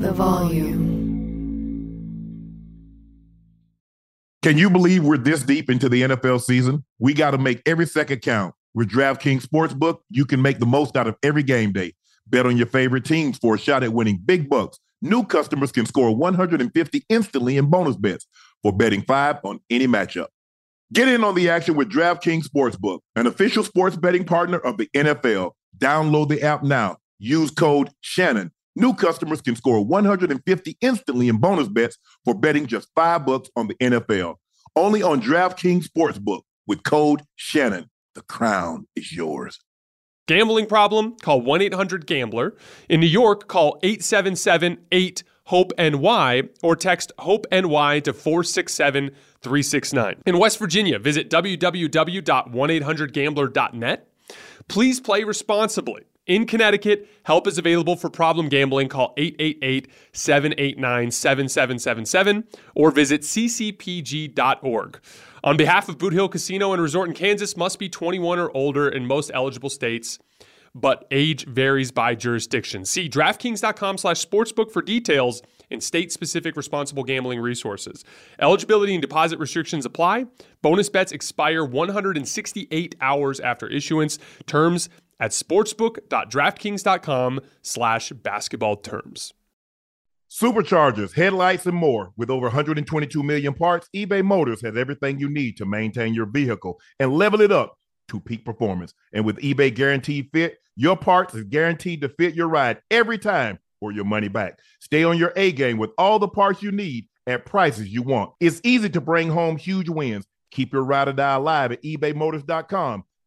the volume. Can you believe we're this deep into the NFL season? We got to make every second count. With DraftKings Sportsbook, you can make the most out of every game day. Bet on your favorite teams for a shot at winning big bucks. New customers can score 150 instantly in bonus bets for betting five on any matchup. Get in on the action with DraftKings Sportsbook, an official sports betting partner of the NFL. Download the app now. Use code Shannon. New customers can score 150 instantly in bonus bets for betting just five bucks on the NFL. Only on DraftKings Sportsbook with code Shannon. The crown is yours. Gambling problem? Call 1 800 Gambler. In New York, call 877 8 HOPE NY or text HOPE NY to 467 369. In West Virginia, visit www.1800gambler.net. Please play responsibly. In Connecticut, help is available for problem gambling. Call 888 789 7777 or visit ccpg.org. On behalf of Boot Hill Casino and Resort in Kansas, must be 21 or older in most eligible states, but age varies by jurisdiction. See DraftKings.com slash sportsbook for details and state specific responsible gambling resources. Eligibility and deposit restrictions apply. Bonus bets expire 168 hours after issuance. Terms at sportsbook.draftkings.com slash basketball terms. Superchargers, headlights, and more. With over 122 million parts, eBay Motors has everything you need to maintain your vehicle and level it up to peak performance. And with eBay Guaranteed Fit, your parts is guaranteed to fit your ride every time or your money back. Stay on your A game with all the parts you need at prices you want. It's easy to bring home huge wins. Keep your ride or die alive at ebaymotors.com.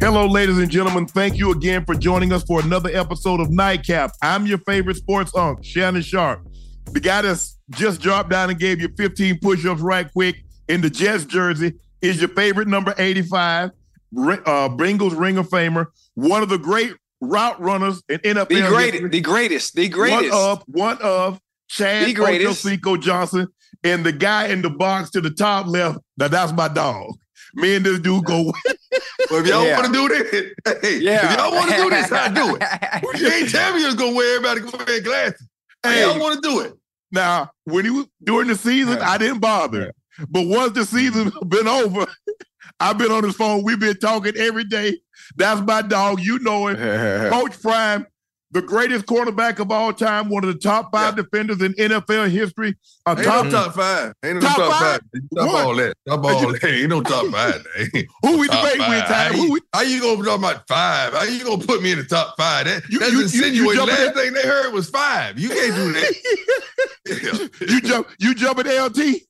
Hello, ladies and gentlemen. Thank you again for joining us for another episode of Nightcap. I'm your favorite sports unk, Shannon Sharp. The guy that's just dropped down and gave you 15 push ups right quick in the Jets jersey is your favorite number 85, Ri- uh, Bengals Ring of Famer, one of the great route runners in NFL. The history. greatest, the greatest, uh, the greatest. One of, one of Chad The greatest. Ochocinco Johnson and the guy in the box to the top left. Now that's my dog. Me and this dude go. Well, if y'all Yeah. want to do this, hey, Yeah. if y'all want to do this, I do it. You it. ain't tell me you was gonna wear everybody go wear glasses. Hey, Hey. y'all want to do it? Now, when he was during the season, Yeah. I didn't bother. But once the season been over, I've been on his phone. We've been talking every day. That's my dog. You know him. Coach Prime, the greatest cornerback of all time, one of the top five defenders in NFL history. A Ain't top, no top five. Ain't no Top top, five? five. Stop What? all that. Stop you- all that. Ain't no top five. Ain't who we top debate with five. time. How Who we, you, how you gonna talk about five? How you gonna put me in the top five? That You- that's you- you- you insinuating. jumping Last thing they heard was five. You can't do that. you jump, you jump at LT.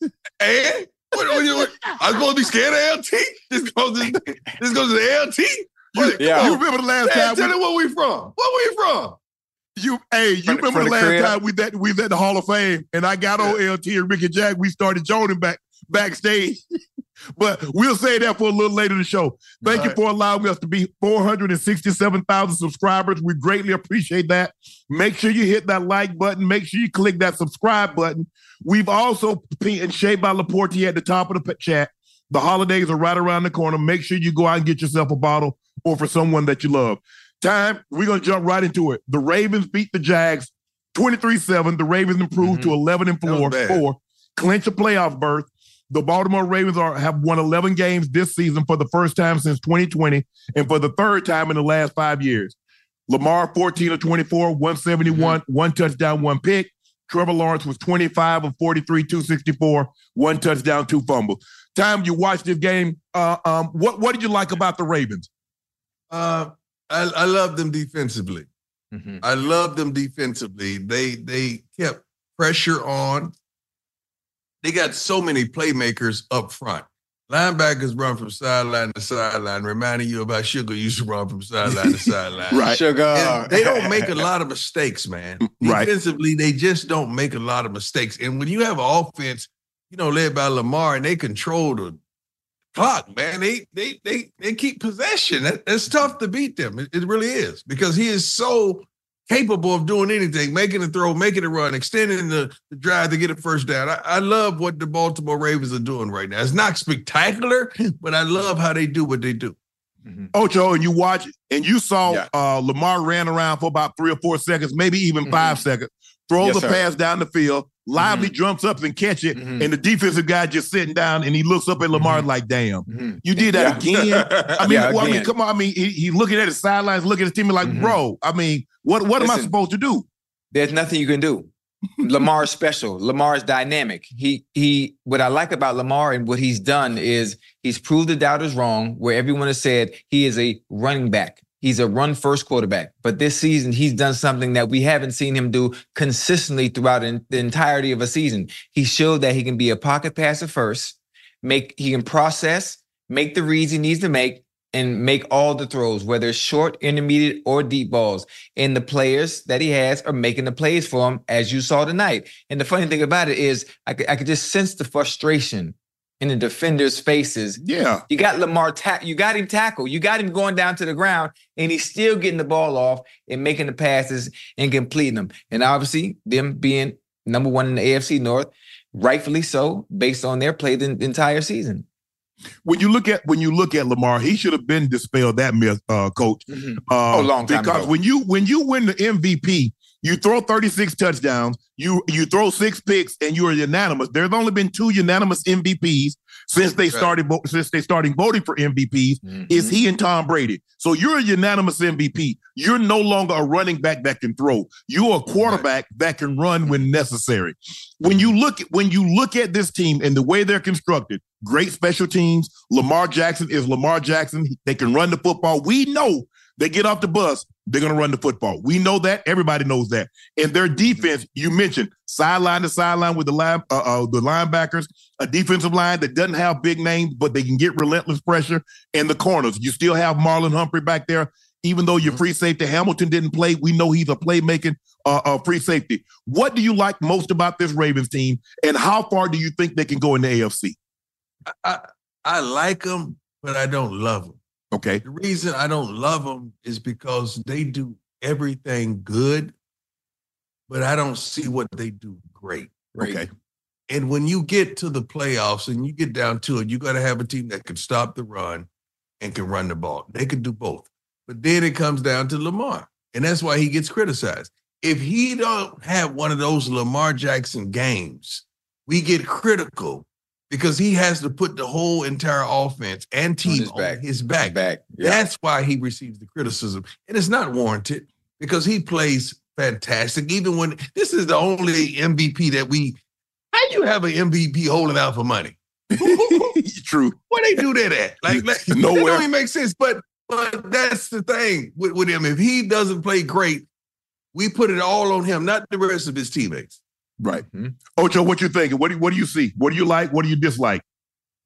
And what, what, you- what- I'm supposed to be scared of LT? This goes to this goes to the LT. You, Yeah. You remember the last Man, time tell we, me where we from. Where we from? you hey, you From- remember from the the last crib. time we that we was at the Hall of Fame and I got on LT and Ricky Jack, we started joining back backstage. but we'll say that for a little later in the show. Thank you Right. for allowing us to be 467,000 subscribers. We greatly appreciate that. Make sure you hit that like button. Make sure you click that subscribe button. We've also Pete and Shea by Laporte at the top of the p- chat. The holidays are right around the corner. Make sure you go out and get yourself a bottle or for someone that you love. Time, we're going to jump right into it. The Ravens beat the Jags 23 7. The Ravens improved to 11 and Mm-hmm. That was 4, bad. four, clinch a playoff berth. The Baltimore Ravens are have won 11 games this season for the first time since 2020 and for the third time in the last five years. Lamar 14 of 24, 171, Mm-hmm. one touchdown, one pick. Trevor Lawrence was 25 of 43, 264, one touchdown, two fumbles. Time you watched this game, uh, um, what what did you like about the Ravens? Uh, I, I love them defensively. Mhm. I love them defensively. They they kept pressure on. They got so many playmakers up front. Linebackers run from sideline to sideline, reminding you about Sugar used to run from sideline to sideline. Right. Sugar. And they don't make a lot of mistakes, man. Uh, Right. Defensively, they just don't make a lot of mistakes. And when you have an offense, you know, led by Lamar, and they control the clock, man. They they they they keep possession. That, it's tough to beat them. It, it really is because he is so capable of doing anything, making a throw, making a run, extending the, the drive to get a first down. I, I love what the Baltimore Ravens are doing right now. It's not spectacular, but I love how they do what they do. Mm-hmm. Ocho, and you watch it, and you saw Yeah. uh, Lamar ran around for about three or four seconds, maybe even Mm-hmm. Mhm. five seconds, throws Yes, a sir. Mm-hmm. pass down the field, lively jumps up and catch it, Mhm. and the defensive guy just sitting down and he looks up at Lamar like, damn, Mhm. you did that Mm-hmm. Yeah. again. I mean, Yeah, well, I mean, again. come on. I mean, he, he looking at his sidelines, looking at his team, like, Mhm. bro. I mean, what what am I Listen. supposed to do? There's nothing you can do. Lamar's special. Lamar's dynamic. He he. What I like about Lamar and what he's done is he's proved the doubters wrong. Where everyone has said he is a running back. He's a run first quarterback. But this season, he's done something that we haven't seen him do consistently throughout in- the entirety of a season. He showed that he can be a pocket passer first. Make he can process, make the reads he needs to make, and make all the throws, whether it's short, intermediate, or deep balls and the players that he has are making the plays for him, as you saw tonight. And the funny thing about it is, I could, I could just sense the frustration in the defenders' faces. Yeah, You got Lamar, ta- you got him tackle, you got him going down to the ground, and he's still getting the ball off and making the passes and completing them. And obviously, them being number one in the AFC North, rightfully so, based on their play the entire season. when you look at when you look at Lamar, he should have been dispelled that myth, uh, coach. Uh, Oh, long time because ago. when you when you win the MVP, you throw 36 touchdowns, you you throw six picks, and you are unanimous. There's only been two unanimous MVPs since they Right. started vo- since they started voting for MVPs. Is Mm-hmm. he and Tom Brady? So you're a unanimous MVP. You're no longer a running back that can throw. You're a quarterback that can run when necessary. When you look when you look at this team and the way they're constructed, great special teams. Lamar Jackson is Lamar Jackson. They can run the football. We know they get off the bus, they're going to run the football. We know that. Everybody knows that. And their defense, you mentioned sideline to sideline with the line, uh, uh, the linebackers, a defensive line that doesn't have big names, but they can get relentless pressure. And the corners, you still have Marlon Humphrey back there. Even though your free safety Hamilton didn't play, we know he's a playmaking uh, uh, free safety. What do you like most about this Ravens team, and how far do you think they can go in the AFC? I I like them, but I don't love them. Okay, The reason I don't love them is because they do everything good, but I don't see what they do great. okay, And when you get to the playoffs and you get down to it, you got to have a team that can stop the run and can run the ball. They can do both. But then it comes down to Lamar. And that's why he gets criticized. If he don't have one of those Lamar Jackson games, we get critical because he has to put the whole entire offense and team his on back. his back. back? That's why he receives the criticism. And it's not warranted because he plays fantastic. Even when this is the only MVP that we how you have an MVP holding out for money? true. Where they do that at? Like, like Nowhere. That don't even make sense. But but that's the thing with, with him. If he doesn't play great, we put it all on him, not the rest of his teammates. Right. Mhm. Ocho, what you thinking? What do what do you see? What do you like? What do you dislike?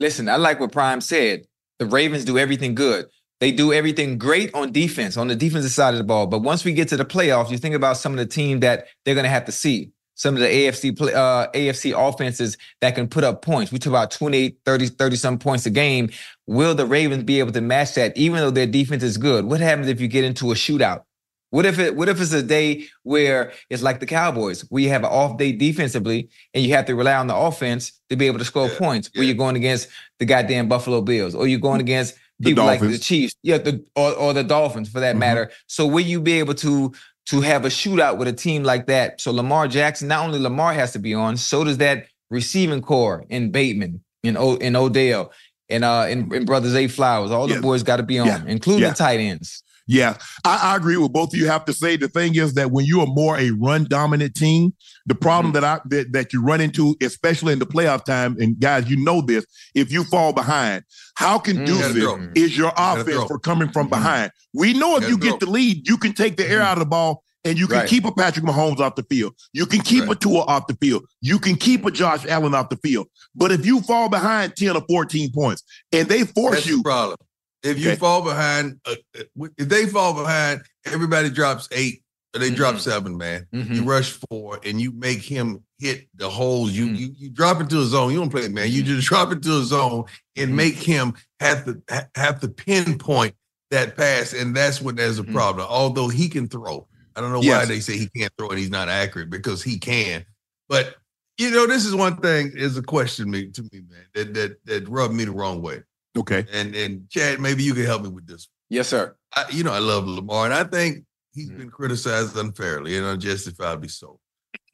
Listen, I like what Prime said. The Ravens do everything good. They do everything great on defense, on the defensive side of the ball. But once we get to the playoffs, you think about some of the team that they're going to have to see. Some of the AFC play, uh, AFC offenses that can put up points. We talk about 28, 30, 30 some points a game. Will the Ravens be able to match that, even though their defense is good? What happens if you get into a shootout? What if it? What if it's a day where it's like the Cowboys, where you have an off day defensively, and you have to rely on the offense to be able to score Yeah, points? Where yeah. you're going against the goddamn Buffalo Bills, or you're going against people like the Dolphins. Chiefs, yeah, the, or or the Dolphins for that Mhm. matter. So will you be able to to have a shootout with a team like that? So Lamar Jackson, not only Lamar has to be on, so does that receiving core in Bateman and o- and Odell and uh and, and brothers A Flowers. All Yeah. the boys got to be on, Yeah. including Yeah. the tight ends. Yeah, I, I agree with both of you. Have to say the thing is that when you are more a run dominant team, the problem Mm-hmm. that I that, that you run into, especially in the playoff time, and guys, you know this. If you fall behind, how conducive Mm-hmm. throw. is your gotta offense throw. Mm-hmm. for coming from Mhm. behind? We know if Gotta you get the throw. Mm-hmm. lead, you can take the air Mhm. out of the ball. And you can Right. keep a Patrick Mahomes off the field. You can keep a Right. Tua off the field. You can keep a Josh Allen off the field. But if you fall behind 10 or 14 points and they force That's you, the problem. If you Okay. fall behind, uh, uh, if they fall behind, everybody drops eight or they drop Mm-hmm. Mhm. seven, man. Mhm. You rush four and you make him hit the holes. You Mhm. you you drop into a zone. You don't play it, man. You just drop into a zone and Mhm. make him have to ha- have to pinpoint that pass, and that's when there's a Mhm. problem. Although he can throw, I don't know why Yes. they say he can't throw and he's not accurate because he can. But you know, this is one thing is a question me to me, man, that that that rubbed me the wrong way okay. and and Chad, maybe you can help me with this. Yes, sir. I, you know, I love Lamar, and I think he's Mhm. been criticized unfairly and unjustifiably so.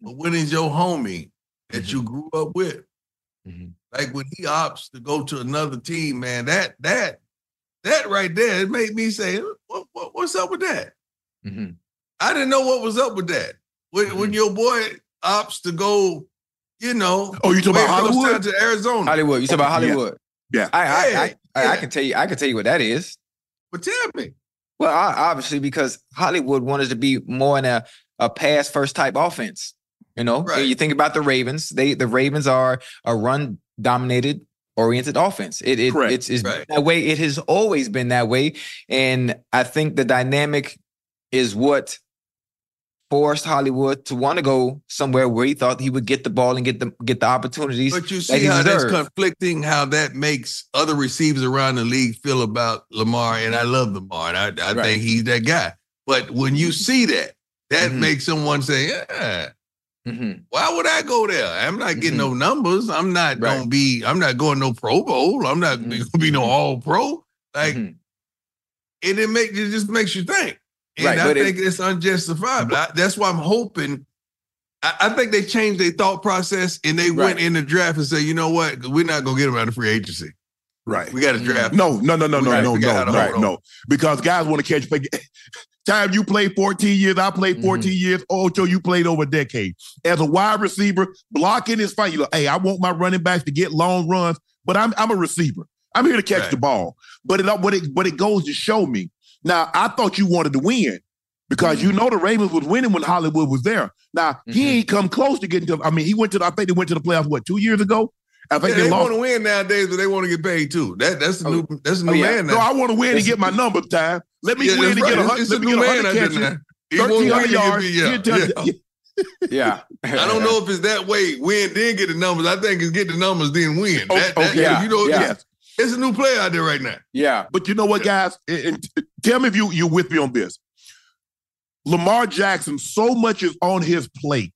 But when is your homie that Mhm. you grew up with? Mhm. Like when he opts to go to another team, man, that that that right there, it made me say, what, what what's up with that? Mhm. I didn't know what was up with that. When, when your boy opts to go, you know, Oh, you talking when about it comes Hollywood? down to Arizona. Hollywood. You said about Okay, yeah. Hollywood. Yeah. I I, Hmm. Yeah, I, I, I yeah. can tell you. I can tell you what that is. But tell me, Well, I, obviously, because Hollywood wanted to be more in a, a pass first type offense. You know, Right. And you think about the Ravens. They the Ravens are a run dominated oriented offense. It, it Correct. it's, it's been Right. that way. It has always been that way, and I think the dynamic is what forced Hollywood to want to go somewhere where he thought he would get the ball and get the get the opportunities. But you that see he how that's deserved. conflicting, how that makes other receivers around the league feel about Lamar. And I love Lamar, and I, I Right. Mm-hmm. think he's that guy. But when you see that, that Mhm. makes someone say, yeah, Mhm. why would I go there? I'm not getting Mhm. no numbers. I'm not Right. gonna be, I'm not going no Pro Bowl. I'm not Mhm. gonna be no all pro. Like Mhm. and it make it just makes you think. And Right, I but it- think it's unjustifiable. I, that's why I'm hoping. I, I think they changed their thought process and they Right. went in the draft and said, you know what, we're not gonna get him out of free agency. Right. We got to Mhm. draft. No, no, no, no, We no, gotta no, figure out no, how to no, hold on. no. Because guys want to catch play. Time you played 14 years, I Mm-hmm. played 14 years. Ocho, you played over a decade. As a wide receiver, blocking is fine. You look, hey, I want my running backs to get long runs, but I'm I'm a receiver. I'm here to catch Right. the ball. But it what it what it goes to show me. Now I thought you wanted to win because Mm-hmm. you know the Ravens was winning when Hollywood was there. Now Mhm. he ain't come close to getting to. I mean, he went to. I think they went to the playoffs. What two years ago? I Yeah, think they they lost. want to win nowadays, but they want to get paid too. That that's the Oh. new that's the new Oh, yeah. man now. No, I want to win and That's- get my number time. Let me Yeah, win that's and right. get a It's- hundred. it's Let a me get new a man out hundred there catches, now. He wanna thirteen win hundred and get yards. paid. get a touchdown. yeah. Yeah. Yeah. I don't know if it's that way. Win then get the numbers. I think it's get the numbers then win. Oh, That, that- okay. Yeah, You know, yeah. it's, it's a new player out there right now. Yeah. But you know what, guys? And- and t- tell me if you you with me on this. Lamar Jackson, so much is on his plate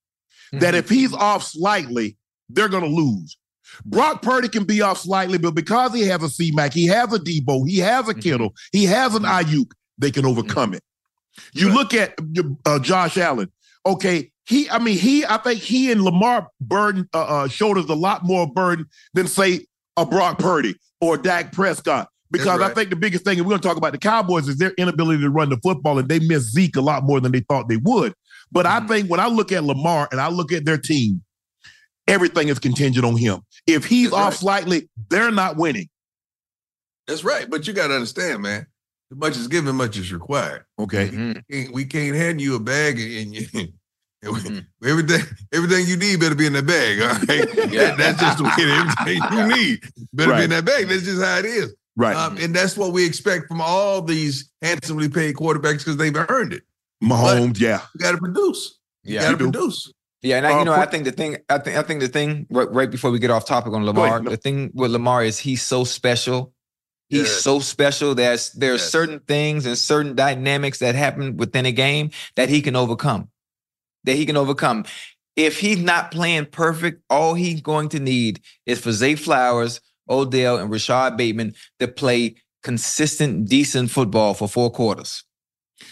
Mm-hmm. that if he's off slightly, they're going to lose. Brock Purdy can be off slightly, but because he has a C Mac, he has a Debo, he has a Mhm. Kittle, he has an Ayuk, they can overcome it. You Right. look at uh, Josh Allen. Okay, he. I mean, he. I think he and Lamar burden uh, uh, shoulders a lot more burden than say a Brock Purdy or Dak Prescott. Because I right. think the biggest thing, and we're going to talk about the Cowboys, is their inability to run the football, and they miss Zeke a lot more than they thought they would. But I Mm-hmm. Mhm. think when I look at Lamar and I look at their team, everything is contingent on him. If he's That's off right. slightly, they're not winning. That's right. But you got to understand, man. The much is given, much is required. Okay. Mhm. Can't- We can't hand you a bag and you. and we- Mhm. Mm-hmm. Everything, everything you need better be in that bag. All right, Yeah. That- that's just the way it is. everything you need better be in that bag. That's just how it is. Right. Um, and that's what we expect from all these handsomely paid quarterbacks because they've earned it. Mahomes, yeah. You got to produce. You Yeah. got to You do. produce. Yeah, and I, Uh, you know, I quick- think the thing, I think, I think the thing right, right before we get off topic on ahead, Lamar, no. the thing with Lamar is he's so special. He's Yes. so special. There's there are Yes. certain things and certain dynamics that happen within a game that he can overcome. That he can overcome. If he's not playing perfect, all he's going to need is for Zay Flowers, Odell, and Rashad Bateman to play consistent, decent football for four quarters.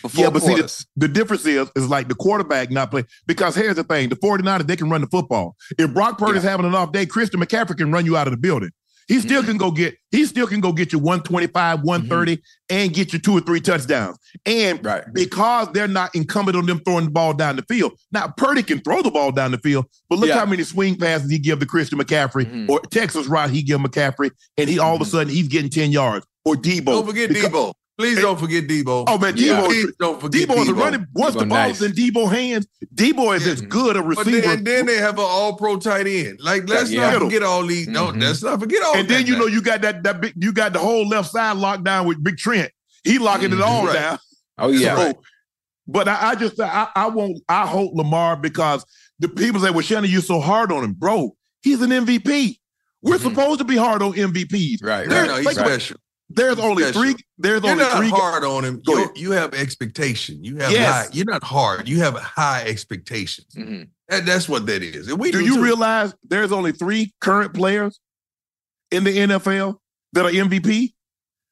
For four Yeah, but see, the- quarters. The difference is, is like the quarterback not playing. Because here's the thing: the 49ers, they can run the football. If Brock Purdy's having an off day, Christian McCaffrey can run you out of the building. He still can go get he still can go get you Mm-hmm. 125, 130, and get you two or three touchdowns. And Right. because they're not incumbent on them throwing the ball down the field. Now Purdy can throw the ball down the field, but look Yeah. how many swing passes he give to Christian McCaffrey Mhm. or Texas Rod he give McCaffrey, and he all of a Mhm. sudden he's getting 10 yards. Or Debo. Don't forget Because- Debo. Please don't forget Debo. Oh man, Yeah. Debo is Please don't forget Debo Debo. is a running. Once Debo the ball's nice. in Debo hands, Debo is Yeah. as good a But then, receiver. and then they have an all-pro tight end. Like, let's Yeah. not forget all these. No, Mhm. let's not forget all. Mm-hmm. and then that. you know you got that that big, you got the whole left side locked down with Big Trent. He locking it Mhm. all Right. down. Oh yeah. So, But I, I just I, I won't I hope Lamar because the people say, well, Shannon, you're so hard on him, bro. He's an MVP. We're Mm-hmm. Mhm. supposed to be hard on MVPs. Right. no, Right. no, They're- he's like- special. There's only Special. three. There's You're only not three. hard on him. Go You ahead. you have expectation. You have Yes. high. You're not hard. You have high expectations. Mhm. That, that's what that is. And we Do do you too. realize there's only three current players in the NFL that are MVP?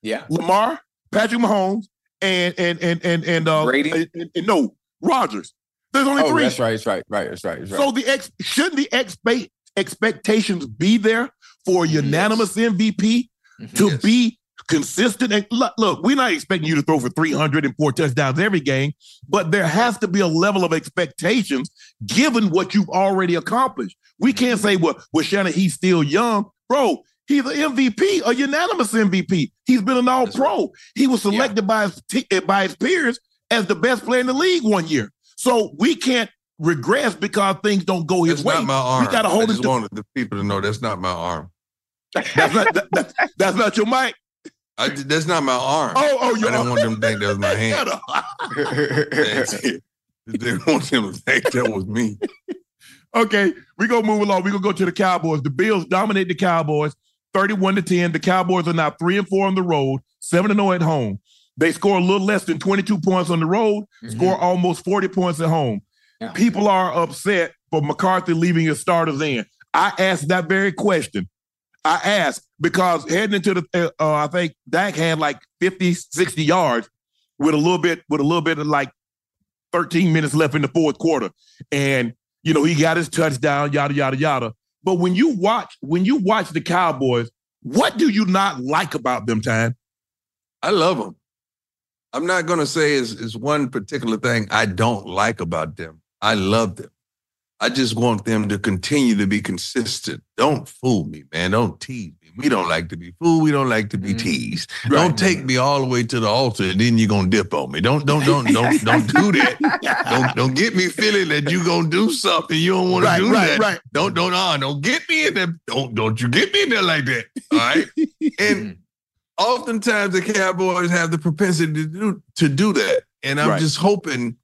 Yeah. Lamar, Patrick Mahomes, and and and and and uh, Brady? and- and- and no Rogers. There's only Oh, three. that's right. That's right. Right. That's right. That's right. So the ex shouldn't the expe- expectations be there for a Yes. unanimous MVP Mhm. to Yes. be consistent? And look, look, we're not expecting you to throw for 304 touchdowns every game, but there has to be a level of expectations given what you've already accomplished. We can't say, well, well, Shannon, he's still young. Bro, he's an MVP, a unanimous MVP. He's been an all That's pro. He was Yeah. selected by his t- by his peers as the best player in the league one year. So we can't regress because things don't go his That's way. not my arm. gotta hold I it just to- wanted the people to know that's not my arm. That's not that, that- that's not your mic. I, ju- that's not my arm. Oh, oh, I your didn't want them to think that was my hand. Shut up. they didn't want them to think that was me. Okay, we gonna move along. We gonna go to the Cowboys. The Bills dominate the Cowboys, thirty-one to ten. The Cowboys are now three and four on the road, seven and zero at home. They score a little less than twenty-two points on the road, Mhm. score almost forty points at home. Yeah. People are upset for McCarthy leaving his starters in. I asked that very question. I asked because heading into the, uh, uh, I think Dak had like 50, 60 yards with a little bit, with a little bit of like 13 minutes left in the fourth quarter. And, you know, he got his touchdown, yada, yada, yada. But when you watch, when you watch the Cowboys, what do you not like about them, Time? I love them. I'm not going to say is is one particular thing I don't like about them. I love them. I just want them to continue to be consistent. Don't fool me, man. Don't tease me. We don't like to be fooled. We don't like to be Mm-hmm. Mm. teased. Right. Don't take me all the way to the altar and then you're gonna dip on me. Don't don't don't don't don't do that. Don't don't get me feeling that you're gonna do something you don't want to do that. right. Don't don't uh, don't get me in there. Don't don't you get me in there like that. All right. and Mhm. oftentimes the Cowboys have the propensity to do to do that. And I'm Right. just hoping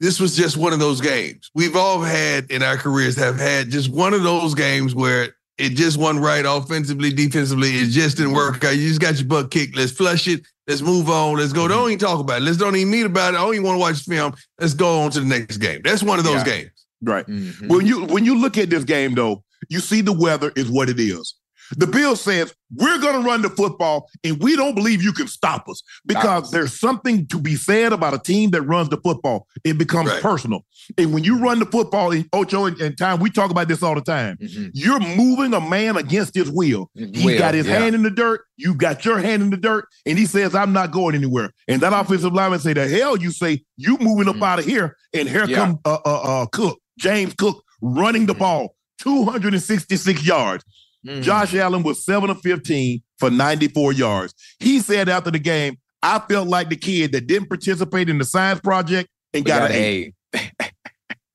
this was just one of those games. We've all had in our careers have had just one of those games where it just wasn't right offensively, defensively. It just didn't work out. You just got your butt kicked. Let's flush it. Let's move on. Let's go. Mm-hmm. Don't even talk about it. Let's don't even meet about it. I don't even want to watch film. Let's go on to the next game. That's one of those Yeah. games. Right. Mhm. When you when you look at this game though, you see the weather is what it is. The Bill says we're going to run the football, and we don't believe you can stop us because there's something to be said about a team that runs the football. It becomes Right. personal, and when you run the football, and Ocho and, and Time, we talk about this all the time. Mhm. You're moving a man against his will. He Well, got his yeah. hand in the dirt. You got your hand in the dirt, and he says, "I'm not going anywhere." And that offensive lineman say, "The hell you say? You moving up Mhm. out of here?" And here Yeah. come uh, uh, uh, Cook, James Cook, running the Mhm. ball, 266 yards. Mhm. Josh Allen was seven of 15 for 94 yards. He said after the game, "I felt like the kid that didn't participate in the science project and We got, got an an A." A.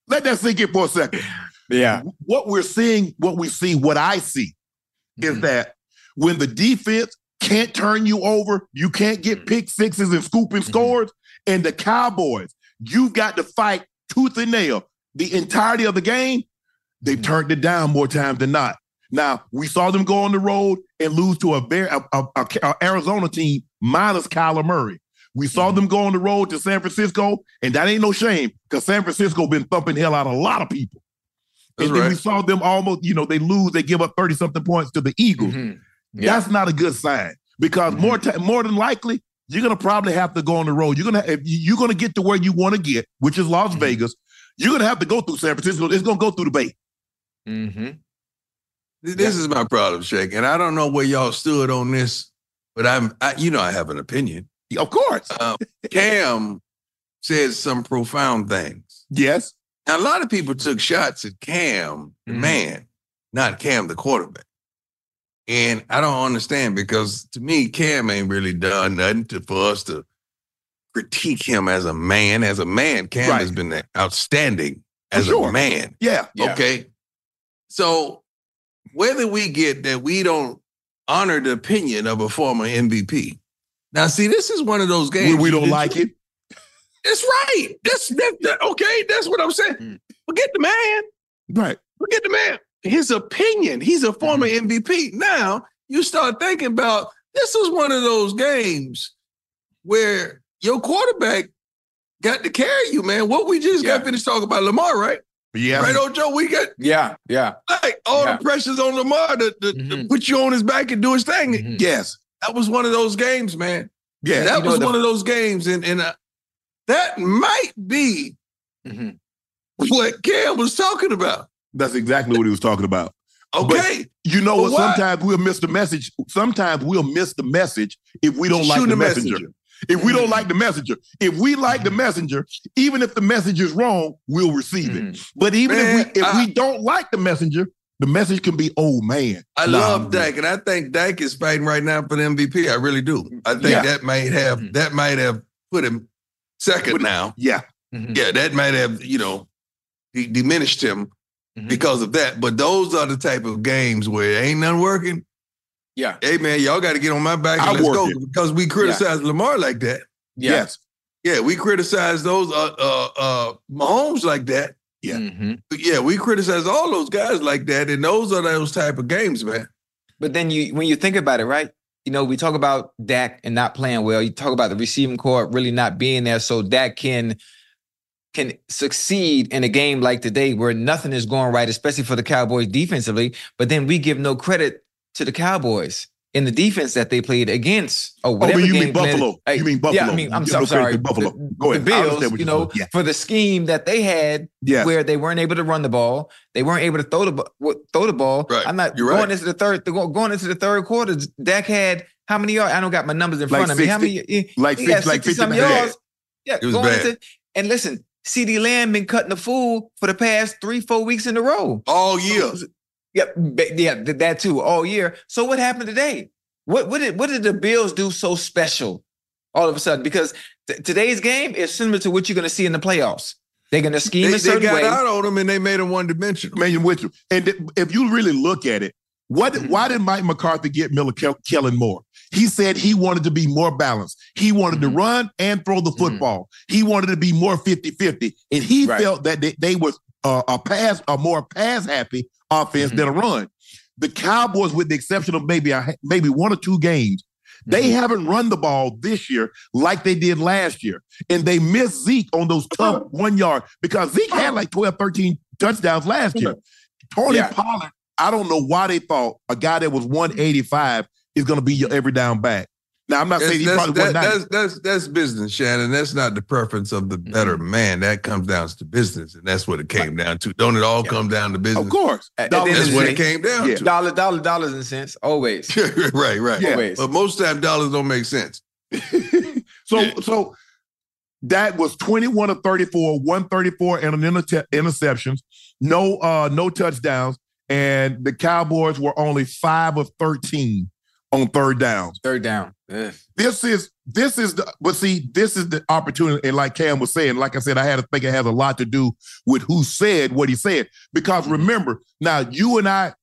Let that sink in for a second Yeah. what we're seeing, what we see, what I see is Mm-hmm. Mhm. that when the defense can't turn you over, you can't get Mm-hmm. pick sixes and scooping Mhm. scores, and the Cowboys, you've got to fight tooth and nail the entirety of the game. They've Mm-hmm. Mhm. turned it down more times than not. Now we saw them go on the road and lose to a very a, a- a- a Arizona team minus Kyler Murray. We saw Mm-hmm. Mhm. them go on the road to San Francisco, and that ain't no shame because San Francisco been thumping hell out of a lot of people That's and then we right. saw them almost, you know, they lose, they give up 30 something points to the Eagles. Mhm. Yeah. That's not a good sign because Mm-hmm. Mhm. more time, more than likely, you're gonna probably have to go on the road. You're gonna if you- you're gonna get to where you want to get, which is Las Mm-hmm. Mhm. Mm-hmm. Vegas. You're gonna have to go through San Francisco. It's gonna go through the Bay. Mhm. Th- This is my problem, Shake, and I don't know where y'all stood on this, but I'm, I, you know, I have an opinion. Of course. Uh, Cam says some profound things. Yes. Now, a lot of people took shots at Cam, the Mm-hmm. Mhm. man, not Cam, the quarterback. And I don't understand because to me, Cam ain't really done nothing to, for us to critique him as a man. As a man, Cam Right. has been outstanding For as sure. a man. Yeah. Yeah. Okay. So whether we get that we don't honor the opinion of a former MVP. Now, see, this is one of those games We, we don't you- like it. That's right. That's that, that- okay. That's what I'm Mm. saying. Forget the man. Right. Forget the man. His opinion. He's a former Mm-hmm. MVP. Now you start thinking about this was one of those games where your quarterback got to carry you, man. What we just Yeah. got finished talking about Lamar, right? Yeah. Right, old Joe. We got Yeah, yeah. like all Yeah. the pressures on Lamar to, to, to Mhm. put you on his back and do his thing. Mhm. Yes, that was one of those games, man. Yeah. that you know was the- one of those games, and and uh, that might be Mhm. what Cam was talking about. That's exactly what he was talking about. Okay, You know But what? why- Sometimes we'll miss the message. Sometimes we'll miss the message if we don't like Shoot the a messenger. messenger. Mm-hmm. If we don't like the messenger, if we like the messenger, even if the message is wrong, we'll receive it. Mhm. But even Man, if we if I- we don't like the messenger, the message can be, oh man. I nah, love I'm good." Dak, and I think Dak is fighting right now for the MVP. I really do. I think Yeah. that might have Mhm. that might have put him second now. Yeah. Mhm. Yeah, that might have you know de- diminished him Mhm. because of that. But those are the type of games where ain't nothing working. Yeah, hey man, y'all got to get on my back and I let's work go it. because we criticized Lamar like that. yeah. Yes. Yeah, we criticized those uh uh uh Mahomes like that. Yeah. Mhm. Yeah, we criticized all those guys like that, and those are those type of games, man. But then you, when you think about it, right? You know, we talk about Dak and not playing well. You talk about the receiving core really not being there, so Dak can can succeed in a game like today where nothing is going right, especially for the Cowboys defensively. But then we give no credit to the Cowboys in the defense that they played against. Or Oh, whatever but you game mean plan- Buffalo. Hey, you mean Buffalo. Yeah, I mean, I'm You so, know, sorry. crazy, Buffalo. The- Go ahead. The I understand Bills, what you you're know, saying. for the scheme that they had, Yeah. where they weren't able to run the ball, they weren't able to throw the bu- w- throw the ball. Right. I'm not You're going right. into the third. the- Going into the third quarter, Dak had how many yards? I don't got my numbers in Like front of me. How 60 many? he- Like he six, got like 50 60-something and a half. yards. Yeah, It was going bad. into and listen, CD Lamb been cutting the fool for the past three, four weeks in a row. All year, Yep, ba- yeah, th- that too, all year. So what happened today? What what did what did the Bills do so special all of a sudden? Because th- today's game is similar to what you're going to see in the playoffs. They're going to scheme they, a they certain got way. out on them, and they made them one dimensional. Manuel Mitchell. And th- if you really look at it, what Mhm. why did Mike McCarthy get Miller Kel- Kellen Moore? He said he wanted to be more balanced. He wanted Mhm. to run and throw the football. He wanted to be more 50-50. And he Right. felt that they, they was uh, a pass, a more pass happy offense Mhm. than a run. The Cowboys, with the exception of maybe a, maybe one or two games, they Mm-hmm. Mhm. haven't run the ball this year like they did last year. And they missed Zeke on those tough one yard because Zeke had like 12, 13 touchdowns last year. Tony Yeah. Pollard, I don't know why they thought a guy that was 185 is going to be your every down back. Now, I'm not That's, saying he's that's- probably that- 190. that's, that's that's business, Shannon. That's not the preference of the better Mm-hmm. man. That comes down to business, and that's what it came down to. Don't it all Yeah. come down to Of business? course. At- at Dollars the end That's of what the it came down Yeah. to. Dollar, dollar, dollars and cents always. right, right. Yeah. But most time dollars don't make sense. so so that was 21 of 34, 134 and an inter- interceptions, no uh no touchdowns, and the Cowboys were only 5 of 13 on third downs. Third down. Ugh. This is this is the but see this is the opportunity and like Cam was saying, like I said I had to think it has a lot to do with who said what he said because remember now you and I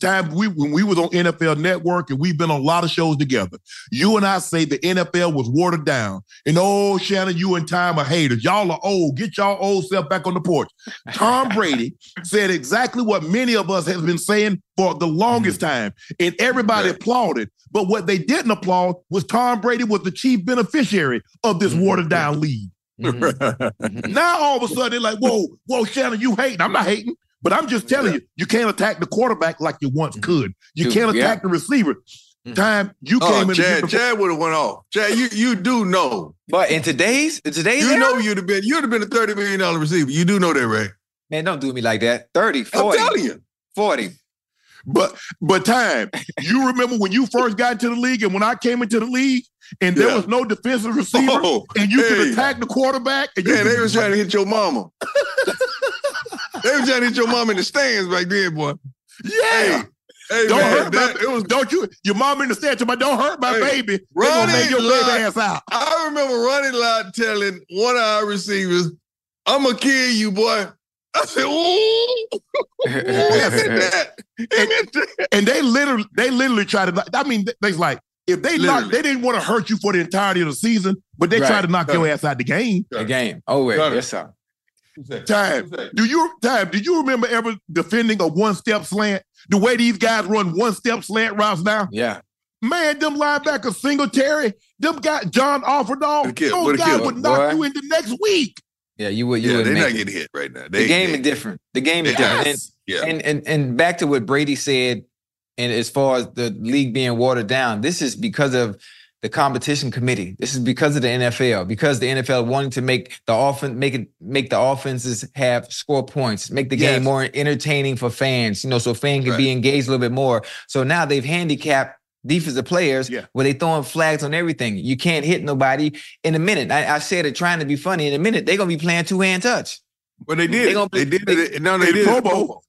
time we when we was on NFL Network and we've been on a lot of shows together. You and I say the NFL was watered down. And oh, Shannon, you and Time are haters. Y'all are old. Get y'all old self back on the porch. Tom Brady said exactly what many of us has been saying for the longest time, and everybody Right. applauded. But what they didn't applaud was Tom Brady was the chief beneficiary of this Mhm. watered down league. Mhm. Mm-hmm. Now all of a sudden they're like, whoa, whoa, Shannon, you hating. I'm not hating, but I'm just telling you, you can't attack the quarterback like you once Mm-hmm. Mhm. could. You Dude, can't yeah. attack the receiver. Mhm. Time you came in Mm. Oh, the Chad, uniform- Chad would have went off. Chad, you you do know. But in today's in today's You era, know you'd have been you'd have been a thirty million dollar receiver. You do know that, right? Oh, man, don't do me like that. 30, I'm 40, telling you. 40. But but time, you remember when you first got into the league and when I came into the league and there Yeah. was no defensive receiver Oh, and you could hey. attack the quarterback and you Yeah, could- they was trying to hit your mama. They were trying to hit your mom in the stands back then, boy. yeah. Hey, Don't man, hurt that- my, it was. don't you your mom in the stand to my don't hurt my Hey, baby. They gonna Ronnie make your Lott- baby ass out. I remember running loud telling one of our receivers, "I'm gonna kill you, boy." I said, "Ooh, ooh, he meant that. He meant that. And they literally they literally try to knock- I mean they- they like if they knock, Literally. they didn't want to hurt you for the entirety of the season, but they Right. try to knock your ass out the game. The game. Oh, wait. Got it. Yes, sir. Time. Do you time? Do you remember ever defending a one step slant? The way these guys run one step slant routes now, Yeah. man, them linebackers, Singletary, them guy John Offerdahl, What a kid, those what a guys kid, would knock boy. you in the next week. Yeah, you would. You Yeah, would they're make not it. getting hit right now. the They, game they- is different. The game is Yes. different. And- yeah. and and and back to what Brady said, and as far as the league being watered down, this is because of the competition committee. This is because of the NFL, because the NFL wanting to make the offense make it make the offenses have score points, make the Yes. game more entertaining for fans, you know, so fans can be engaged a little bit more. So now they've handicapped defensive players Yeah. where they throwing flags on everything. You can't hit nobody in a minute. I, I said it trying to be funny. In a minute, they're gonna be playing two hand touch. But they They did. gonna it. play- They did it. No, they They did Pro it. Bowl.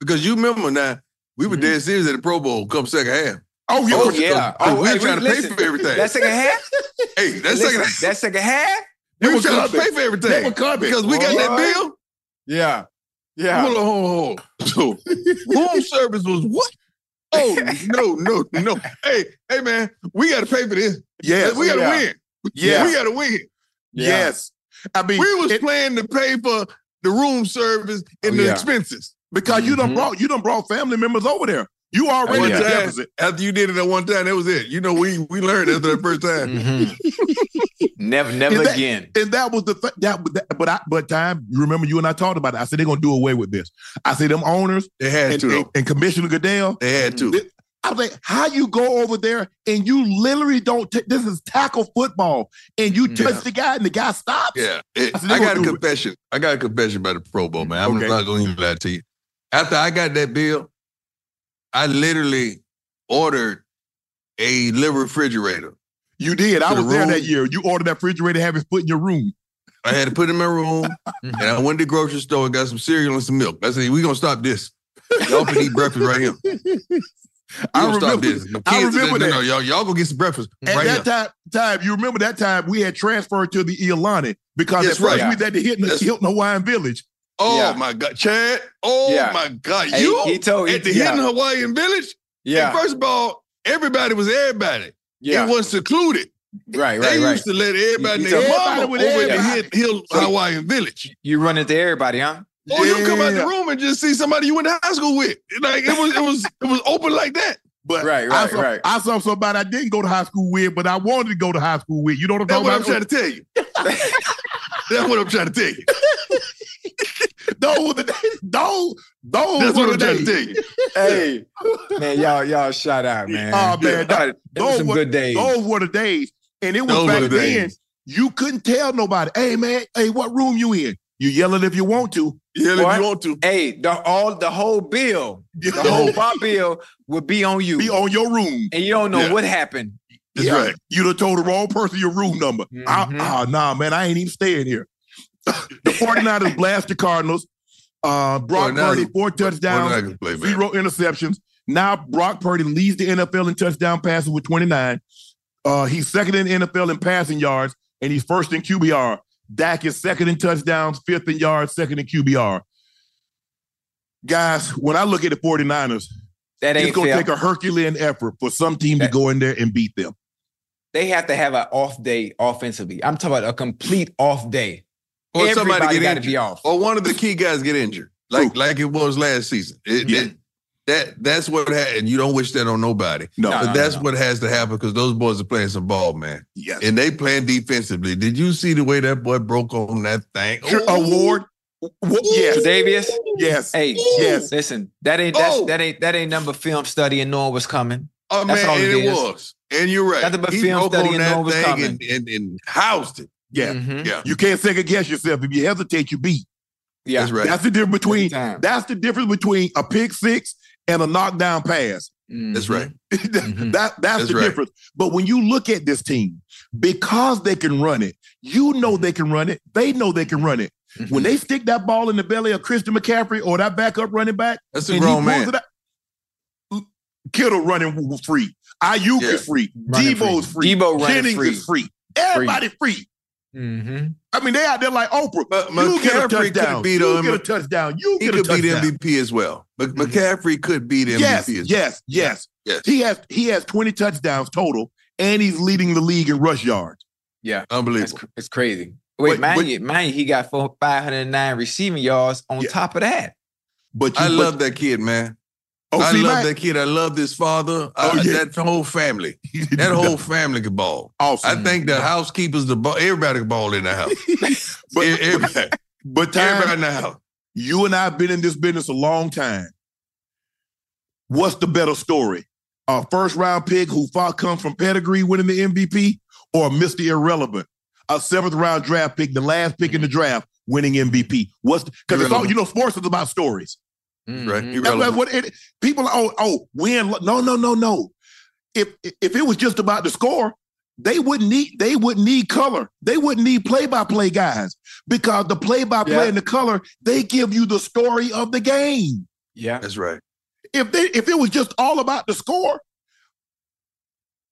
Because you remember now, we were Mhm. dead serious at the Pro Bowl come second half. Oh, yeah. Oh, yeah. Oh, we hey, were trying to pay listen, for everything. That second half. hey, that Listen, second half. that second half. They We were were trying to coming. pay for They were everything. coming. Because we got that Alright. bill. Yeah. Yeah. Hold on, hold on, hold on. So, room service was what? Oh, no, no, no. Hey, hey, man, we got to pay for this. Yes. we got to yeah. win. Yeah. We got to win. Yes. I mean, We was it- planning to pay for the room service and Oh, the yeah. expenses. because you done Mhm. brought you done brought family members over there. You already One in the time. deficit. After you did it at one time, that was it. You know, we we learned after that first time. Mhm. Mm-hmm. never, never Is that- again. and that was the th- that, that but I but time you remember you and I talked about it. I said they're gonna do away with this. I said them owners They had and, to. and, though. and Commissioner Goodell. They had to. Th- I was like, how you go over there and you literally don't take this is tackle football and you touch Yeah. the guy and the guy stops. Mm-hmm. Yeah, it- I said, they I got a gonna do it. confession. I got a confession about the Pro Bowl, man. I'm Okay. not going to even lie to you. After I got that bill, I literally ordered a little refrigerator. You did. I To the was there that room. year. You ordered that refrigerator, to have it put in your room. I had to put it in my room, and I went to the grocery store and got some cereal and some milk. I said, "We gonna stop this. Y'all can eat breakfast right here. We I gonna stop remember- this. The I kids- remember no, that. No, y'all, y'all go get some breakfast At right here. that time, time, you remember that time we had transferred to the Iolani because That's at first right. we had to Hilton, That's- Hilton Hawaiian Village. Oh Yeah. my God, Chad! Oh Yeah. my God, Hey, you he told at the he, yeah, Hidden Hawaiian Village. yeah, First of all, everybody was everybody. yeah, It wasn't secluded. right, right, they right. used to let everybody, You- and their you- mama everybody with over at the everybody. Hill, Hill So- Hawaiian Village. You run into everybody, huh? Oh, you come out Yeah. the room and just see somebody you went to high school with. Like it was, it was, it was open like that. But Right, I right, saw, right. I saw somebody I didn't go to high school with, but I wanted to go to high school with. You know what I'm That's talking what I'm about? trying to tell you. That's what I'm trying to tell you. those were the days. Those, those That's were what the I'm trying to days. tell you. hey, man, y'all, y'all, shout out, man. Oh, man, All right, those those were some were- good days. Those were the days. And it was Those were back the then. days. You couldn't tell nobody, hey man, hey, what room you in? You yell it if you want to. Yeah, if What? you want to. Hey, the all the whole bill, You the whole bar bill would be on you, be on your room. and you don't know Yeah. what happened. That's right. You'd have told the wrong person your room number. I- Mhm. ah, nah, man, I ain't even staying here. the 49ers blast the Cardinals. Uh, Brock 49ers Purdy, four What touchdowns, did I play, man? zero interceptions. Now Brock Purdy leads the NFL in touchdown passes with 29. Uh, he's second in the NFL in passing yards, and he's first in QBR. Dak is second in touchdowns, fifth in yards, second in QBR. Guys, when I look at the 49ers, That it's ain't going to fair. take a Herculean effort for some team to That- go in there and beat them. they have to have an off day offensively. I'm talking about a complete off day. Or somebody Everybody get got to injured. be off. Or one of the key guys get injured, like like it was last season. It, Yeah. it- that that's what happened. You don't wish that on nobody. No, No, But no, that's no. what has to happen because those boys are playing some ball, man. yes. And they playing defensively. Did you see the way that boy broke on that thing? Tr- award. W- Yes, Davius, yes. hey, Mm. Yes. Listen, that ain't that's, Oh. that ain't that ain't number film study and knowing what's coming. Oh That's man, all and it it is. was. And you're right. Nothing but He film broke study on and that know what's thing coming. And, and, and housed it. Yeah. Mhm. Yeah, You can't second guess yourself. If you hesitate, you beat. yeah. that's right. That's the difference between Every time. that's the difference between a pick six and a knockdown pass. That's Mhm. right. Mm-hmm. that Mhm. that's, Mm-hmm. That's the right. difference. But when you look at this team, because they can run it, you know Mm-hmm. they can run it. They know they can run it. Mm-hmm. When they stick that ball in the belly of Christian McCaffrey or that backup running back, That's a and he grown pulls man. it out, Kittle running w- w- free. Ayuk Yeah. is free. Running free. Debo's free. Debo running Jennings free. is free. Everybody free. Mhm. I mean, they out there like Oprah. But you get a McCaffrey touchdown. could beat you him. get a touchdown. You He get a could be the touchdown. Mm-hmm. MVP as well. Mc- Mhm. McCaffrey could be the MVP Yes, as well. yes, yes. Yes. He has he has 20 touchdowns total, and he's leading the league in rush yards. Yeah, it's, Unbelievable. cr- it's crazy. Wait, But- mind but- you, mind you, he got four, 509 receiving yards on Yeah. top of that. But you, I but- love that kid, man. Oh, I see, love man, that kid. I love his father. Oh, I- yeah. That whole family. That whole family could ball. awesome. I think the housekeepers, the ball, everybody could ball in the house. But- E- everybody, but everybody time, in the house. you and I have been in this business a long time. What's the better story? A first round pick who fought come from pedigree winning the MVP, or Mr. Irrelevant, a seventh round draft pick, the last pick in the draft, winning MVP? What's because it's all Irrelevant. you know? Sports is about stories. Right? Mhm. That's Irrelevant. what it, people are, oh, oh, win. lo- No, no, no, no. If if it was just about the score, they wouldn't need they wouldn't need color. They wouldn't need play-by-play guys because the play-by-play Yeah. and the color, they give you the story of the game. Yeah. That's right. If they if it was just all about the score,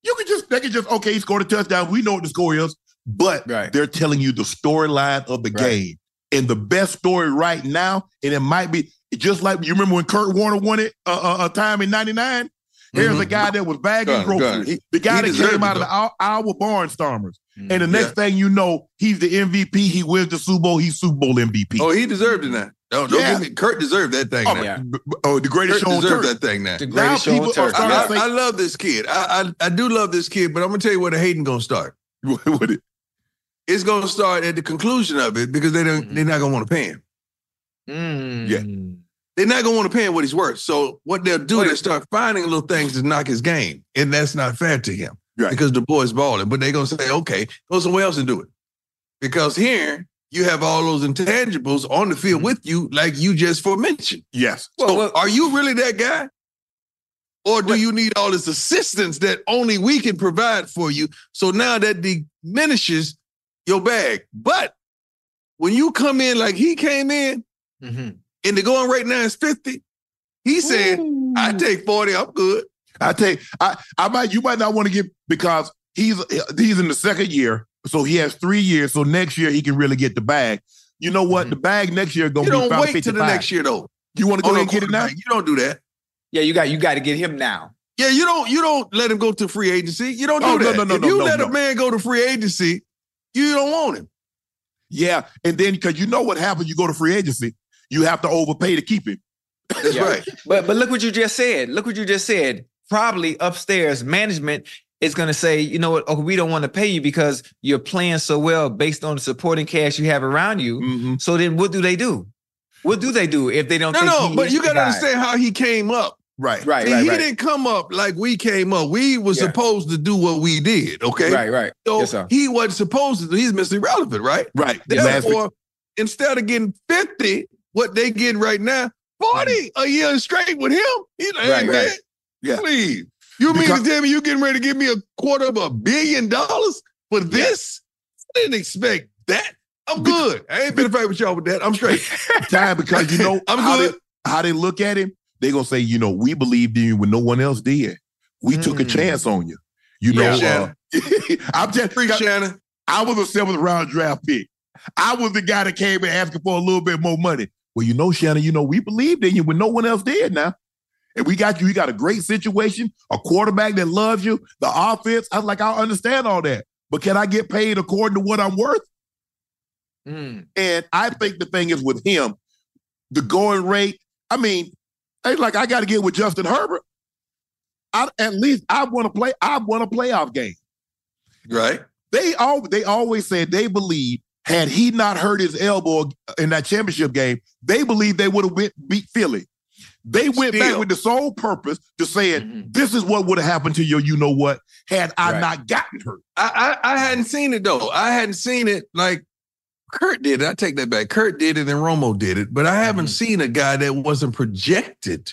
you could just they could just okay, he scored a touchdown. We know what the score is, but Right. they're telling you the storyline of the Right. game. And the best story right now, and it might be just like you remember when Kurt Warner won it a uh, uh, time in '99. Here's a Mhm. guy that was bagging Gun, groceries, gun. He- the guy he that deserved came it, out of the Al- Iowa Barnstormers, and the Mhm. next Yeah. thing you know, he's the MVP. He wins the Super Bowl. He's Super Bowl MVP. Oh, he deserved it now. Don't, don't Yeah. give me. Kurt deserved that thing. Oh, now. yeah. B- b- oh, the greatest Kurt show on deserved turf. that thing now. the now greatest show people on are turf. starting Yeah. I, to think- I love this kid. I, I I do love this kid, but I'm gonna tell you where the hating gonna start. With it. It's gonna start at the conclusion of it because they don't. They're not gonna want to pay him. Mm. They're not gonna want to pay him what he's worth. So what they'll do, they'll start finding little things to knock his game, and that's not fair to him Right. because the boy's balling. But they're gonna say, okay, go somewhere else and do it, because here you have all those intangibles on the field with you, like you just forementioned. Yes. Mm-hmm. Well, So well- are you really that guy? Or do you need all this assistance that only we can provide for you? So now that diminishes your bag. But when you come in like he came in Mhm. and the going right now is 50, he said, I take 40, I'm good. I take I I might you might not want to get because he's he's in the second year, so he has three years. So next year he can really get the bag. You know what? Mhm. The bag next year gonna Mm-hmm. You be don't about wait till 55. the next year though. You want to go Oh, ahead and no, get it now? quarterback. You don't do that. Yeah, you got you got to get him now. Yeah, you don't you don't let him go to free agency. You don't do Oh, no, that. no, no, if no, you no, let no. a man go to free agency, you don't want him. Yeah, and then because you know what happens, you go to free agency, you have to overpay to keep him. That's Yeah. right. But but look what you just said. Look what you just said. Probably upstairs management is going to say, you know what? Okay, we don't want to pay you because you're playing so well based on the supporting cast you have around you. Mm-hmm. So then, what do they do? What do they do if they don't? No, think no, he but is you the got to guy? understand how he came up. Right. Right, See, right, he right. didn't come up like we came up. We were Yeah. supposed to do what we did. Okay. Right, right. So Yes, sir. he wasn't supposed to do. He's Mr. Irrelevant, right? Right. Last week- Therefore, instead of getting 50, what they getting right now, 40 a year straight with him. He like, hey, Right, man, right. Mm-hmm. Yeah. please. You mean Because- to tell me you getting ready to give me a quarter of a billion dollars for this? I didn't expect that. I'm Be- good. I ain't been a fight with y'all with that. I'm straight. time because you know I'm how, good. They, how they look at him, they gonna say, you know, we believed in you when no one else did. We took a Mm. chance on you. You know, Yeah. uh, I'm just Free Shannon. I was a seventh round draft pick. I was the guy that came in asking for a little bit more money. Well, you know, Shannon, you know, we believed in you when no one else did now. And we got you, you got a great situation, a quarterback that loves you, the offense. I was like, I understand all that. But can I get paid according to what I'm worth? Mm. And I think the thing is with him, the going rate. I mean, it's like I got to get with Justin Herbert. I, at least I want to play. I want a playoff game. Right. They all they always said they believe had he not hurt his elbow in that championship game, they believe they would have went beat Philly. They went back Still. with the sole purpose to saying Mhm. this is what would have happened to you. You know what? Had I Right. not gotten hurt, I, I I hadn't seen it though. I hadn't seen it like Kurt did. it. I take Mm-hmm. that back. Kurt did it and Romo did it, but I haven't Mhm. seen a guy that wasn't projected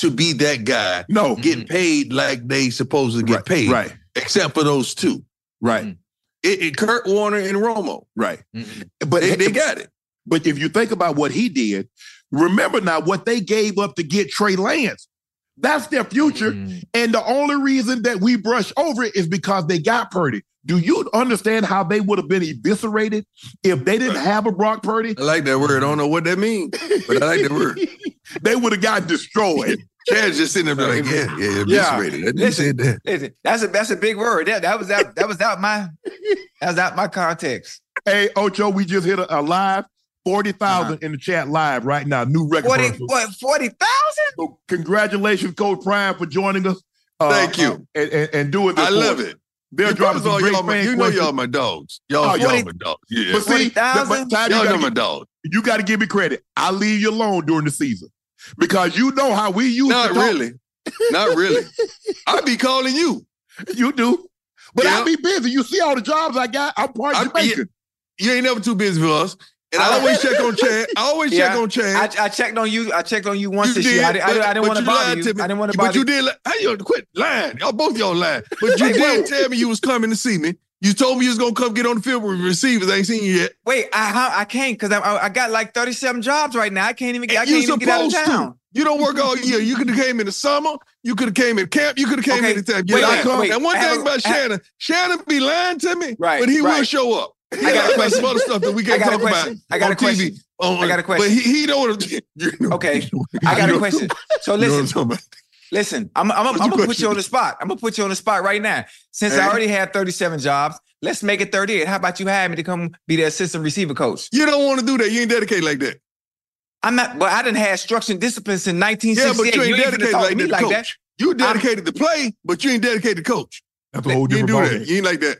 to be that guy No, get paid like they supposed to get Mm-hmm. right, paid, Mm. Right, except for those two. right, It, it Kurt Warner and Romo. right. Mm-mm. But They, they got it. But if you think about what he did, remember now what they gave up to get Trey Lance. That's their Mm-hmm. future. Mm. And the only reason that we brush over it is because they got Purdy. Do you understand how they would have been eviscerated if they didn't have a Brock Purdy? I like that word. I don't know what that means, but I like that word. they would have got destroyed. Chad's just sitting there like, yeah, yeah, Yeah. eviscerated. That dude said that. Listen, that's a that's a big word. That that was out that was out my that was out my context. hey, Ocho, we just hit a, a live 40,000 Uh-huh. in the chat live right now. New record. for Forty us. what forty thousand? So congratulations, Coach Prime, for joining us. uh, Thank you. uh, and, and, and doing this. I for love us. it. They're You dropping brothers some all great y'all my- fan you know questions. y'all my dogs. Y'all, Oh, y'all y'all- my dogs. Yeah. But see, that- 40,000? but Ty, you y'all know gotta my dogs. you got to give me credit. I leave you alone during the season because you know how we used Not to talk. really. Not really. I be calling you. You do, but Yeah. I be busy. You see all the jobs I got. I'm part I- Jamaican. You ain't never too busy for us. And I I- always check on Chad. I always check Yeah. on Chad. I, I checked on you. I checked on you once You this year. I, did, I, did, but- I didn't but want to you bother lied you. to me. I didn't want to But bother you you. did. li- How you quit lying? Y'all both y'all lying. But you Hey, did wait. tell me you was coming to see me. You told me you was gonna come get on the field with receivers. I ain't seen you yet. Wait, I how- I can't because I, I I got like thirty seven jobs right now. I can't even get. I And you can't even get out of supposed to. town. You don't work all year. You could have came in the summer. You could have came in camp. You could have came Okay, anytime. wait, Yeah, wait, I- wait. and one I have thing a- about I- Shannon, Shannon be lying to me, Right, but he will right. show up. He I got a lies about some question. other stuff that we can't I got a talk about question. I got on a question. TV. On- I got a question. But he, he don't. You know, Okay, you know- I you got know- a question. So you know what I'm listen, talking about. listen. I'm I'm, I'm, What's your gonna put question? you on the spot. I'm gonna put you on the spot right now. Since Hey. I already have thirty seven jobs, let's make it thirty eight. How about you hire me to come be the assistant receiver coach? You don't want to do that. You ain't dedicated like that. I'm not, but I didn't have structure and discipline since Yeah, but 1968. you ain't finna dedicated talk to like, me that, coach. You dedicated to play, but you ain't dedicated to coach. That's a You whole ain't do different that. ballgame. You ain't like that.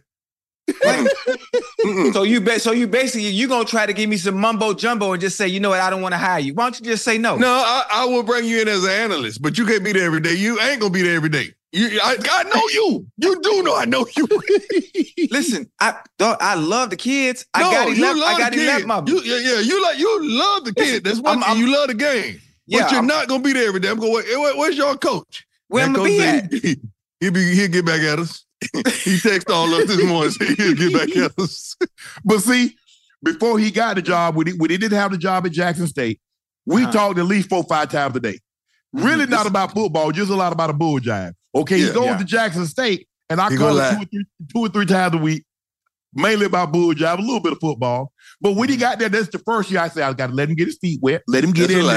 Mm-mm. So you ba- so you basically you gonna try to give me some mumbo jumbo and just say you know what I don't want to hire you. Why don't you just say no? No, I, I will bring you in as an analyst, but you can't be there every day. You ain't gonna be there every day. You, I, I know you. You do know I know you. Listen, I dog, I love the kids. no, I got you eleven. I love got the kid. eleven of them. You, yeah, yeah, you like you love the kid. That's one. I'm- thing. I'm- you love the game, yeah, but you're I'm- not gonna be there every day. I'm going. Where, where- where's your coach? where I'm That gonna be coach at? said He, will be. He'll get back at us. he texted all of us this morning. Said he'll get back at us. But see, before he got the job, when he, when he didn't have the job at Jackson State, we Uh-huh. talked at least four five times a day. Really Mhm. not about football, just a lot about a bull jive. Okay, Yeah. he goes Yeah. to Jackson State, and I He call gonna it two lie. or, three, two or three times a week, mainly about bull jive, a little bit of football. But when he got there, that's the first year I said, I got to let him get his feet wet, let him get Mm-hmm. That's in a lie.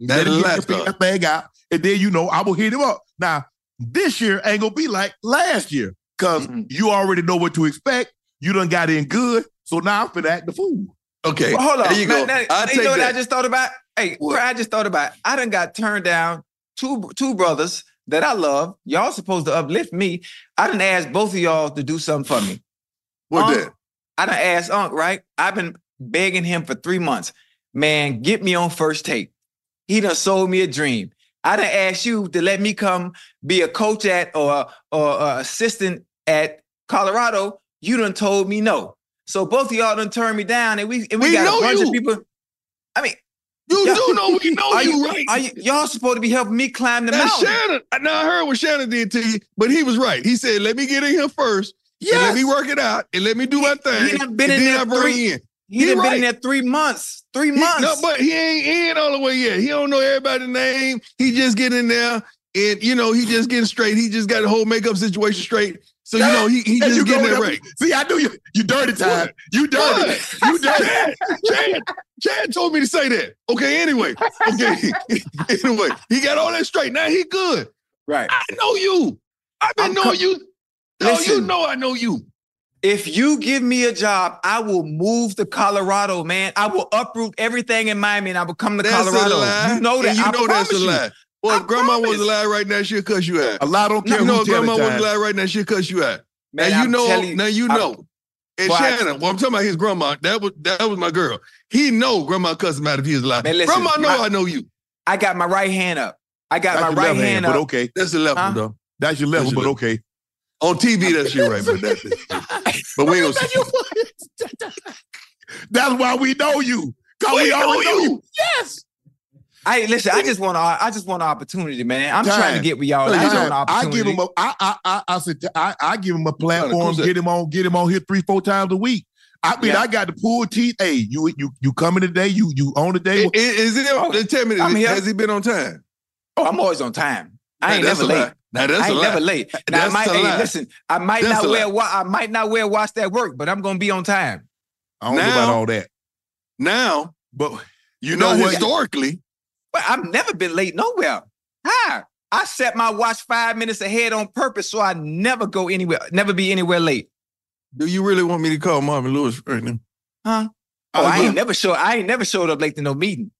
there, let That's him a get lie, his feet dog. that thing out, and then, you know, I will hit him up. Now, this year ain't going to be like last year because Mhm. you already know what to expect. You done got in good, so now I'm finna act the fool. Okay, Well, hold on. There you go. Now- now- I'll now take you know what that. I just thought about? Hey, What? I just thought about. I done got turned down two two brothers that I love. Y'all supposed to uplift me. I done asked both of y'all to do something for me. What Unc, that? I done asked Unc, right? I've been begging him for three months. Man, get me on first take. He done sold me a dream. I done asked you to let me come be a coach at or or uh, assistant at Colorado. You done told me no. So both of y'all done turned me down, and we and we, We got know a bunch you. of people. I mean, You Yeah. do know we know are you, you, right? are you y'all supposed to be helping me climb the Now mountain? Shannon, now I heard what Shannon did to you, but he was right. He said, "Let me get in here first. and let Yes. me work it out, and let me do my thing. he done been and in then there I bring three- you in. He done He been in there three months. Three He- months. no, but he ain't in all the way yet. He don't know everybody's name. He just get in there, and you know he just getting straight. He just got the whole makeup situation straight. So you know he he And just you getting go that with right. See, I knew you. You dirty time. You dirty. What? You dirty. Chad, Chad, Chad told me to say that. Okay, anyway, okay, anyway, he got all that straight. Now he good. right. I know you. I've been I'm knowing you. Oh, you Listen. know I know you. If you give me a job, I will move to Colorado, man. I will uproot everything in Miami and I will come to Colorado. You know that. And you I know that's promise a you. lie. Well, if I grandma was promise. alive right now, she'll cuss you out. A lot don't You care know, no, if who tell grandma it. was Time. alive right now, she'll cuss you out. Man, now you I'm know. telling you- now you I'm- know. And Well, I- Shannon, well, I'm talking about his grandma. That was that was my girl. He know grandma cuss him out if he was alive. Man, listen, grandma know my- I know you. I got my right hand up. I got That's my your right left hand, but up. okay. That's the level, Huh? though. That's your left, That's one, but your okay. On TV, that shit right, but that, but we ain't gonna. That's why we know you. Cause we, We know already know you. Oh, you. Yes. I listen. I just want. a- I just want an opportunity, man. I'm trying to Time. get with y'all. Look, I just want an I, I opportunity. give him a I I I I said I, I give him a platform, Who's that? get him on, get him on here three, four times a week. I mean, Yeah. I got to pull teeth. Hey, you you you coming today, you you on today. Is, is it? Oh, tell me, I'm here. has he been on time? oh, I'm always on time. I ain't Now, that's never a lie. late. Now that's I a ain't lie. never late. Now I That's might a hey, lie. listen. I might That's not a wear. lie. Wa- I might not wear watch that work, but I'm gonna be on time. I don't know about Now- all that. Now, but you know know, what- historically, But I've never been late nowhere. Hi. I set my watch five minutes ahead on purpose, so I never go anywhere. Never be anywhere late. do you really want me to call Marvin Lewis right now? Oh, Oh, I yeah. ain't never show. I ain't never showed up late to no meeting.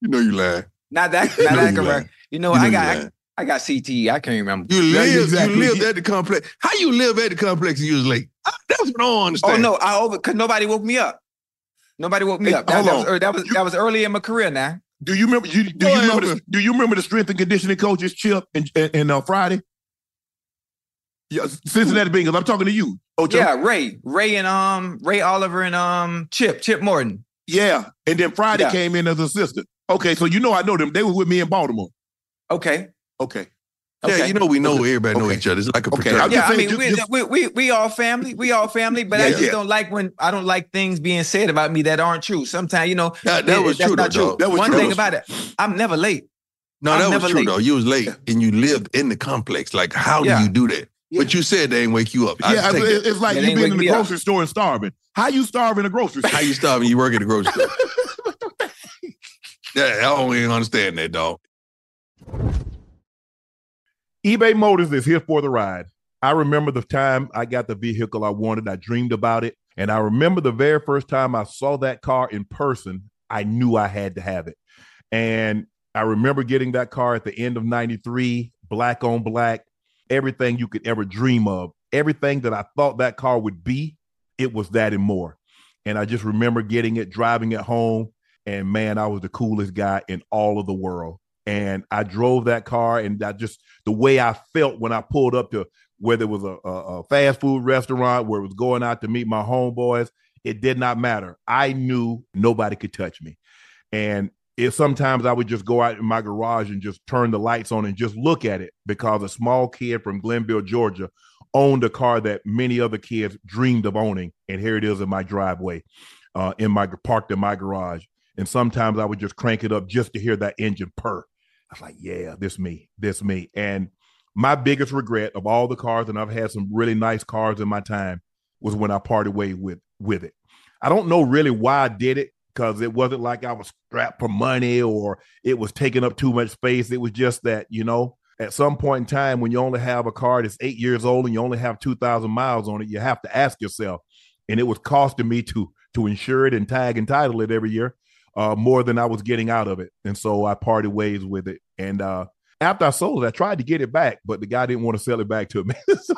You know you lying. Not that. You Not know that you lying. correct. You know, You know I you got. I, lying. I got CTE. I can't remember. You Yeah, live, exactly. you lived You- at the complex. How you live at the complex and you was late? I, that's what I don't Oh understand. no, I over because nobody wook me up. Nobody woke me Hey, up. That, hold that was, on. ear- that was that was early in my career. Now Do you remember? You, do Go you ahead, remember? The, Elvin. do you remember the strength and conditioning coaches Chip and and, and, uh, Friday? Yeah, Cincinnati Bengals. I'm talking to you. Oh, Ocho. yeah, Ray, Ray and um Ray Oliver and um Chip Chip Morton. yeah. And then Friday Yeah. came in as assistant. Okay, so you know I know them. They were with me in Baltimore. Okay, Okay. okay. Yeah, you know we know everybody know Okay. each other. It's like a Okay. fraternity. yeah, just I saying, mean, just- we, just- we we we all family. We all family, but I Yeah, just yeah. don't like when I don't like things being said about me that aren't true. Sometimes you know That, that it- was that's true, though. not true. dog. That was One true. thing about it, I'm never late. no, I'm that never was true late. though. You was late and you lived in the complex. Like, how Yeah. do you do that? Yeah. But you said they ain't wake you up. I yeah, I- take it- it. it's like They you ain't being in wake the me up. grocery store and starving. How you starving in a grocery store? How you stop and you work at the grocery store? yeah, I don't even understand that, dog. eBay Motors is here for the ride. I remember the time I got the vehicle I wanted. I dreamed about it. And I remember the very first time I saw that car in person, I knew I had to have it. And I remember getting that car at the end of 93, black on black, everything you could ever dream of, everything that I thought that car would be, it was that and more. And I just remember getting it, driving it home. And man, I was the coolest guy in all of the world. And I drove that car and I just the way I felt when I pulled up to whether it was a, a, a fast food restaurant where it was going out to meet my homeboys, it did not matter. I knew nobody could touch me. And it sometimes I would just go out in my garage and just turn the lights on and just look at it because a small kid from Glenville, Georgia owned a car that many other kids dreamed of owning. And here it is in my driveway, uh, in my parked in my garage. And sometimes I would just crank it up just to hear that engine purr. I was like, yeah, this me, this me. And my biggest regret of all the cars, and I've had some really nice cars in my time, was when I parted way with with it. I don't know really why I did it because it wasn't like I was strapped for money or it was taking up too much space. It was just that you know, at some point in time, when you only have a car that's eight years old and you only have two thousand miles on it, you have to ask yourself. And it was costing me to to insure it and tag and title it every year uh, more than I was getting out of it. And so I parted ways with it. And uh, after I sold it, I tried to get it back, but the guy didn't want to sell it back to me. so,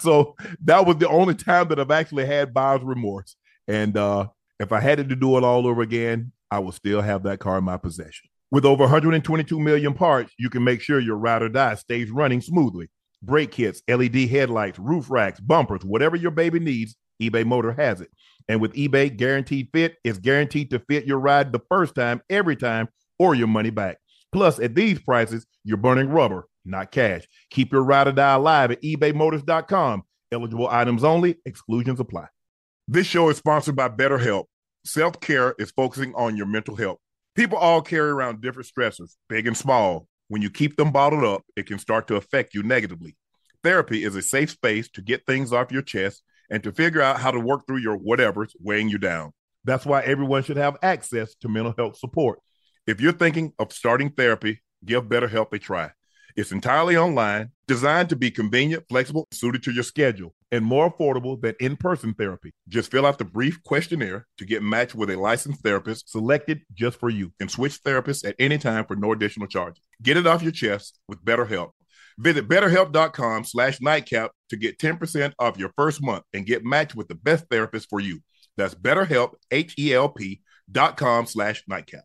so that was the only time that I've actually had buyer's remorse. And uh, if I had to do it all over again, I would still have that car in my possession. With over 122 million parts, you can make sure your ride or die stays running smoothly. Brake kits, LED headlights, roof racks, bumpers, whatever your baby needs, eBay Motor has it. And with eBay Guaranteed Fit, it's guaranteed to fit your ride the first time, every time, or your money back. Plus, at these prices, you're burning rubber, not cash. Keep your ride or die alive at ebaymotors.com. Eligible items only, exclusions apply. This show is sponsored by BetterHelp. Self care is focusing on your mental health. People all carry around different stressors, big and small. When you keep them bottled up, it can start to affect you negatively. Therapy is a safe space to get things off your chest and to figure out how to work through your whatever's weighing you down. That's why everyone should have access to mental health support. If you're thinking of starting therapy, give BetterHelp a try. It's entirely online, designed to be convenient, flexible, suited to your schedule, and more affordable than in person therapy. Just fill out the brief questionnaire to get matched with a licensed therapist selected just for you and switch therapists at any time for no additional charges. Get it off your chest with BetterHelp. Visit betterhelp.com slash nightcap to get 10% off your first month and get matched with the best E therapist for you. That's betterhelp, H-E-L-P dot com slash nightcap.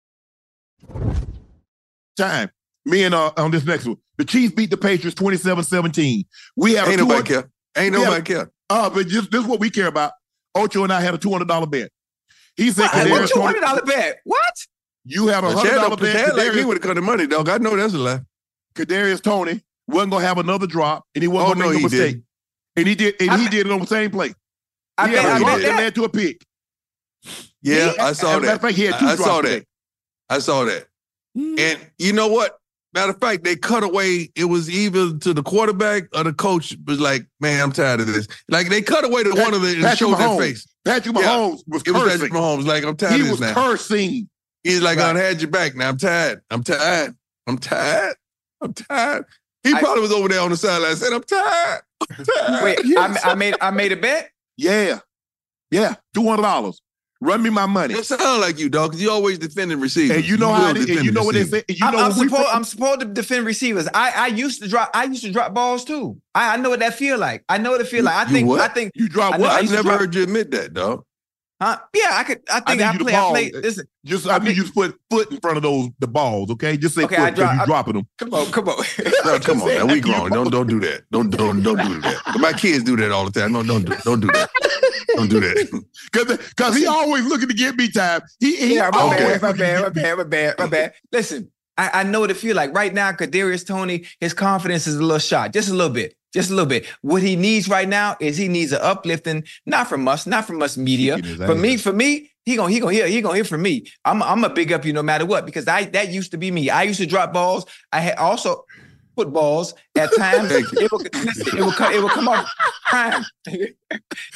Time. Me and uh, on this next one. The Chiefs beat the Patriots 27-17. We have Ain't a nobody care. Ain't Yeah. nobody care. Uh, but just, this is what we care about. Ocho and I had a $200 bet. He said, What, Kadarius what two Tony- hundred dollar bet? What? you had a Chad, $100 don't- bet. Chad like me Kadarius, would have cut the money, dog. I know that's a lie. Kadarius Tony wasn't going to have another drop, and he wasn't Oh, going no, to make he a mistake. And he did, and I he bet- did it on the same play. I he had bet, a I drop bet that that. led to a pick. Yeah, I As saw a matter of that. fact, he had two Mm. I drops saw that. today. I saw that. And you know what? Matter of fact, they cut away. It was either to the quarterback or the coach was like, "Man, I'm tired of this." Like they cut away to Pat- one of the and Patrick showed their Mahomes. face. Patrick Yeah. Mahomes was It was cursing. Patrick Mahomes. Like I'm tired he of this was now. cursing. He's like, Right. "I had your back now. I'm tired. I'm tired. I'm tired. I'm tired." He I- probably was over there on the sideline saying, "I'm tired." I'm tired." Wait, Yeah. I, I made I made a bet. Yeah. Yeah. $200. Run me my money. It sound like you, dog, because you always defending receivers. And you know how it is. will And defend you know what they receivers. say. and You I'm, know I'm what we supposed from- I'm supposed to defend receivers. I, I used to drop I used to drop balls too. I, I know what that feel like. I know what it feel You- like. I you think what? I think you drop I know what? I I've used to never drop- heard you admit that, dog. huh? Yeah, I could I think need I, you to play I ball. play listen. Just I need you to put foot in front of those the balls, okay? Just say Okay, I foot because drop- you I- dropping them. Come on, come on. No, come on, saying, now I we need you to grown. Don't don't do that. Don't don't don't do that. My kids do that all the time. No, don't do, don't do that. Don't do that. Because because he always looking to get me time. He, he yeah, my always bad, my looking to bad, get my bad, my bad, my bad. Listen, I, I know what it feel like right now. Kadarius Tony, his confidence is a little shot, just a little bit, just a little bit. What he needs right now is he needs an uplifting, not from us, not from us media. Kicking his For me, ass. for me, he gonna he gonna hear he gonna hear from me. I'm I'm a big up you no matter what because I that used to be me. I used to drop balls. I had also put balls at times. Thank you. it would listen, it would come it would come off prime.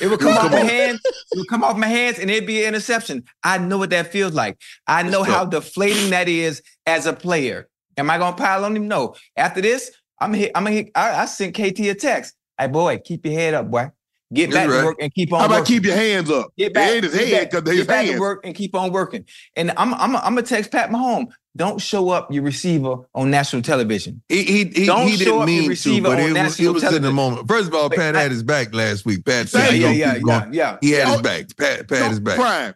It would come Come off my on. hands. It would come off my hands and it'd be an interception. I know what that feels like. I know Let's go. how deflating that is as a player. Am I gonna pile on him? No. After this, I'm hit. I'm gonna hit. I, I sent KT a text. Hey boy, keep your head up, boy. Get That's back right. to work and keep on. How about working. keep your hands up? Get back. It ain't his get head back- because his get back to hands. work and keep on working. And I'm I'm I'm gonna text Pat Mahomes. Don't show up your receiver on national television. He he he, Don't he show up and didn't mean to, receive but on it was, it national was in the television. moment. First of all, Wait, Pat I- had his back last week. Yeah, Pat said, Thank yeah, "Don't yeah, keep yeah, going." yeah. He had his Oh, back. Pat Pat had his back. Prime.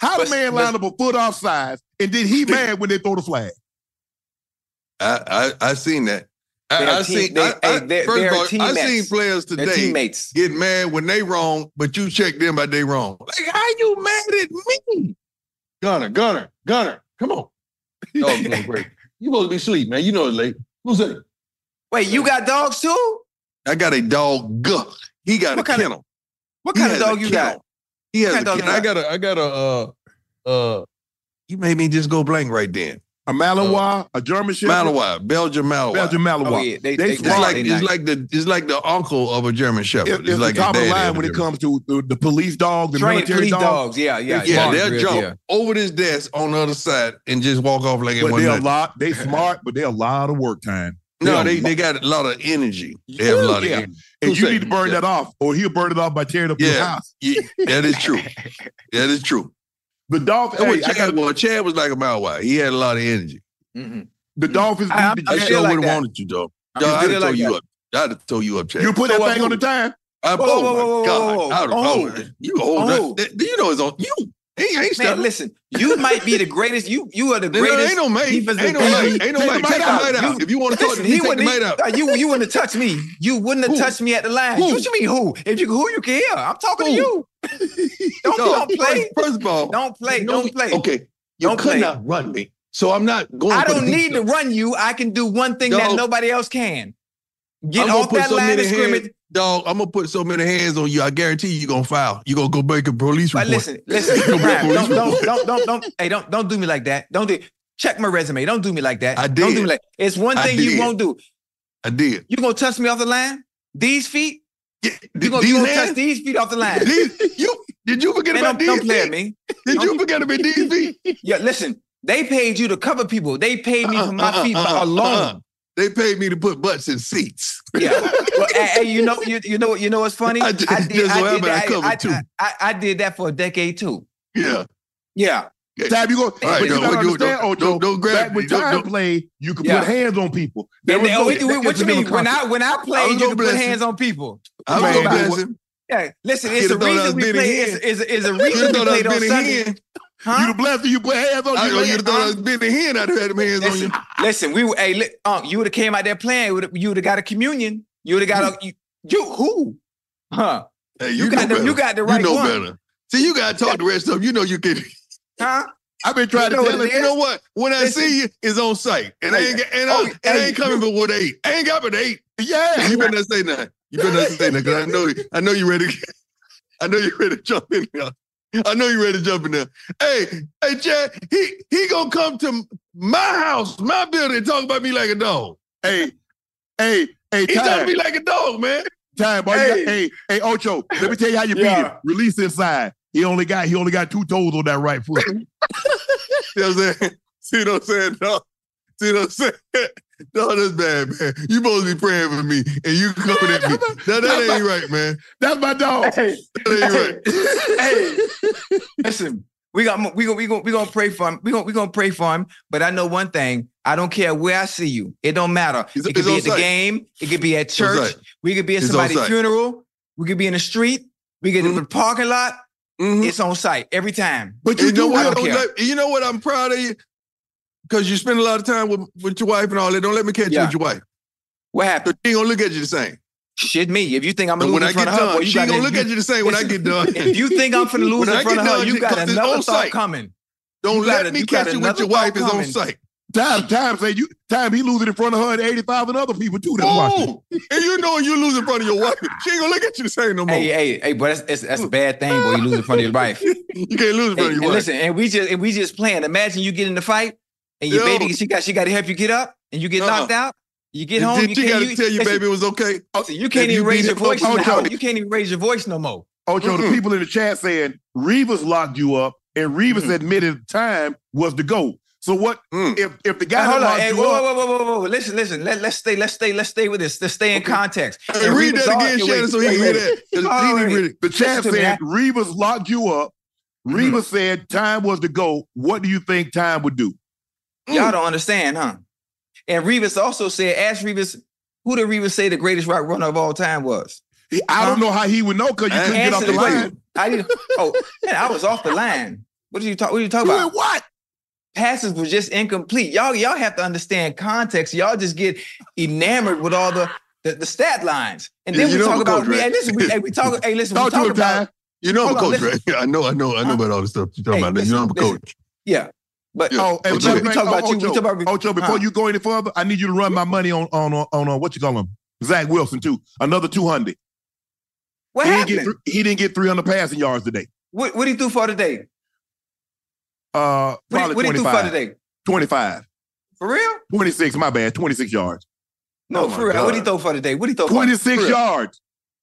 How the But- man but- line up a foot offside and then he mad when they throw the flag? I I I seen that. I, They're I a team- seen. they- I, I, hey, they're- first they're of all, I teammates. seen players They're today teammates. get mad when they wrong, but you check them out they wrong. Like, how you mad at me? Gunner, Gunner, Gunner, come on. Dog, come on, break. You supposed to be asleep, man. You know it's late. Who's that? Wait, you got dogs too? I got a dog. Guh. He got What a kind of- kennel. What He kind of has a dog you got? kennel. He has What a kind of dog kennel. I you got a. I got a. Uh, uh, you made me just go blank right then. A Malinois, a German Shepherd, Malinois, Belgian Malinois. Belgian Malinois. Uh, Oh, yeah, They they- they- It's like They it's nice. like the it's like the uncle of a German It- Shepherd. it's like the top a of the daddy line a when it German comes to the, the police dogs and Train military police dogs. dogs. Yeah, yeah, Yeah, yeah. they'll Real- jump yeah. over this desk on the other side and just walk off like it But wasn't they a nothing. lot. They smart, but they a lot of work time. No, a they, lot- they got a lot of energy. They have a lot Yeah. of energy. and Two you need to seconds, burn yeah. that off, or he'll burn it off by tearing up your Yeah. house. Yeah, that is true. That is true. The Dolphins. Hey, Hey, I Chad, got well, Chad was like a mile wide. He had a lot of energy. Mhm. the Dolphins. I- beat the I, I Jets. feel sure like would have that. wanted you, though. I I'd feel have like told you that. up. I'd have told you up, Chad. you put that Whoa, thing whoa, on the time. I, Whoa, oh whoa, my whoa, God! whoa, whoa. I would've- Oh. oh, you old. Oh. That, that- you know it's on you. He ain't Man, stopping. listen, you might be the greatest. You you are the No, greatest. ain't no mate. Ain't no defensive mate. Ain't no back. mate. Take the Take mate him out. out. You- If you want to talk to Listen, me, he take the wouldn't. mate out. uh, You you wouldn't have touched me. You wouldn't have Who? touched me at the line. Who? What you mean who? If you who you can, I'm talking to Who? you. Don't, don't play. First, first of all, Don't play. No, Don't play. Okay, you Don't could play. not run me, so I'm not going. I for the don't need to defense. run you. I can do one thing that No. nobody else can. Get I'm gonna off put that so line many of scrimmage. hands- dog. I'm gonna put so many hands on you. I guarantee you, are gonna file. You are gonna go break a police report. But Uh, listen, listen, Come on, Brian, police don't, don't, report. don't, don't, don't, hey, don't, don't do me like that. Don't do. Check my resume. Don't do me like that. I Don't do did. me like. It's one I thing you did. won't do. I did. You gonna touch me off the line? These feet? Yeah, You gonna, these you gonna hands- touch these feet off the line? these- you did you forget Man, don't, about these? don't play at feet? me. Did you forget about these? feet? Yeah, listen, They paid you to cover people. They paid me for my Uh-uh, feet alone. They paid me to put butts in seats. Yeah. Well, and, and you know, you, you know what you know what's funny? I did- that's what happened. I covered I, too. I, I, I did that for a decade too. Yeah. Yeah. Time you go, but no, you gotta don't- understand, don't- oh, don't- don't grab back when me. Don't- time don't- play, you could Yeah. put hands on people. There And was they- no- oh, what, what it's you never mean? When I when I I played, was you no could put blessing. hands on people. I Man, was gonna what- bless him. Yeah, listen, You'd it's a have thought I was reason we Benny play. Hinn. Is is is a You'd reason have we thought I was played on Benny Sunday. Hinn. Huh? You the blessing, you put hands on I people. know you'd have thought I was Benny Hinn. I'd have had them hands on you. Listen, listen, we were, hey, li- Unc, you would have came out there playing. You would have got a communion. You would have got a you, you who? Huh? Hey, You, Mm. you, got know the, you better. got the right you know one. better. See, you gotta talk the rest of 'em. You know you can. Huh? I've been trying to You know tell him. what it You know what? When I Listen. see you, it's on site, and I ain't, and Oh, I, and I hey, ain't coming but what eight. I ain't got but eight. Yeah, You better not say nothing. You better not say nothing. 'cause I know, I know you ready. I know you ready to jump in there. I know you ready to jump in there. Hey, hey, Chad, he he gonna come to my house, my building, and talk about me like a dog. hey, hey, hey, He talking to time, me like a dog, man. time. All Hey. you got, hey, hey, Ocho. Let me tell you how you beat him. Yeah. Release inside. He only got he only got two toes on that right foot. You know what I'm saying? See what I'm saying, dog? See what I'm saying? No, that's bad, man. You supposed to be praying for me, and you coming at me. No, that ain't right, man. That's my dog. That ain't right. hey, listen, we got we gonna we gonna we gonna pray for him. We gonna we gonna pray for him. But I know one thing. I don't care where I see you. It don't matter. It's- it could it's be on at the site. game. It could be at on church. site. We could be at It's on somebody's site. Mm-hmm. funeral. We could be in the street. We could be in the parking lot. Mhm. It's on site every time. But you you know do what? have- Don't let- you know what? I'm proud of you because you spend a lot of time with, with your wife and all that. Don't let me catch Yeah. you with your wife. What So happened? she ain't gonna look at you the same. Shit, me. If you think I'm And gonna when lose I in get front of her, boy, done, you she ain't got gonna that- look at you the same when I get done. If you think I'm finna lose When I in front of get her, done, you she- got 'cause it's another on thought site. coming. Don't you let gotta- me you got catch you with another your wife. thought It's on coming. site. Time, time. Say you. Time he losing in front of her at eighty five and other people too. That's watching. Oh, and you know when you lose in front of your wife, she ain't gonna look at you the same no more. Hey, hey, hey, but that's, that's, that's a bad thing, boy. You lose in front of your wife. You can't And, lose in front of and your wife. listen, and we just and we just playing. Imagine you get in the fight and your Yo. baby she got she got to help you get up and you get Uh-uh. knocked out. You get And home. then you she can't, gotta tell you, listen, baby, it was okay. listen, you can't if even you raise beat your it oh, voice. Now. up, I'll tell you. You can't even raise your voice no more. Ocho, the Mm-mm. people in the chat saying Reeves locked you up, and Reeves admitted time was the goal. So what Mm. if if the guy Now, that hold on. locked Hey, you whoa, up- whoa, whoa, whoa, whoa, whoa. Listen, listen. Let, let's stay. Let's stay. Let's stay with this. Let's stay in context. Hey, And read Reeves that again, arguing- Shannon, so he can hear that. 'Cause he All didn't right. read it. The chat Listen Mm-hmm. to me, said Reeves locked you up. Reeves said time was the goal. What do you think time would do? Y'all don't understand, huh? And Reeves also said, ask Reeves, who did Reeves say the greatest rock runner of all time was? He- I don't Huh? know how he would know because you Uh, couldn't get off the Answer Anthony line. Davis. I didn't. Oh, man, I was off the line. What are you talking? What are you talking Doing about? what? Passes were just incomplete. Y'all, y'all have to understand context. Y'all just get enamored with all the the, the stat lines, and then You we know talk what about. goes, We, right? hey, listen, we, hey, we talk. Hey, listen, we Talk to talk him, about. Ty. You know I'm a Hold coach, on, right? I know, I know, I know about all this stuff you're talking Hey, about. You know I'm a listen, coach. Yeah, but Yeah. Oh, and But matter you- of we fact, talk oh, about you- we Ocho, talk about- Ocho, before huh. you go any further, I need you to run my money on on on on, on what you call him, Zach Wilson too. Another two hundred. what He didn't get happened? thr- he didn't get three hundred passing yards today. what what he do for today? Uh, What, probably he- what he do for 25, today? 25, For real? 26, my bad, 26 yards. No, Oh my for real. What he God. throw for today? What he throw? for- 26 Oh, for real? yards.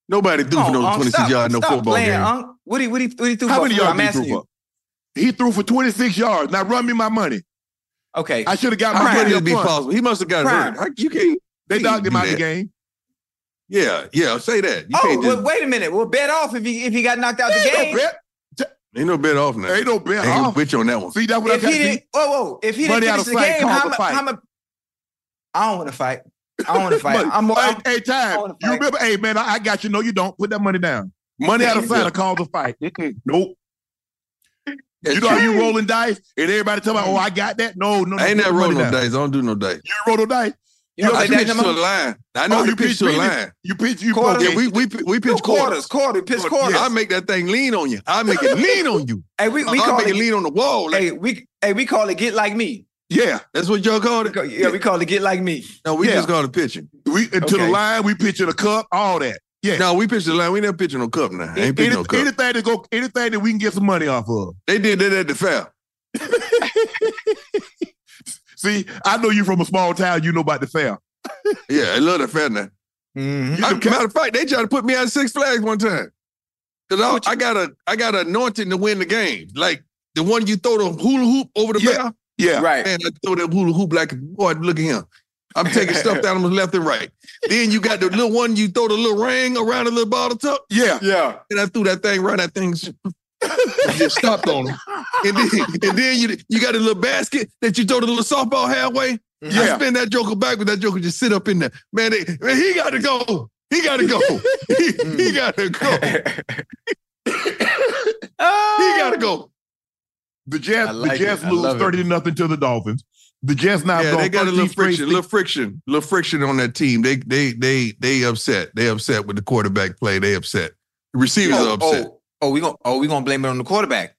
Nobody threw for Come no on, 26 stop- yard, no stop football playing, game. Unc. What he what he what he threw How for? many For real, yards I'm did he asking throw you. for? He threw for 26 yards. Now run me my money. Okay, I should have got my How Prime. could money it up be front. possible? He must have got Prime. hurt. How- You can't. They you dogged can't him do out of the that. game. Yeah, yeah. Say that. You Oh, can't just. well, wait a minute. Well, bet off if he if he got knocked out the Ain't game. no bet. Ain't no bet off now. Ain't no bet. Ain't no off. bitch on that one. See, that's what If I got he to didn't, see. whoa, whoa. If he Money didn't out finish of the sight, game, call how the much? fight. How much? I don't want to fight. I don't want to fight. Money. I'm more. hey, I'm- hey, I time. wanna You fight. remember? Hey, man, I, I got you. No, you don't. Put that money down. Money out of sight. I call the fight. nope. That's you know how true. you rolling dice and everybody tell me, oh, I got that? No, no, no. I ain't put that the money rolling no down. dice. I don't do no dice. You roll no dice. you know I what I that pitch to a number? line. I know Oh, you pitch to a really- line. You pitch. You Quarters. broke Yeah, it. we we we Two pitch quarters, quarters. quarter, pitch Quarter, quarters. I make that thing lean on you. I make it lean on you. Hey, we, we I call make it. it lean on the wall. Like, Hey, we hey we call it get like me. yeah. that's what y'all called We it. call- yeah, we call it get like me. No, we Yeah. just called it pitching. We into the Okay. line. We pitch in a cup. All that. Yeah. No, we pitched the line. We never pitching no cup now. Ain't pitching Any- no cup. anything that go, anything that we can get some money off of. They did that at the fair. See, I know you from a small town. You know about the fair. Yeah, I love the fair now. Mm-hmm. Mhm. I, matter of fact, they tried to put me out of Six Flags one time because I, I got a I got anointing to win the game, like the one you throw the hula hoop over the Yeah. fair. Yeah. Right. Man, I throw that hula hoop like boy, look at him. I'm taking stuffed animals left and right. Then you got the little one, you throw the little ring around the little bottle top. Yeah. Yeah. And I threw that thing right, that thing just stopped on him. And then, and then you you got a little basket that you throw the little softball halfway. I Yeah. spin that joker back, but that joker just sit up in there. Man, they, man he got to go. He got to go. he, he got to go. He got to go. The I Jets, like the Jets it. I lose love it. 30 to nothing to the Dolphins. The Jets now yeah, gone they got a 13 little straight friction, se- little friction, little friction on that team. They they they they upset. They upset with the quarterback play. They upset. The receivers are Oh, upset. oh, oh, we gonna oh we gonna blame it on the quarterback.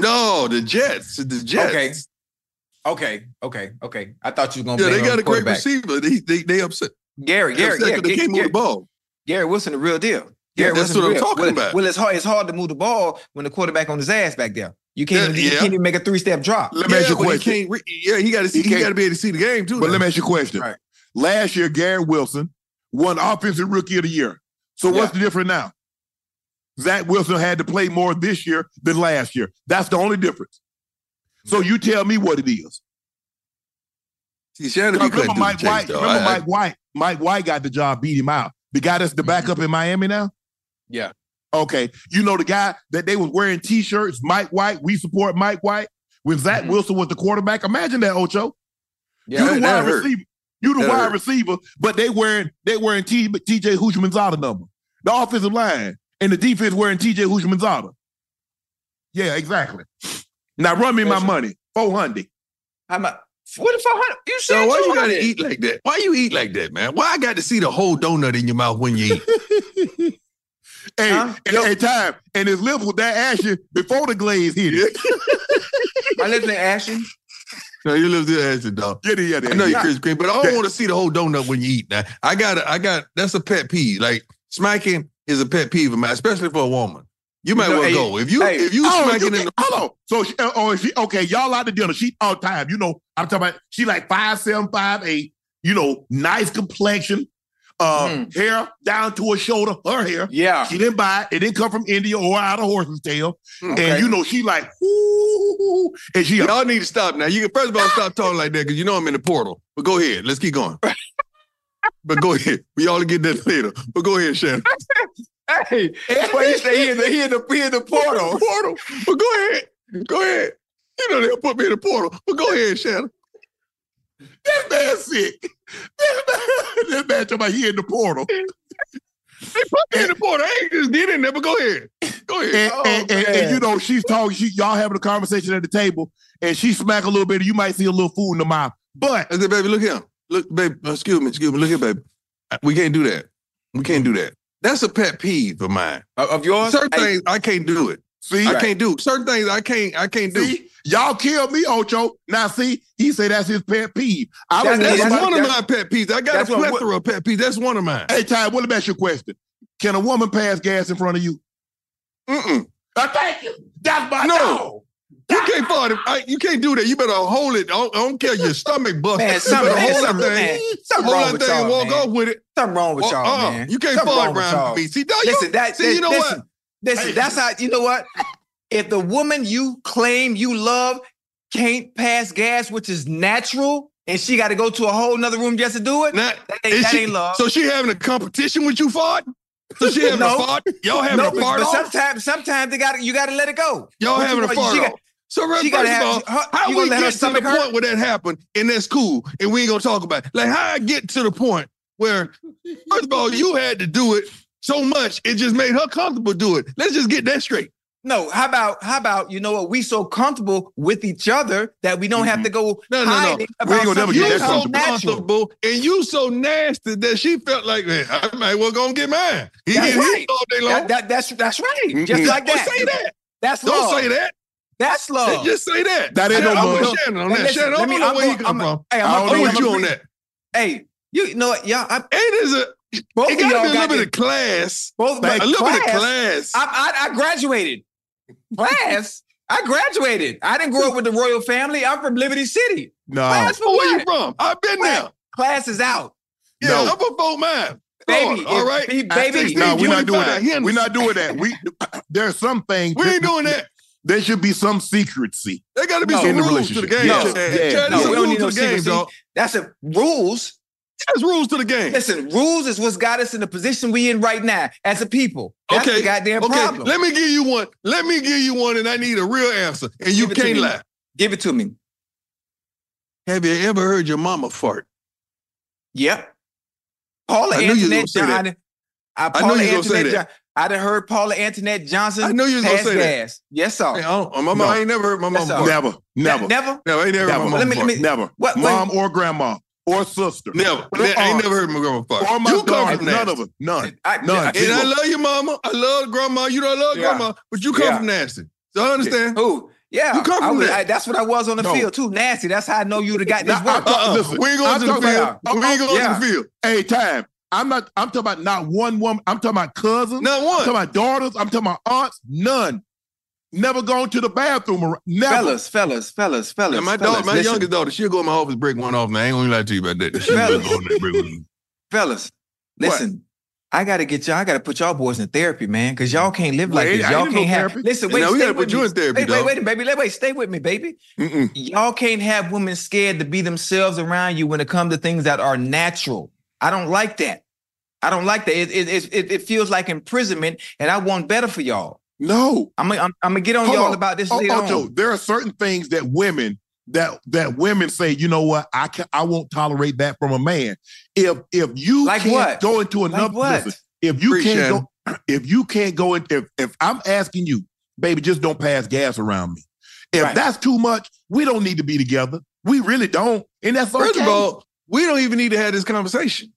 No, the Jets. The Jets. Okay. Okay, okay, okay. I thought you were gonna Yeah, blame they it on got the a great quarterback. receiver. They they they upset. Gary, They Gary, upset yeah, 'cause they Ga- can't move Gary, the ball. Gary Wilson, the real deal. Yeah, Gary Wilson that's what the I'm real. talking well, about. Well, it's hard. It's hard to move the ball when the quarterback on his ass back there. You can't. Yeah, you yeah. can't even make a three step drop. Let me ask you a but he question. can't re- yeah, he got to see. He He, can't- got to be able to see the game too. But now. let me ask you a question. Right. Last year, Gary Wilson won Offensive Rookie of the Year. So what's the difference now? Zach Wilson had to play more this year than last year. That's the only difference. So you tell me what it is. see, Shannon be Remember cutting through the Mike chase, White. though. Remember I- I- Mike White. Mike White got the job, beat him out. The guy that's the backup Mm-hmm. in Miami now. Yeah. Okay. You know the guy that they was wearing T-shirts. Mike White. We support Mike White. When Zach Mhm. Wilson was the quarterback, imagine that Ocho. Yeah, you the Mm-hmm. that- that wide hurt. receiver. You the That wide hurt. receiver, but they wearing they wearing T, TJ Houshmandzada number. The offensive line and the defense wearing TJ Houshmandzada. Yeah, exactly. Now run me my Listen. money. 400. I'm a, what if I? You said So why you 200? gotta eat like that? Why you eat like that, man? Why I got to see the whole donut in your mouth when you eat? hey, Huh? and, and time. And his lips was that ashy before the glaze hit it. My lips ain't ashen. no, you live there as a dog. Yeah, yeah, yeah. I know you're Chris Green, but I don't Yeah. want to see the whole donut when you eat. Now I got I got that's a pet peeve. Like smacking is a pet peeve of mine, especially for a woman. You might No, well hey, go if you hey, if you Oh, you smacking in can, the hold on. So, she, uh, oh, she, okay, y'all out to dinner. She all time. You know, I'm talking about. She like five seven, five eight. You know, nice complexion, uh, Mm. hair down to her shoulder. Her hair. Yeah. She didn't buy it. It didn't come from India or out of horse's tail. Okay. And you know, she like, ooh, and she. Y'all need to stop now. You can first of all stop talking like that because you know I'm in the portal. But go ahead. Let's keep going. but go ahead. We all get that later. But go ahead, Shannon. Hey, that's why you say he in the he in the, he in the portal. portal. But go ahead. Go ahead. You know they'll put me in the portal. But go ahead, Shannon. This man sick. This man, this man talking about he in the portal. They put me in the portal. I ain't just get in there, but go ahead. Go ahead. And, and, and- and man. you know, she's talking, she, y'all having a conversation at the table, and she smack a little bit, and you might see a little food in the mouth. But I said, baby, look here. Look, baby, excuse me, excuse me. Look here, baby. We can't do that. We can't do that. That's a pet peeve of mine. Of, of yours? Certain Hey, things I can't do it. see, I can't do certain things I can't I can't do. see, y'all killed me, Ocho. Now see, he say that's his pet peeve. I That- don't that- want That's that's- one of that's- my pet peeves. I got a that's what- plethora of pet peeves. That's one of mine. Hey, Ty, what about your question? Can a woman pass gas in front of you? Mm-mm. I thank you. That's my No. no. You can't fart. I, you can't do that. You better hold it. I don't, I don't care. Your stomach bust. Man, you something, better man, hold something, that thing. man, something Hold wrong that with thing and y'all, walk man. uh, off with it. Something wrong with y'all, Uh-uh. man. You can't Something wrong fart with y'all. around me. See, now you, Listen, that, see, that- you know listen, what? Listen, that's how you know what. If the woman you claim you love can't pass gas, which is natural, and she got to go to a whole nother room just to do it, Now, that ain't, is that she- ain't love. So she having a competition with you fart? So she having No. a fart? Y'all having no, a but, fart but off? sometimes, sometimes they got you got to let it go. Y'all What you having a want- fart she got- off? So first She got to of all, have. Her, How you we gonna let her get to the stomach hurt? point where that happened and that's cool and we ain't gonna talk about it? Like how I get to the point where, first of all, you had to do it so much it just made her comfortable do it. Let's just get that straight. No, how about how about you know what? We so comfortable with each other that we don't have to go Mm-hmm. No, no, no. hiding We ain't gonna about never something get You that that's so so comfortable. natural. comfortable and you so nasty that she felt like man, I might well go and get mine. He That's get right. his all day long. That, that, that's that's right. Just Mm-mm. like Mm-hmm. don't that. say that. That's Don't love. say that. That's love. Just say that. That ain't no I'm with love. Shannon on Hey, that. listen, Shannon, let I me- don't know I'm where you gonna- come I'm- from. hey, I'm I'm gonna- with I'm you gonna on agree. that. Hey, you, you know what? Yeah, I, It is a. both It of y'all got to be a little got bit this, of class. both A little bit of class. class. I, I I graduated. Class. I graduated. I didn't grow up with the royal family. I'm from Liberty City. No. Class for Oh. Where you what? from? I've been Class. there. Class is out, Yeah, No. I'm a four man. baby. Lord, all If- right. be- I baby. think- No, we're not doing 16, that. We're not doing that. We there's some things We ain't doing that. There should be some secrecy. There got to be No. some In the rules to the relationship. game. No. Chad. Yeah. Chad, Yeah. there's No, some we don't need rules no to the game, secrecy. dog. That's a rules. There's rules to the game. Listen, rules is what's got us in the position we in right now as a people. That's okay. the goddamn okay. problem. Let me give you one. Let me give you one, and I need a real answer. And you Give it to can't me. lie. Give it to me. Have you ever heard your mama fart? Yep. Paula I knew you was Antoinette gonna say that. John. I, I knew Paula you was gonna say Antoinette John. that. I done heard Paula Antoinette Johnson. I knew you was gonna pass say that. gas. Yes, sir. Hey, I don't- my mama, No. I ain't never heard my mama That's all. fart. Never, never, Ne- never. No, I ain't never heard my Never. mama Let me- fart. let me- never. What- what- Mom or grandma or sister. Never. Or I ain't aunt. never heard my grandma fart. Or my you come daughter. from None nasty. of them. None. I, None. And I Zero. love your mama. I love grandma. You don't love Yeah. grandma, but you come Yeah. from nasty. So I understand. who? Yeah. You come I from was, that. I- that's what I was on the No. field too. Nasty. That's how I know you'd have got this Nah, work. I- Uh-uh. Listen, we ain't going I'm to the talking field. about- we ain't going yeah. to the field. Hey, time. I'm not. I'm talking about not one woman. I'm talking about cousins. Not I'm talking one. about daughters. I'm talking about aunts. None. Never gone to the bathroom. Or, never. Fellas, fellas, fellas, fellas. And my fellas, daughter, my listen, youngest daughter, she'll go in my office, break one off. Man, I ain't gonna lie to you about that. She'll Fellas. go in there, break one. fellas, listen. I gotta get y'all. I gotta put y'all boys in therapy, man, because y'all can't live like Wait, this. I Y'all ain't in can't no have. therapy. Listen, And wait. now we stay gotta with put you me. in therapy, Wait, wait, dog. wait, baby. Wait, wait. Stay with me, baby. Mm-mm. y'all can't have women scared to be themselves around you when it comes to things that are natural. I don't like that. I don't like that. It it it, it- it feels like imprisonment, and I want better for y'all. No. I'm gonna I'm, I'm gonna get on Hold y'all on. about this Oh, later oh, Joe, on. there are certain things that women that that women say. You know what? I can I won't tolerate that from a man. If if you Like can't what? go into another Like what? listen, if you Appreciate can't go if you can't go in if if I'm asking you, baby, just don't pass gas around me. If Right. that's too much, we don't need to be together. We really don't, and that's First okay. of all, we don't even need to have this conversation.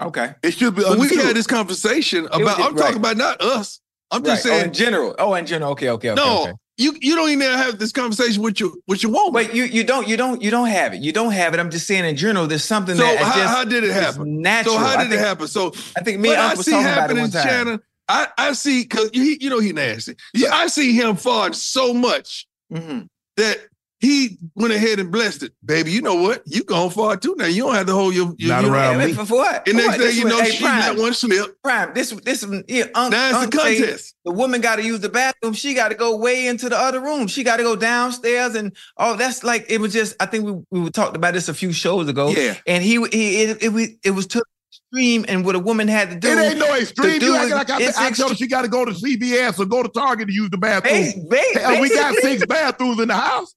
Okay. it should be. But Uh, we understood. had this conversation about. I'm right. talking about not us. I'm just Right. Oh, in saying. general. Oh, in general. Okay. Okay. Okay. no, okay. you you don't even have this conversation with your with your woman. But you you don't you don't you don't have it. You don't have it. I'm just saying in general, there's something so that is how, just how did it is happen? natural. So how I did think, it happen? So I think me what and I Unc was see talking about it one happening, time. Shannon, I I see because you you know he nasty. Yeah, I see him farting so much Mhm. that he went ahead and blessed it, baby. You know what? You gonna fart too now. You don't have to hold your, your Not you- around Yeah, me. for, for what? And For next what? This thing you was- know, hey, she prime, let one slip. prime. This this yeah, Unc, Now it's Unc the say- contest. the woman got to use the bathroom. She got to go way into the other room. She got to go downstairs and oh, that's like it was just. I think we we talked about this a few shows ago. Yeah. and he he it it, was- it was to the extreme and what a woman had to do. It ain't no extreme. the You dude act like I, is I told her extreme. she got to go to CVS or go to Target to use the Ba- bathroom. ba- Hell, we got basically, six bathrooms in the house.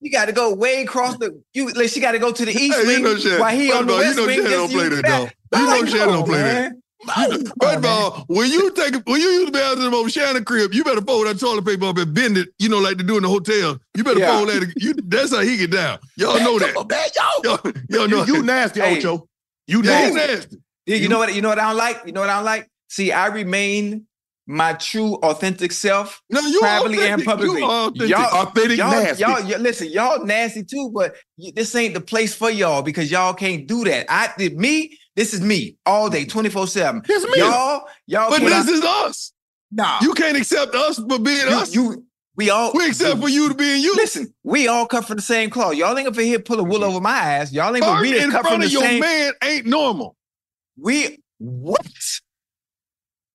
You got to go way across the. You like, she got to go to the east Hey, you wing know Shannon. while he First on of the all, you west know wing. Shannon just don't play use that, the bath- dog. You Like, know Shannon come don't on, play that. man. First Oh, of all, when you take when you use the bathroom over Shannon crib, you better fold that toilet paper up and bend it. You know, like they do in the hotel. You better Yeah. fold that. You, that's how he get down. Y'all know that. Come on, man, y'all. Y'all, y'all know You, you nasty, Hey. Ocho. You Yeah, he nasty. nasty. Yeah, you You- know what? You know what I don't like. You know what I don't like. See, I remain my true, authentic self. No, you Privately authentic. and publicly. You authentic. Y'all- authentic y'all, nasty. Y'all, y- listen, y'all nasty too, but y- this ain't the place for y'all because y'all can't do that. I did me. This is me all day, twenty four seven. It's me. Y'all, y'all. but can't- this is us. nah. You can't accept us for being you, us. you- we all. we accept for you to being you. Listen, we all cut from the same cloth. Y'all ain't up in here pulling wool over my ass. Y'all ain't. But we Farting done in cut from front the of your same. man ain't normal. We what?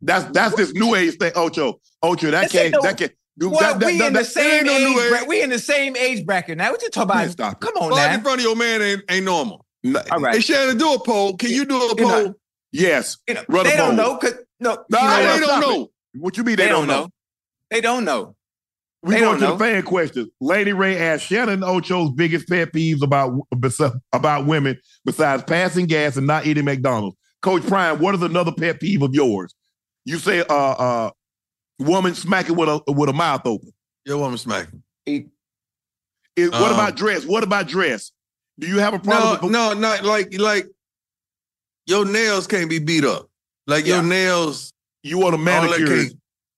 That's that's this new age thing, Ocho. Ocho, that This ain't can't no- that can't dude, Boy, that, that, we that, in the that, same ain't no age. new bra- age. we in the same age bracket now. What you talking Man, about? stop it. Come on Farting in Oh, now. front of your man ain't, ain't normal. All right. Hey, Shannon, do a poll. Can you do You a know- poll? Yes. You know, Run the they don't ball. know because no, No, you know Nah, what? they don't Stop it. know. What you mean they, they, don't know. They don't know. We They going don't to know. the fan questions. Lady Ray asked Shannon Ocho's biggest pet peeves about bes- about women besides passing gas and not eating McDonald's. Coach Prime, what is another pet peeve of yours? You say uh uh woman smacking with a with a mouth open. Your woman smacking. Is- what Um, about dress? What about dress? Do you have a problem No, with no, not like like your nails can't be beat up. Like your nails, you want a all that manicure? can't,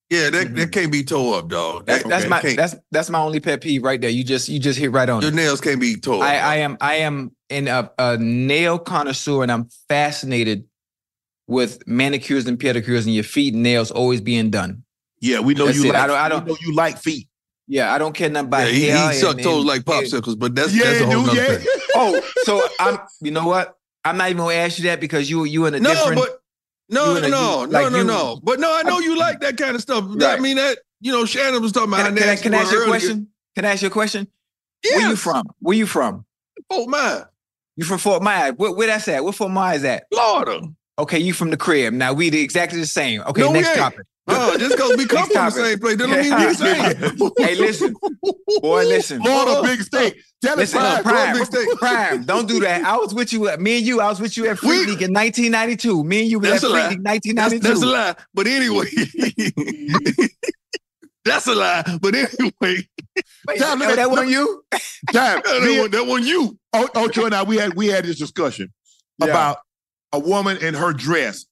yeah, that, that can't be tore up, Mm-hmm. That, dog. That- That's that my can't- that's that's my only pet peeve right there. You just you just hit right on your it. nails can't be tore. I, up. I am I am in a, a nail connoisseur and I'm fascinated with manicures and pedicures and your feet and nails always being done. Yeah, we know That's you it. like I don't- I we don't- know you like feet. Yeah, I don't care nothing yeah, about he, hair he sucked and- toes and- like and- popsicles, but that's that's a whole dude, nother thing. Oh, so I'm you know what? I'm not even gonna ask you that because you you in a No, different but no, you in a- no, no, you- like no, you- no. But no, I know you like that kind of stuff. I Right. mean that You know, Shannon was talking about Can, I- how can I, can I nasty we ask you were a earlier. question? Can I ask you a question? Where you Yes, from? Where you from? Fort Myers, You from Fort Myers? Where, where that's at? Where Fort Myers at? Florida. Okay, you from the crib. Now we the exactly the same. Okay, No, we next ain't. topic. Oh, just because we come Next from the topic. same place, that don't mean we the same. Hey, listen, boy, listen. Florida big state. Tell us Listen, prime. prime, big prime, mistake. Don't do that. I was with you. At, me and you. I was with you at Freak League in 1992. Me and you were at That's a Freak lie. League That's, 1992. that's a lie. But anyway, that's a lie. But anyway, Wait, oh, Tell me that, that- that wasn't you? Time. that Me one, that one you. O- Ocho and I, Oh, we had we had this discussion Yeah. about a woman and her dress.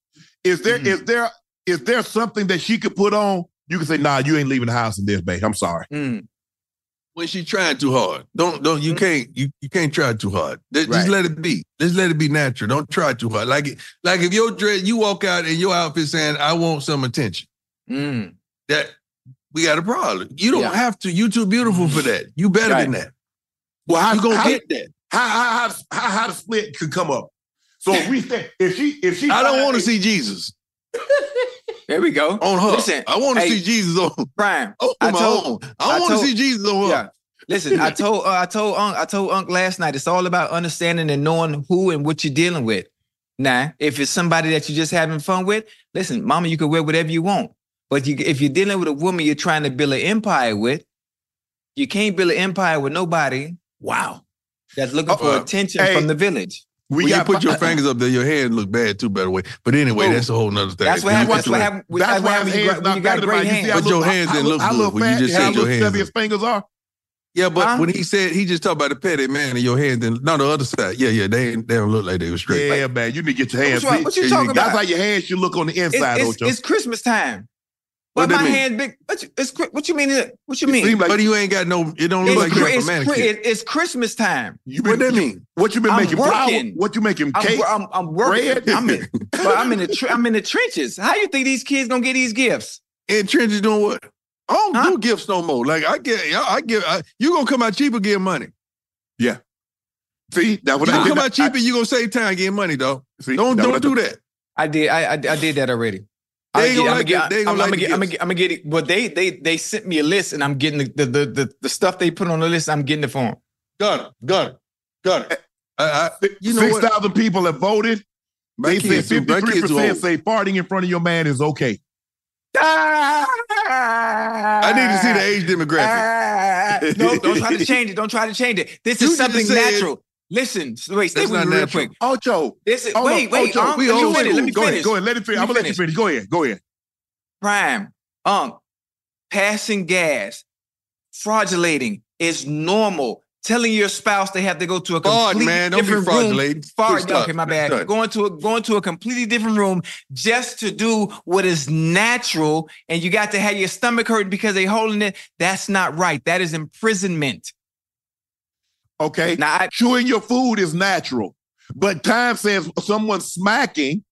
Is there is Mhm. there is there something that she could put on? You can say, nah, you ain't leaving the house in this, babe. I'm sorry. Mm, When she trying too hard, don't don't you can't you, you can't try too hard. Th- Just Right. let it be. Just let it be natural. Don't try too hard. Like it- like if your dress, you walk out in your outfit saying, "I want some attention." mm. That we got a problem. You don't Yeah. have to. You too beautiful for that. You better than that. Well, how You gonna how, get that? how, how, how, how, how the split could come up? So if we think if she if she I don't find want a- to see Jesus There we go. on her. Listen, I want to hey, see Jesus on, Prime. on I my told- own. I, I want to told- see Jesus on her. Yeah. Listen, I told uh, I told Unc I told Unc last night. It's all about understanding and knowing who and what you're dealing with. Now, if it's somebody that you're just having fun with, listen, Mama, you can wear whatever you want. But you, if you're dealing with a woman you're trying to build an empire with, you can't build an empire with nobody. Wow, that's looking for Uh-uh. attention Hey, from the village. we when you got put your fingers up there, your hand look bad too, by the way. But anyway, Whoa. that's a whole nother thing. That's what When happened. That's you put your- what happened. with- That's That's what why happened his when hands you, gra- when not you better got than mine. great You see, hands. I But your look- I- hands I didn't look- look I good look when you fat just and said how your little hands stubby up. his fingers are. Yeah, but Huh? when he said he just talked about the petty man and your hand, then no, the other side. Yeah, yeah, they ain't- they don't look like they were straight. Yeah, man, you need to get your hands. What you, what you Hey, talking you That's about? how your hands should look on the inside, it's, Ocho. it's, it's Christmas time. What But that my mean? hand big. What you, it's, Chri- what you mean? it- What you mean? seem like but you ain't got no. It don't look It's, like Chri- you have it's a Chri- manicure. it- it's Christmas time. you What been, that mean? what you been I'm making? flour? working. What you making? I'm, Cake? wor- I'm, I'm working. bread? I'm in, but I'm in the tre- I'm in the trenches. How you think these kids gonna get these gifts? And Trent is doing what? I don't Huh? do gifts no more. Like I get, I, I give. I, you gonna come out cheap and get money. See, that's You what I gonna did. come out cheap I- and you gonna save time getting money, dog. see, Don't that's what I don't do that. I did. I I, I did that already. They I'm ain't gonna gonna like get. the- I'm they ain't gonna gonna like the get. I'm gifts. gonna I'm get it. But they they they sent me a list, and I'm getting the the the, the, the stuff they put on the list. I'm getting it for them. Got it. Got it. Got it. I, I, you know six what? thousand people have voted. My They said kids too- my fifty-three kids too percent old. say farting in front of your man is okay. I I need to see the Uh, age demographic. demographic. no, don't try to change it. Don't try to change it. This You is just something said- natural. Listen, s- wait, stay That's with me not real natural. Oh, quick. Ocho, This is hold wait, on, wait. Ocho, um, we let, me old finish, school. let me go finish. ahead, go ahead, let it finish. Let I'm me gonna let you finish. Go ahead, go ahead. Prime, um, passing gas, fraudulating is normal. Telling your spouse they have to go to a Fart, completely man. Don't be different room. fraudulating. Fart, Stop. okay, my Stop. bad. Going to a going to a completely different room just to do what is natural, and you got to have your stomach hurt because they holding it. That's not right. That is imprisonment. Okay, Now, I, chewing your food is natural, but time says someone smacking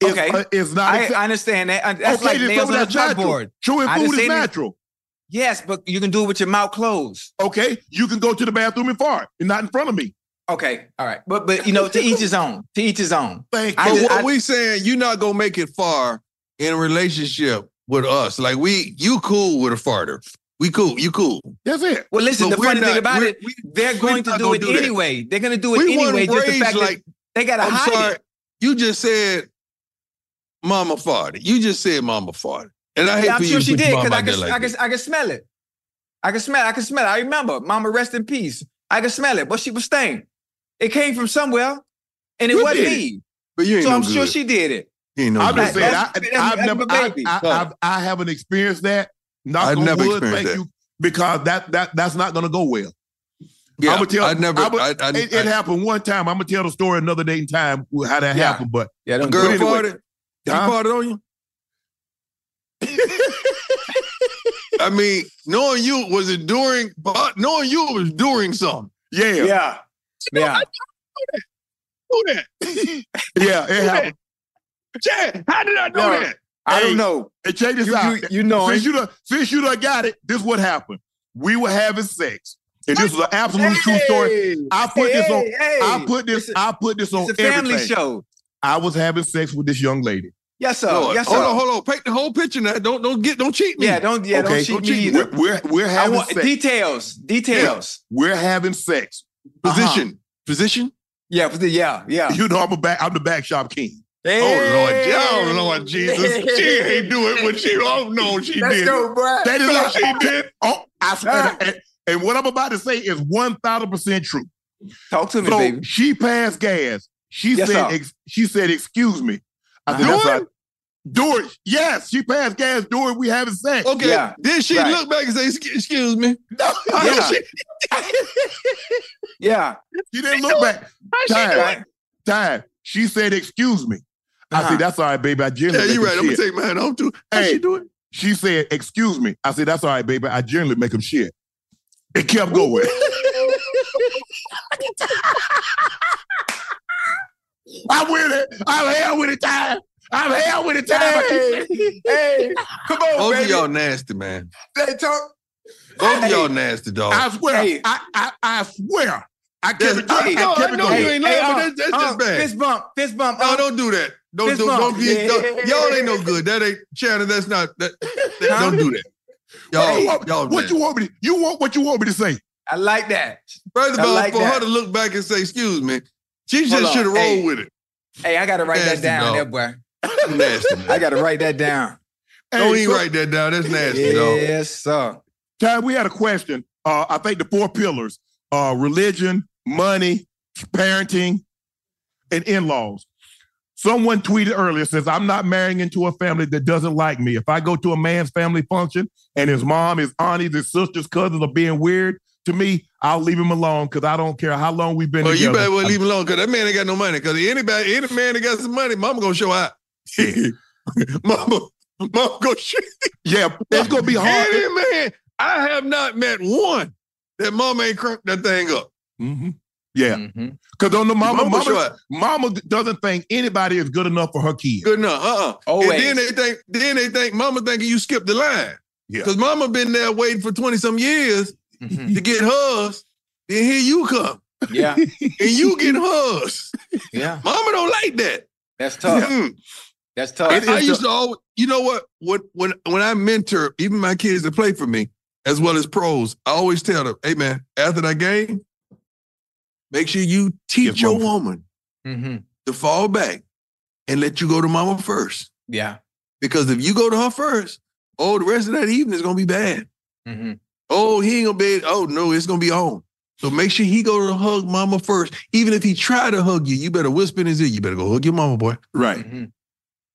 is, Okay. uh, is not. I, accept- I understand that. Uh, That's okay, like then nails tell me on a that's natural. chalkboard. Chewing I food didn't is say any- natural. Yes, but you can do it with your mouth closed. Okay, you can go to the bathroom and fart, and not in front of me. Okay, all right, but but you know, to each his own. To each his own. Thank I But you. just- what we saying, you're not gonna make it far in a relationship with us. Like we, you cool with a farter. We cool. You cool. That's it. Well, listen, But the we're funny thing not- about we're- it, we- they're we're going to not do gonna it do that. anyway. They're going to do it We weren't anyway. Just the raised fact like. that they got to I'm hide sorry. it. You just said, "Mama farted." You just said, "Mama farted," and I hate Yeah, I'm for sure you to she put did your mom because I out there can, like I can, that. I can smell it. I can smell. I can smell. it. I remember, Mama, rest in peace. I can smell it, but she was stained. It came from somewhere, and it You wasn't did it. me. But you ain't So no I'm good. sure she did it. You ain't no I'm just good. saying, I, That's- that's- I've that's never, my I, baby. I, Go. I've, I haven't experienced that. Knock I've on never wood, experienced thank that. you, because that that that's not going to go well. Yeah, I'ma tell- I never. I'ma- I, I, it, I- it happened one time. I'm gonna tell the story another day in time how that Yeah. happened, but Yeah, a don't girl do it. anyway. farted. She Huh? farted on you. I mean, knowing you was it during, but knowing you it was during something. yeah, yeah, Yeah, yeah. Know that, it happened. Chad? How did I know No. that? I Hey, don't know. And check this You, out. you, you know, since it. you done, since you done got it, this what happened. We were having sex, and this was an absolute true story. Hey, I put this on. hey, hey. I put this. It's a- I put this on It's a family everything. show. I was having sex with this young lady. Yes, sir. Lord, uh, yes, sir. hold on, hold on. Paint the whole picture now. Don't don't get don't cheat me. Yeah, don't yeah, okay, don't cheat me either. We're, we're, we're I having want sex. details. Details. we're having sex. uh-huh. Position. Position. Yeah, for the- yeah, yeah. You know, I'm a back. I'm the back shop king. Oh Lord, oh Lord Jesus. she ain't do it when she oh no, she Let's did. go, bro. That is No, not. she did. Oh, I swear. And, and what I'm about to say is one thousand percent true. Talk to me, So baby. she passed gas. She Yes, said, sir. ex- she said, excuse me. I said, Uh-huh. that's right. Do it. Yes, she passed gas. Do it. We having sex. Okay. Yeah, Then she right. looked back and said, "Excu- excuse me. How yeah. she- Yeah. She didn't look back. Time. Right. Time. She said, excuse me. I Uh-huh. said, that's all right, baby. I yeah, generally you're make 'em right. I'm gonna shit." take mine off too. How Hey. she do it? She said, excuse me. I said, that's all right, baby. I generally make them shit. It kept going. I'm with it. I'm hell with it, time. I'm hell with it, time. Hey, hey, Come on, Both of baby. y'all nasty, man. they talk. Both of y'all nasty, dog. I swear. Hey. I, I I swear. I kept it going. Hey, no, I I kept it know you going. ain't lying, uh, but that's, that's uh, just bad. Fist bump, fist bump. No, uh, don't do that. Don't Fist do, bump. don't be, Yeah. don't- y'all ain't no good. That ain't Shannon. That's not that. that- Huh? Don't do that. Y'all, What you want- y'all. what man. you want me to you want what you want me to say? I like that. First I of all, like for that. her to look back and say, "Excuse me," she Hold on. just should have rolled Hey. with it. Hey, I gotta write Nasty that down, dog. there, boy. That's nasty. Man. I gotta write that down. don't Hey, even so- write that down. That's nasty, dog. yes, sir. Ty, we had a question. Uh, I think the four pillars uh religion, money, parenting, and in-laws. Someone tweeted earlier says, I'm not marrying into a family that doesn't like me. If I go to a man's family function and his mom, his aunties, his sisters, cousins are being weird to me, I'll leave him alone because I don't care how long we've been Well, you together. better well leave him alone because that man ain't got no money. Because anybody, any man that got some money, mama gonna show out. mama, mama gonna show. yeah, it's gonna be hard. Any man, I have not met one that mama ain't cranked that thing up. Mhm. Yeah, Mhm. because on the mama, Mama mama, sure. mama, doesn't think anybody is good enough for her kids. Good enough. Uh-uh. Always. And then they think, then they think mama thinking you skipped the line. Yeah. Mm-hmm. Because mama been there waiting for 20 some years Mhm. to get hers. Then here you come. Yeah, And you get hers. yeah. Mama don't like that. That's Uh, tough. Mm. That's tough. It is I the- used to always, you know what? When when when I mentor even my kids that play for me, as well as pros, I always tell them, hey man, after that game, make sure you teach Give your mama- woman Mhm. to fall back and let you go to mama first. Yeah. Because if you go to her first, oh, the rest of that evening is gonna be bad. hmm Oh, he ain't gonna be. Oh no, it's gonna be on. So make sure he go to hug mama first. Even if he try to hug you, you better whisper in his ear. You better go hug your mama, boy, Right. hmm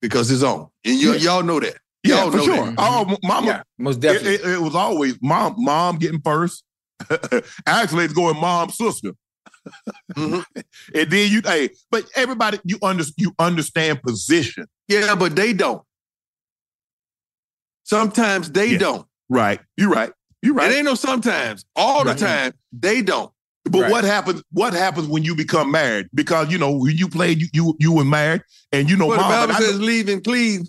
because it's on. And y- y'all know that. Yeah, Y'all for know sure. that. Mm-hmm. Oh, Yeah, mama, most it, definitely. it- it was always mom, mom getting first. Actually, it's going mom, sister, Mhm. and then you. Hey, but everybody, you under, you understand position, Yeah, but they don't. Sometimes they Yeah. don't. right? You're right. You're right. It ain't no sometimes. All the Right. time they don't. But Right. what happens? What happens when you become married? Because you know when you played, you you, you were married, and you know But mom. the Bible and I says leave and cleave.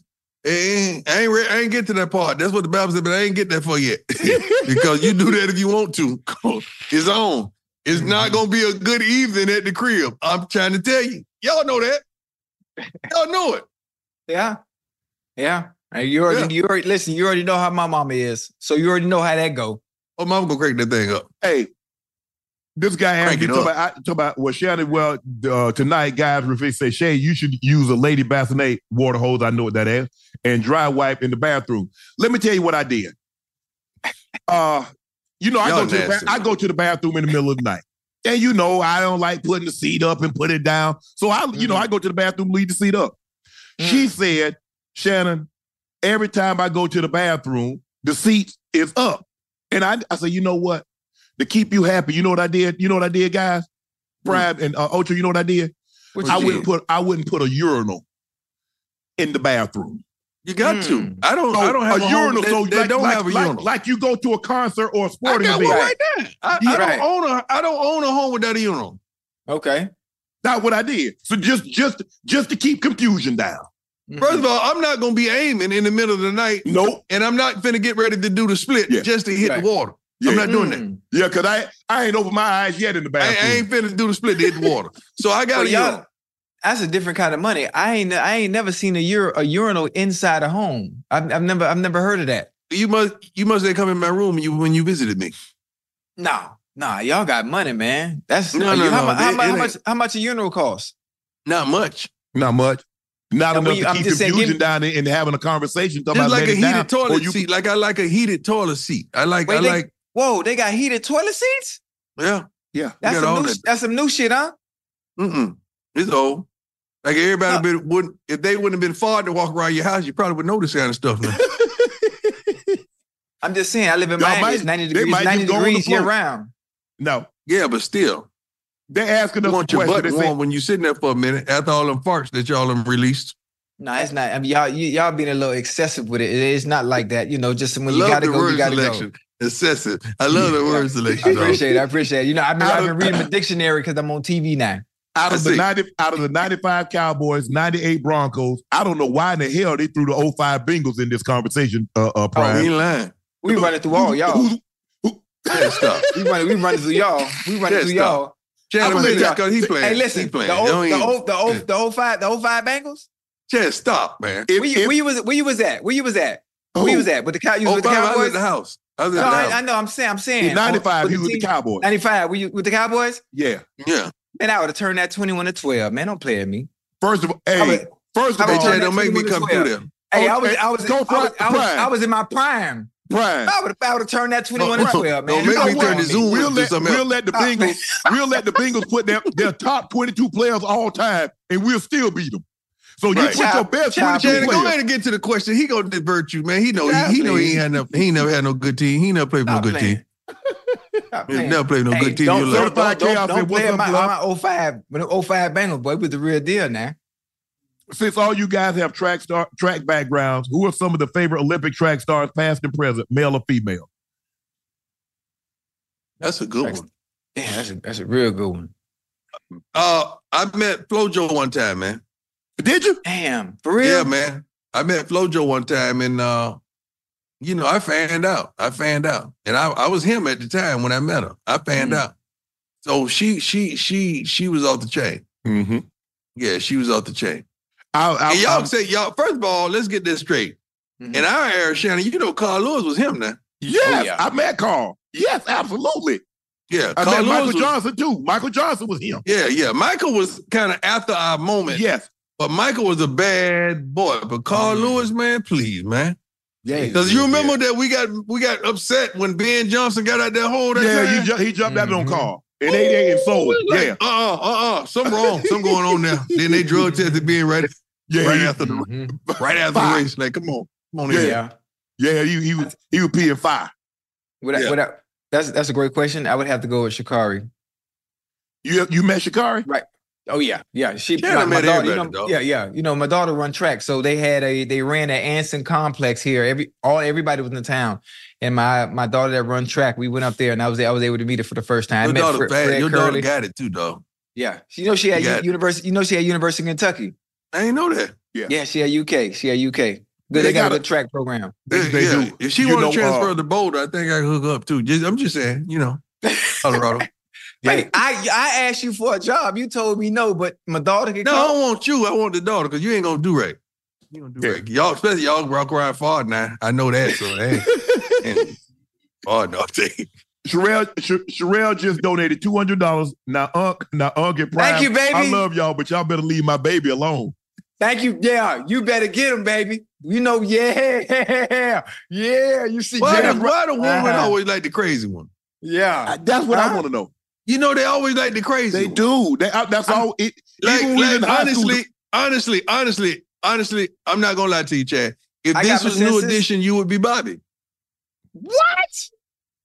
Eh, eh, I ain't re- I ain't get to that part. That's what the Bible said, but I ain't get that for yet. because you do that if you want to. it's on. It's Mm-hmm. not gonna be a good evening at the crib. I'm trying to tell you. Y'all know that. Y'all know it. Yeah. Yeah. And you already, Yeah. you already listen. You already know how my mama is, so you already know how that go. Oh, mama gonna crank that thing up. hey, this guy asked Crank me it talk up. about, I, talk about well, Shannon. Well, uh, tonight, guys, Rafiq say, Shay, you should use a lady bassinet water hose. I know what that is, and dry wipe in the bathroom. Let me tell you what I did. Uh, you know, I Y'all go to the ba- nasty. I go to the bathroom in the middle of the night. And you know, I don't like putting the seat up and put it down. So I, you Mm-hmm. know, I go to the bathroom, leave the seat up. Mm. She said, Shannon, every time I go to the bathroom, the seat is up. And I, I said, you know what? To keep you happy, you know what I did? You know what I did, Mm. guys? Brad and uh, Ultra, you know what I did? What I you wouldn't did? put I wouldn't put a urinal in the bathroom. You got to. Mm. I don't I don't have a, home- urinal. They, so they like, don't like- have a like- urinal. Like you go to a concert or a I sporting got event. one right there. I, I Right. don't own a I don't own a home without a urinal. Okay. Not what I did. So just just just to keep confusion down. Mm-hmm. First of all, I'm not gonna be aiming in the middle of the night, Nope. and I'm not finna get ready to do the split Yeah. just to hit Right. the water. Yeah. I'm not doing Mm. that. Yeah, cause I I ain't opened my eyes yet in the I, bathroom. I ain't finna do the split to hit the water. So I got Well, to y'all, that's a different kind of money. I ain't I ain't never seen a ur- a urinal inside a home. I've, I've never I've never heard of that. You must you must have come in my room when you when you visited me. No, no, y'all got money, man. That's No, no, you- how, mu- no, how it- mu- it how ain't- much how much a urinal cost? Not much. Not much. Not Yeah, enough we- to I'm keep just saying, confusion give- down there and having a conversation. talking Just about like let a it heated down, or toilet you- seat. Like I like a heated toilet seat. I like Wait, I they- like Whoa, they got heated toilet seats. yeah. Yeah. That's got some all new that. sh- that's some new shit, huh? Mm-mm. It's old. Like everybody been, wouldn't if they wouldn't have been far to walk around your house, you probably would know this kind of stuff now. I'm just saying. I live in Y'all Miami. might- it's 90 they degrees. might just 90 go on the degrees year floor. round. No, yeah, but still, they're asking you us a want your question. butt They warm say, when you sitting there for a minute after all them farts that y'all them released. No, it's not. I mean, y'all you, y'all being a little excessive with it. It- It's not like that. You know, just when you love gotta the go, word you gotta selection. go. Excessive. I love the word I selection. though. appreciate it. I appreciate it. You know, I've been, Out I've of- been reading the dictionary because I'm on TV now. out of the see. 90, out of the 95 Cowboys, 98 Broncos, I don't know why in the hell they threw the 05 Bengals in this conversation, uh, uh Oh, Prime. he ain't lying. We running through all y'all. Who's- Yeah, stop. We running, we running through y'all. We running Yeah, through stop. y'all. Chad, I'm I'm with y'all. just cause he playing. Hey, listen, he the playing. old, the Don't even- old, the old, the old five, the old five Bengals. Chad, stop, man. if- Where you, if- where you was, where you was at? Where you was at? Where you was at? With the cow, you was Oh, with the Bob, I was at Cowboys. the No, house. I was at the I, I house. know. I'm saying, I'm saying. Oh, in 95, he was the with the Cowboys. 95. Were you with the Cowboys? Yeah. Yeah. Man, I would have turned that 21 to 12. Man, don't play at me. First of all, I hey, would- first of I Hey, all, would turn Chad, that don't make me 21 to come through 12. there. Hey, I Oh, was, hey, I was, I go was, for I was, it, I was, Brian. in my prime. Brian. I would, I would have turned that 21 to Brian, 12, man. don't You make know me what? turn this Zoom We'll to let, something we'll let the Ah, man. Bengals we'll let the Bengals put their, their top 22 players all time and we'll still beat them. So you Right. put your Child- best child 22 Shannon, go players. ahead and get to the question. He gonna divert you, man. He know Yeah, he, he know he please. ain't had no he ain't never had no good team. He ain't never played for no Stop good team. playing. Stop He playing. never played no Oh, Hey, good team. don't, in your don't, don't, life. Certified don't, chaos don't and play what's at my, uh, oh up, my 05, when the 05 Bengals, boy, with the real deal now. Since all you guys have track star track backgrounds, who are some of the favorite Olympic track stars, past and present, male or female? That's a good Thanks. one. Yeah, that's a, that's a real good one. Uh I met Flojo one time, man. Did you? Damn, for real? Yeah, man. I met Flojo one time and uh you know, I fanned out. I fanned out. And I, I was him at the time when I met her. I fanned Mm. Mhm. out. So she she she she was off the chain. Mm-hmm. Yeah, she was off the chain. I, I, Mm. and y'all I- say y'all first of all, let's get this straight. Mhm. In our era, Shannon, you know Carl Lewis was him now. yes, Oh, yeah. I met Carl. Yes, absolutely. Yeah, I met Carl Lewis Michael was- Johnson too. Michael Johnson was him. Yeah, yeah. Michael was kind of after our moment, Yes. but Michael was a bad boy. But Carl Mm. Lewis, man, please, man. Yeah. Because you remember that we got we got upset when Ben Johnson got out that hole that Yeah, time? you ju- he jumped out on Mhm. Carl. And they they and sold. him. Like, Yeah. Uh-uh, uh-uh. Something wrong. Something going on there. then they drug tested Ben right, Yeah. right he- after the Mhm. right after the Fuck. race. Like, come on. Come on Yeah. in. Yeah, he, he was he was peeing fire. Would I, Yeah. would I, that's, that's a great question. I would have to go with Shikari. You you met Shikari? Oh yeah, yeah. She Yeah, my, I my met daughter, you everybody, know, dog. yeah, yeah. You know, my daughter run track, so they had a they ran an Anson complex here. Every all everybody was in the town, and my my daughter that run track, we went up there, and I was I was able to meet her for the first time. Your I met daughter Fre- bad. Fred Your Curley. daughter got it too, though. yeah, she you know she had You U- got- university. You know she had University of Kentucky. I ain't know that. Yeah. Yeah, she had UK. She had UK. Good, they, They got, got a a- good track program. They- they yeah. do. If she You want know, to transfer uh, to Boulder, I think I could hook her up too. Just, I'm just saying, you know, Colorado. Hey, I I asked you for a job. You told me no, but my daughter can No, I come. don't want you. I want the daughter because you ain't gonna do right. You gonna do Yeah. right. Y'all, especially y'all rock around far now. I know that. So hey, and far no thing. Sherelle, Sh- Sherelle just donated two hundred dollars. Now, Unc, now Unc and Prime. Thank you, baby. I love y'all, but y'all better leave my baby alone. Thank you. Yeah, you better get him, baby. You know, yeah, yeah. You see, Why, yeah, do- why the woman Uh-huh. always like the crazy one? yeah. I- Uh, that's what I Huh? want to know. You know they always like the crazy. They one. do. They, I, that's all. It, Like, even when we like in high school, honestly, honestly, honestly, honestly, I'm not gonna lie to you, Chad. If I this got was new consensus. edition, you would be Bobby. What?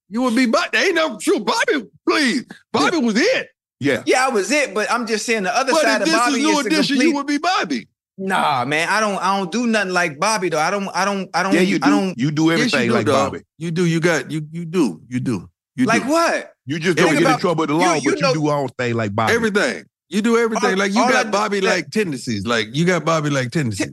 You would be Bobby. Ain't no true Bobby. Please, Bobby was it. yeah, Yeah, I was it, but I'm just saying the other But side if of this was Bobby new is the edition, you complete. would be Bobby. Nah, man, I don't. I don't do nothing like Bobby though. I don't. I don't. I don't. yeah, you I do. don't You do Yes, everything you do, like dog. Bobby. You do. You got you. You do. You do. You like do. what? You just Think don't get in about- trouble with the law, you- you but know- you do all things like Bobby. Everything. You do everything. All- like you all I got do- Bobby yeah. like tendencies. Like you got Bobby like tendencies.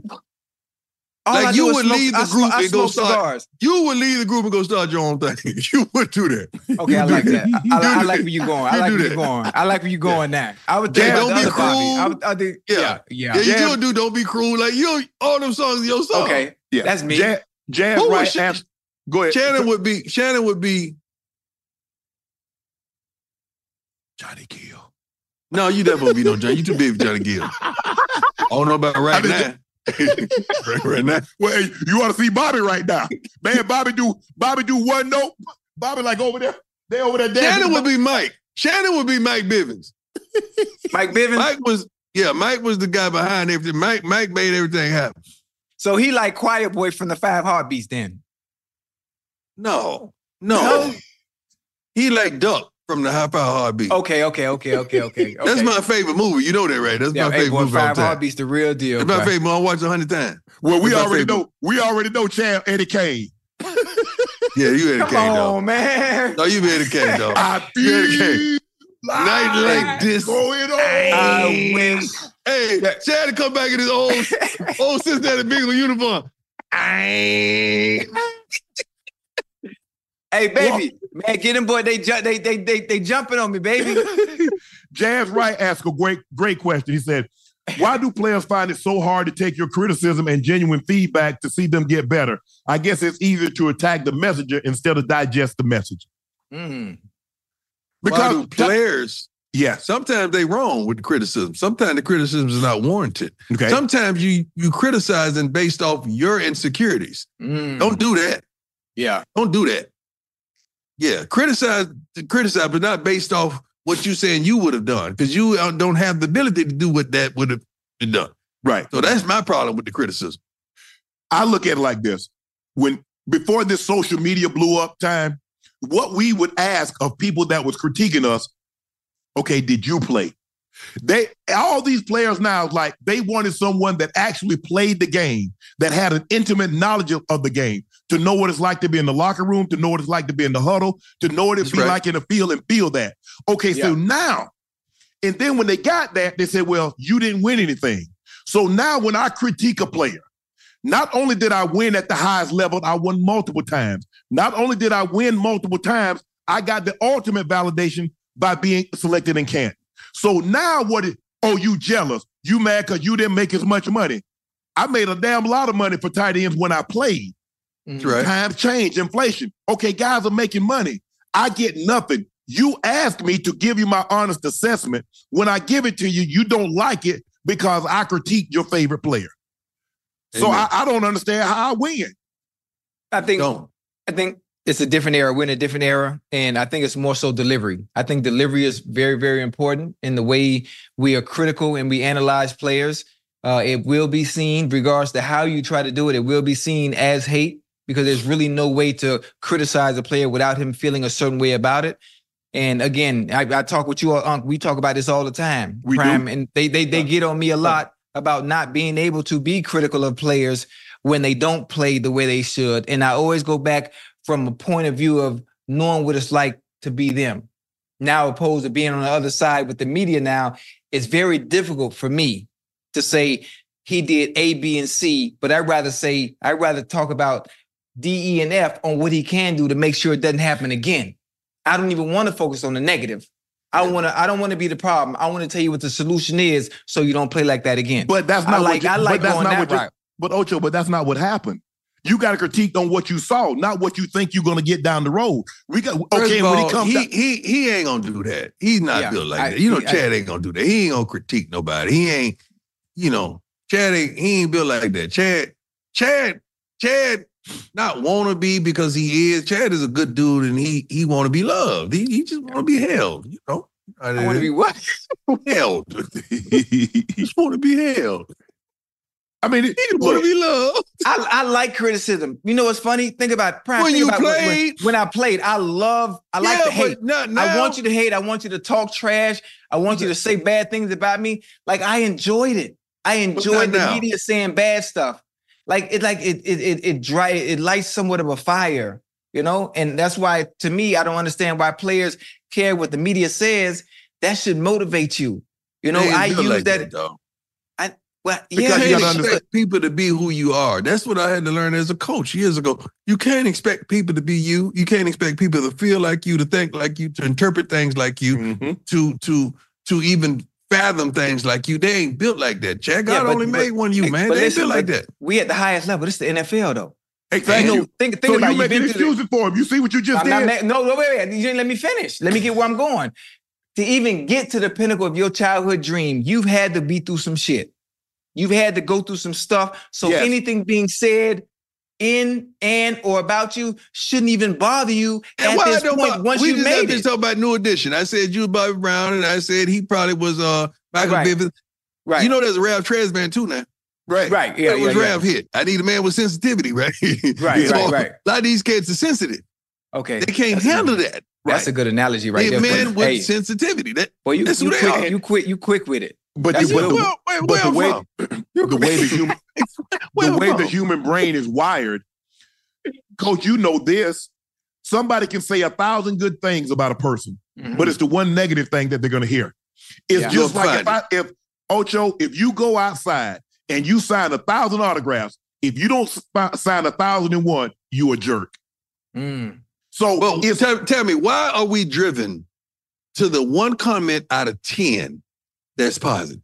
All Like, I you do is would smoke- leave the I smoke- group I and go smoke start- cigars. You would leave the group and go start your own thing. You would do that. Okay, I like that. I, I, I like where you're going. I You like do where you're that. going. I like where you're going now. I would think Yeah, about don't the be other Bobby. I cruel. would, I think, Yeah. yeah, yeah. Yeah, you Jab- do do. Don't be cruel. Like you, all them songs are your song. Okay, Yeah. that's me. Jab, jab Who was right she- after. Go ahead. Shannon would be. Shannon would be. Johnny Gill. No, you never be no Johnny. You too big for Johnny Gill. I don't know about right I now. right, right now. Well, hey, you ought to see Bobby right now, man. Bobby do Bobby do one note. Bobby like over there. They over there. dancing. Shannon would be Mike. Shannon would be Mike Bivens. Mike Bivens. Mike was yeah. Mike was the guy behind everything. Mike Mike made everything happen. So he like Quiet Boy from the Five Heartbeats. Then No, no. he like Duck from the High Five Heartbeat. okay, okay, okay, okay, Oh, okay. okay. That's my favorite movie. You know that, right? That's yeah, my hey, favorite boy, movie. all Five time. Heartbeats, the real deal. That's my bruh. favorite movie. I watched a hundred times. Well, we That's my already favorite. know. We already know. Chad Eddie Kane. Yeah, you had a Come cane dog. on, man. No, you had a cane dog. I Yeah, feel okay. Night like this. going on. I wish. Hey, Chad to come back in his old old Cincinnati Bengal uniform. Hey, baby, man, get them boy. They ju- they they they they jumping on me, baby. Jazz Wright asked a great, great question. He said, Why do players find it so hard to take your criticism and genuine feedback to see them get better? I guess it's easier to attack the messenger instead of digest the message. Mm. Because Because players yes, sometimes they wrong with criticism. Sometimes the criticism is not warranted. okay, Sometimes you you criticizing based off your insecurities. Mm. Don't do that. yeah. Don't do that. Yeah, criticize criticize, but not based off what you saying you would have done because you uh, don't have the ability to do what that would have been done. right. So that's my problem with the criticism. I look at it like this: when before this social media blew up time, what we would ask of people that was critiquing us, okay, did you play? They all these players now like they wanted someone that actually played the game, that had an intimate knowledge of, of the game, to know what it's like to be in the locker room, to know what it's like to be in the huddle, to know what it's That's be right. like in the field and feel that. Okay, so now, and then when they got that, they said, Well, you didn't win anything. So now when I critique a player, not only did I win at the highest level, I won multiple times. Not only did I win multiple times, I got the ultimate validation by being selected in camp. So now what is, oh, you jealous? You mad because you didn't make as much money. I made a damn lot of money for tight ends when I played. Mm. Right. Times change, inflation. Okay, guys are making money. I get nothing. You ask me to give you my honest assessment. When I give it to you, you don't like it because I critique your favorite player. So Amen. I, I don't understand how I win. I think Don't. I think it's a different era. We're in a different era, and I think it's more so delivery. I think delivery is very, very important in the way we are critical and we analyze players. Uh, it will be seen, regards to how you try to do it. It will be seen as hate because there's really no way to criticize a player without him feeling a certain way about it. And again, I, I talk with you, all, Unc. We talk about this all the time. We do. and they they they get on me a lot about not being able to be critical of players when they don't play the way they should. And I always go back from a point of view of knowing what it's like to be them. Now, opposed to being on the other side with the media now, it's very difficult for me to say he did A, B, and C, but I'd rather say, I'd rather talk about D, E, and F on what he can do to make sure it doesn't happen again. I don't even want to focus on the negative. I want to. I don't want to be the problem. I want to tell you what the solution is, so you don't play like that again. But that's I not like. what you, I like but that's going not that what you- route. But Ocho, but that's not what happened. You got to critique on what you saw, not what you think you're going to get down the road. We got First okay of when all, it comes. he, down- he he ain't gonna do that. He's not Yeah, built like I- that. You know, he- I- Chad ain't gonna do that. He ain't gonna critique nobody. He ain't, you know, Chad ain't he ain't built like that. Chad, Chad, Chad, not wanna be because he is. Chad is a good dude and he he wanna be loved. He, he just wanna be held, you know. I want to be what? held. he just wanna be held. I mean, He just wanna look, be loved. I, I like criticism. You know what's funny? Think about prime. When think you about when, played. when I played, I love. I like to hate. but not I now. want you to hate. I want you to talk trash. I want you to say bad things about me. Like I enjoyed it. I enjoyed the now. media saying bad stuff. Like it, like it, it, it, it dry. It lights somewhat of a fire, you know. And that's why, to me, I don't understand why players care what the media says. That should motivate you. You know, They ain't I built use like that. dog. Well, Because yeah, you it gotta is. understand people to be who you are. That's what I had to learn as a coach years ago. You can't expect people to be you. You can't expect people to feel like you, to think like you, to interpret things like you, Mhm. to to to even fathom things like you. They ain't built like that. Jack, Yeah, God but- only but- made one you, Hey, man. but They ain't listen, built like but that. We at the highest level. This is the NFL though. Hey, thank You you. know, think think So you about it. making You've been through this. excuses for him. You see what you just I'm did? not ma- no, no, wait, wait. You didn't let me finish. Let me get where I'm going. To even get to the pinnacle of your childhood dream, you've had to be through some shit. You've had to go through some stuff. So Yes. anything being said in and or about you shouldn't even bother you And at why this don't point buy- once we you just made had it. this talk about New Edition. I said you, Bobby Brown, and I said he probably was uh Michael Right. Bivins. right. You know, there's a Ralph Tresman too now. right. right. Yeah, it yeah, was yeah. Ralph hit. I need a man with sensitivity, right? Right, So, right, right. A lot of these kids are sensitive. Okay. They can't That's a good- handle that. That's a good analogy right They there. men but, with hey, sensitivity. That, boy, you, that's you, who they quick, are. you quick, you quick with it. But, That's the, but, it. the, Well, oh, wait, but where the I'm way from? the way the human Where the I'm way the from? human brain is wired, coach, you know this. Somebody can say a thousand good things about a person, but it's the one negative thing that they're going to hear. It's Mm-hmm. Yeah. just You'll like if I, find if Ocho, if you go outside and you sign a thousand autographs, if you don't sp- sign a thousand and one, you a jerk. Mm. So Well, it's tell, tell me, why are we driven to the one comment out of 10 that's positive?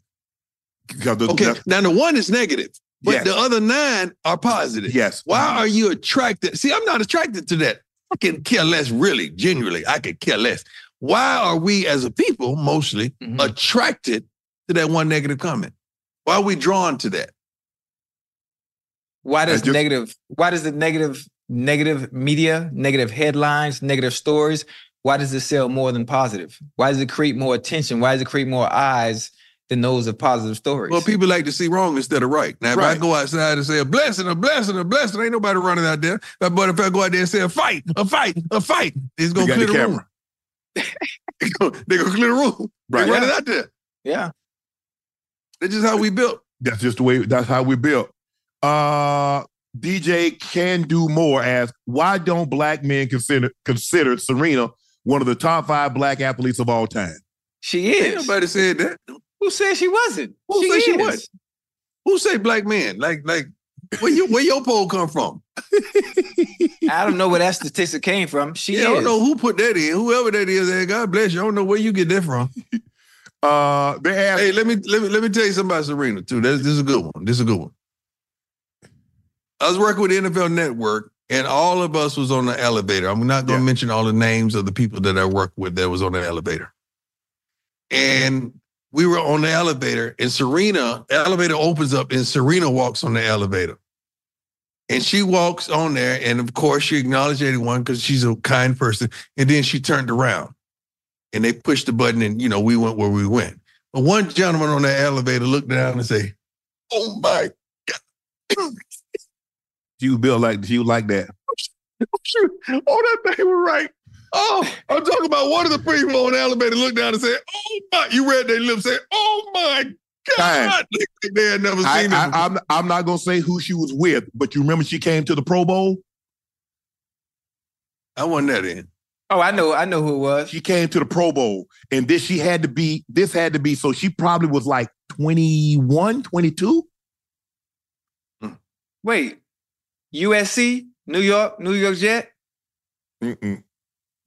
because the- Okay. that's- Now, the one is negative, but Yes. the other nine are positive. yes. Why are you attracted? See, I'm not attracted to that. I can care less, really, genuinely. I could care less. Why are we as a people mostly Mhm. Mm-hmm. attracted to that one negative comment? Why are we drawn to that? Why does I do- negative? Why does the negative, negative media, negative headlines, negative stories? Why does it sell more than positive? Why does it create more attention? Why does it create more eyes than those of positive stories? Well, people like to see wrong instead of right. Now, if I Right. go outside and say a blessing, a blessing, a blessing, ain't nobody running out there. But, but if I go out there and say a fight, a fight, a fight, it's They gonna got clear the the, room. camera. They're gonna, they gonna clear the room. Right. They're running out there. yeah, That's just how we built. That's just the way. That's how we built. Uh, DJ can do more. As why don't black men consider consider Serena one of the top five black athletes of all time? she Ain't is. nobody said that. Who said she wasn't? Who said she was? is. Who say black man? Like, like where you where your poll come from? I don't know where that statistic came from. She Yeah, I is. don't know who put that in. Whoever that is, hey, God bless you. I don't know where you get that from. Uh, they asked. Hey, let me let me let me tell you something about Serena too. This, this is a good one. This is a good one. I was working with the NFL Network, and all of us was on the elevator. I'm not going to Yeah. mention all the names of the people that I worked with that was on the elevator. And we were on the elevator, and Serena the elevator opens up, and Serena walks on the elevator. And she walks on there, and of course she acknowledged anyone because she's a kind person. And then she turned around, and they pushed the button, and you know we went where we went. But one gentleman on the elevator looked down and said, "Oh my you built like you like that. shoot! Oh, that thing was right." Oh, I'm talking about one of the people on the elevator looked down and said, "Oh my!" You read their lips, said, "Oh my God!" Like they had never I, seen it. I, I'm I'm not gonna say who she was with, but you remember she came to the Pro Bowl. I want that in. Oh, I know. I know who it was. She came to the Pro Bowl, and this she had to be. This had to be. So she probably was like 21, 22. Wait, USC, New York, New York Jet. Mm-mm.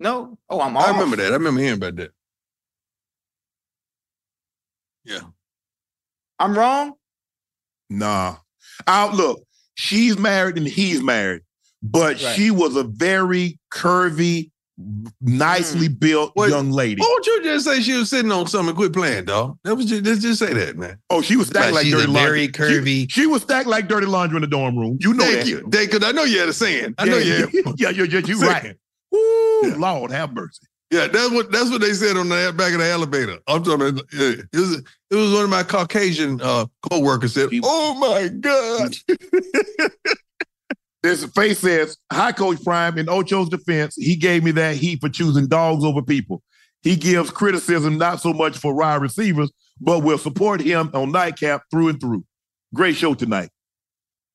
No. Oh, I'm. I off. remember that. I remember hearing about that. Yeah. I'm wrong. Nah. Outlook. She's married and he's married, but Right. she was a very curvy, nicely built Mm. What- Oh, young lady. Why don't you just say she was sitting on something and quit playing, dog? That was just, just, just say that, man. Oh, she was stacked Like, like she's dirty a very laundry. curvy- She, she was stacked like dirty laundry in the dorm room. You know Thank that. you. Thank you. I know you had a saying. I know you yeah, had yeah, yeah, yeah, you Saying. right. Woo, Yeah. Lord have mercy. Yeah, that's what that's what they said on the back of the elevator. I'm talking. About, yeah, it was it was one of my Caucasian uh, co-workers said, People- "Oh my god!" This face says, "Hi, Coach Prime. In Ocho's defense, he gave me that heat for choosing dogs over people. He gives criticism not so much for wide receivers, but will support him on nightcap through and through. Great show tonight."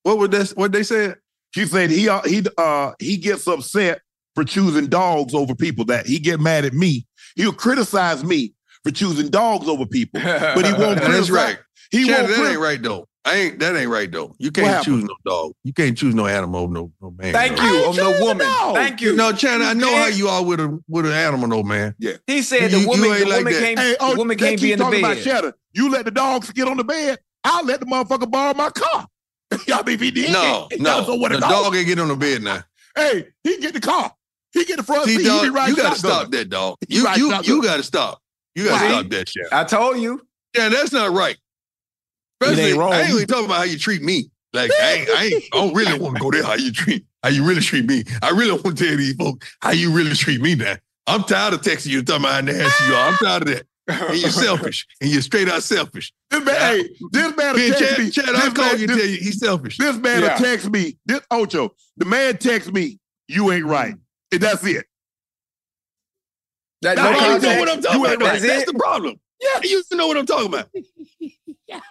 What would that? What they said? She said he uh, he uh he gets upset for choosing dogs over people. That he get mad at me. He'll criticize me for choosing dogs over people, but he won't. That's criticize- right. He Shannon, won't. that crit- ain't right though. I ain't that ain't right though. You What can't happened? choose no dog. You can't choose no animal, no no man. Thank dog. you, of no woman. know. Thank you. No, China, I know how can't- you are with a with an animal, no man. he said you- the you woman, the ain't like woman oh, that. can't, Hey, oh, the woman they can't keep be in the talking bed. about cheddar. You let the dogs get on the bed. I'll let the motherfucker borrow my car. Y'all mean if he did? No, he no. doesn't know what The a dog. dog ain't get on the bed now. Hey, he get the car. He get the front See, seat. dog, he you be riding gotta shotgun. stop that, dog. You ride you shotgun. you gotta stop. You gotta Why? stop that shit. I told you. Yeah, that's not right. Especially, wrong. I ain't even talking about how you treat me. Like I ain't, I ain't, I don't really want to go there. How you treat, how you really treat me. I really want to tell these folks how you really treat me. Now I'm tired of texting you and talking about how nasty you are. I'm tired of that. And you're selfish, and you're straight out selfish. This man, hey, this man Man, text me. Chad, Chad, I this man, call you, and this- tell you he's selfish. This man Yeah. attacks me. This Ocho, the man texts me, you ain't right. And that's it. That, No, no I don't context. know what I'm talking You about. ain't That's, right. that's the problem. Yeah, you know what I'm talking about.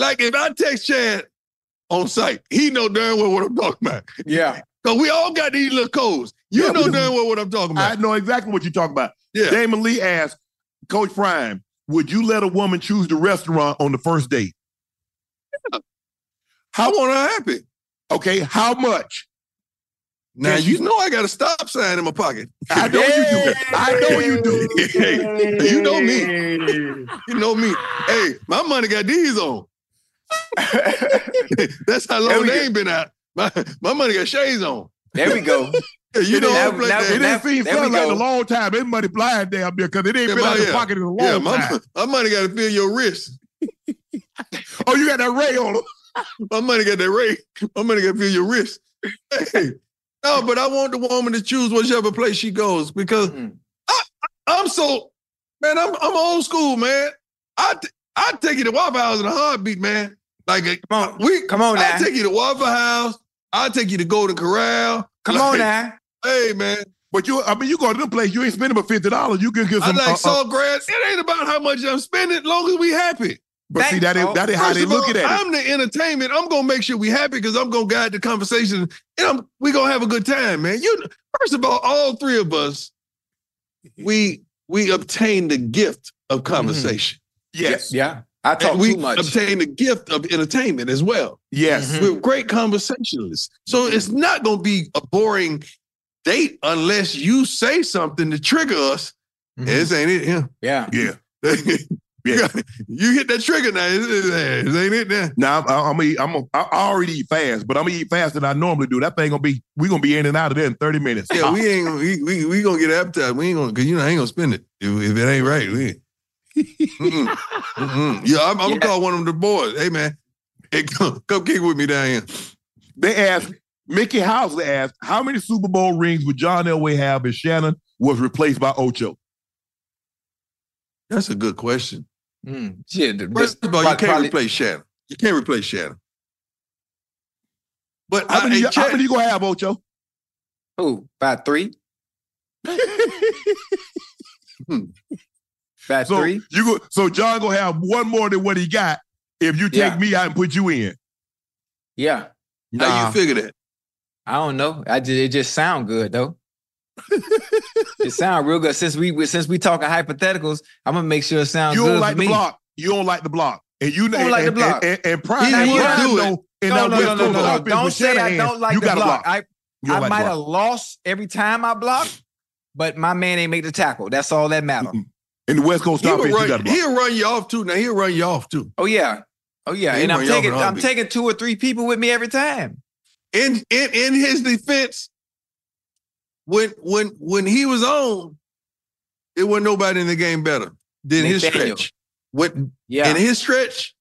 Like if I text Chad on site, he know darn well what I'm talking about. yeah. Cause we all got these little codes. You Yeah, know we- damn well what I'm talking I about. know exactly what you're talking about. yeah. Damon Lee asked Coach Prime, would you let a woman choose the restaurant on the first date? I want her happy. Okay, how much? Now Yes, you know I got a stop sign in my pocket. I know you do. I know you do. you know me. You know me. Hey, my money got these on. That's how There long we they go. ain't been out. My, my money got shades on. There we go. Yeah, you know Now- I'm like now- It that. now- didn't seem there we fun like in go. a long time. It money blind down there because it ain't Yeah, been my- out of the yeah. pocket in a long Yeah, my, time. my money got to feel your wrist. Oh, you got that ray on him. My money got that ray. My money got to feel your wrist. Hey, no, but I want the woman to choose whichever place she goes because Mm. I, I, am so man. I'm I'm old school, man. I t- I take you to Waffle House in a heartbeat, man. Like a, Come on. we Come on now. I'll take you to Waffle House. I'll take you to Golden Corral. Come Like, on now. Hey, man. But you, I mean, you go to the place, you ain't spending but fifty dollars. You can get I some. like uh, uh, salt grass. It ain't about how much I'm spending, long as we happy. but see, that ain't that ain't how First they of all, looking at it. I'm the entertainment. I'm gonna make sure we happy because I'm gonna guide the conversation, and I'm, we gonna have a good time, man. You first of all, all three of us, Mm-hmm. we we obtain the gift of conversation. Mm-hmm. Yes, Yeah. I talk And we too much. obtain the gift of entertainment as well. yes. Mm-hmm. Mhm. We're great conversationalists, so it's not gonna be a boring date unless you say something to trigger us. Mhm. This ain't it, yeah. Yeah. Mm-hmm. Yeah. you, got- you hit that trigger now. It, it- it ain't it now. Now I'm, I'm, eat, I'm a, I already eat fast, but I'm gonna eat faster than I normally do. That thing gonna be we gonna be in and out of there in 30 minutes. Yeah, we ain't we we, we gonna get appetized. We ain't gonna cause you know I ain't gonna spend it if, if it ain't right. We ain't. Mm-mm. Mm-mm. Yeah, I'm, I'm gonna Yeah. call one of the boys. Hey man, hey, come come kick with me down here. they asked Mickey House asked how many Super Bowl rings would John Elway have if Shannon was replaced by Ocho? That's a good question. Mm. Shit. the- First of all, you probably- can't probably- replace Shannon. You can't replace Shannon. But How I, many, hey, how Chad- many you gonna have, Ocho? Who? About three? About So Hmm. three? you go, so John gonna have one more than what he got if you take Yeah. me out and put you in. Yeah. how Nah. you figure that? I don't know. I just it just sound good though. it sound real good. Since we since we talking hypotheticals, I'm gonna make sure it sounds You good don't for like the me. block. You don't like the block. And you know don't like the block. And, and, and Prime, He would Prime do it. know- and No, I'm no, with no, no, Coach no, no. Offense Don't with say I Shanahan, don't like you the gotta block. I, You I don't like the might block. have lost every time I blocked, but my man ain't make the tackle. That's all that matter. Mm-mm. Mm-hmm. In the West Coast He offense, will you got run, to block. he'll run you off too. Now he'll run you off too. Oh yeah. Oh yeah. Yeah, he and I'm bring y'all taking with a I'm heartbeat. taking two or three people with me every time. in in in his defense, when when when he was on, there wasn't nobody in the game better than his Nathaniel. stretch. When Yeah. in his stretch,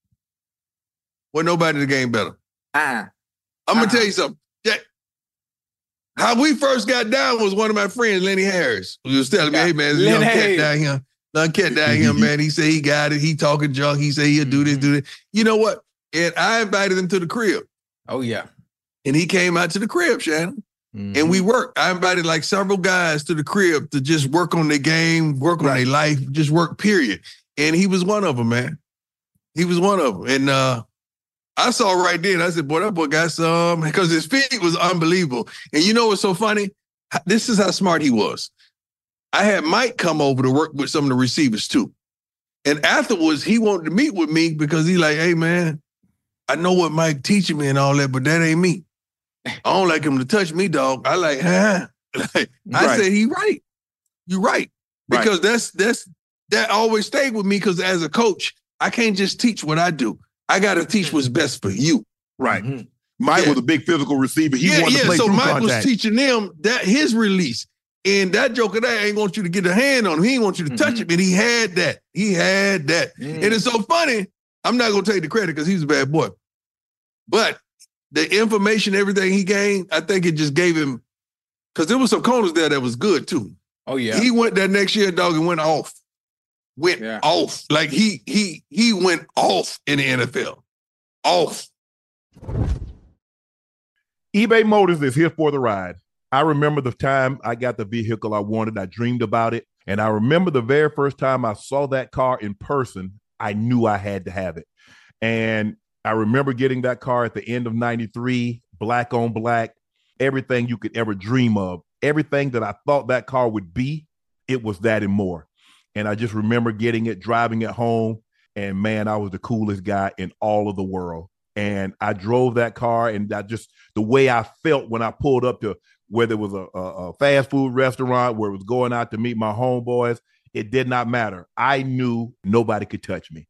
wasn't nobody in the game better. uh I'm gonna Uh-uh. tell you something. That- how we first got down was one of my friends, Lenny Harris. He was telling me, Yeah. "Hey man, there's a young Lenny. Mm-hmm. cat down here, young cat down here, man. He said he got it. He talking junk. He said he'll do this, do this. You know what? And I invited him to the crib, Oh yeah. and he came out to the crib, Shannon and we worked. I invited like several guys to the crib to just work on their game, work on their life, just work. Period. And he was one of them, man. He was one of them, and uh, I saw right then. I said, "Boy, that boy got some," because his feet was unbelievable. And you know what's so funny? H- This is how smart he was. I had Mike come over to work with some of the receivers too, and afterwards he wanted to meet with me because he like, "Hey, man." I know what Mike teaching me and all that, but that ain't me. I don't like him to touch me, dog. I like, huh? Like, I Right. said he right. You right. Right. Because that's that's that always stayed with me because as a coach, I can't just teach what I do. I gotta teach what's best for you. Right. Mhm. Mike Yeah. was a big physical receiver. He wanted to play so through Mike was contact. teaching them that his release. And that joker that ain't want you to get a hand on him. He ain't want you to Mm-hmm. touch him. And he had that. He had that. Mm. And it's so funny. I'm not gonna take the credit because he's a bad boy. But the information, everything he gained, I think it just gave him because there was some corners there that was good too. Oh yeah. He went that next year, dog, and went off. Went Yeah. off. Like he he he went off in the NFL. Off. eBay Motors is here for the ride. I remember the time I got the vehicle I wanted. I dreamed about it. And I remember the very first time I saw that car in person, I knew I had to have it. And I remember getting that car at the end of 93, black on black, everything you could ever dream of, everything that I thought that car would be, it was that and more. And I just remember getting it, driving it home. And man, I was the coolest guy in all of the world. And I drove that car, and I just the way I felt when I pulled up to whether it was a, a, a fast food restaurant where it was going out to meet my homeboys, it did not matter. I knew nobody could touch me.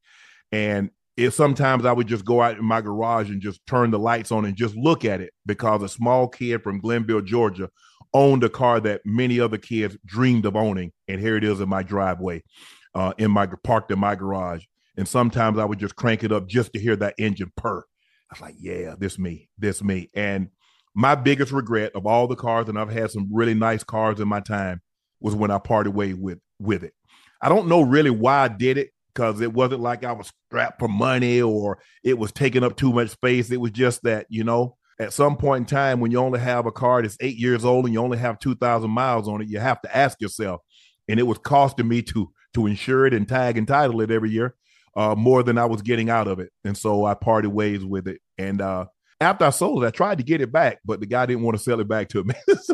And if sometimes I would just go out in my garage and just turn the lights on and just look at it because a small kid from Glenville, Georgia owned a car that many other kids dreamed of owning. And here it is in my driveway, uh, in my parked in my garage. And sometimes I would just crank it up just to hear that engine purr. I was like, yeah, this me, this me. And my biggest regret of all the cars, and I've had some really nice cars in my time, was when I parted away with with it. I don't know really why I did it because it wasn't like I was strapped for money or it was taking up too much space. It was just that you know, at some point in time, when you only have a car that's eight years old and you only have two thousand miles on it, you have to ask yourself. And it was costing me to to insure it and tag and title it every year uh, more than I was getting out of it. And so I parted ways with it. And uh, after I sold it, I tried to get it back, but the guy didn't want to sell it back to me. so,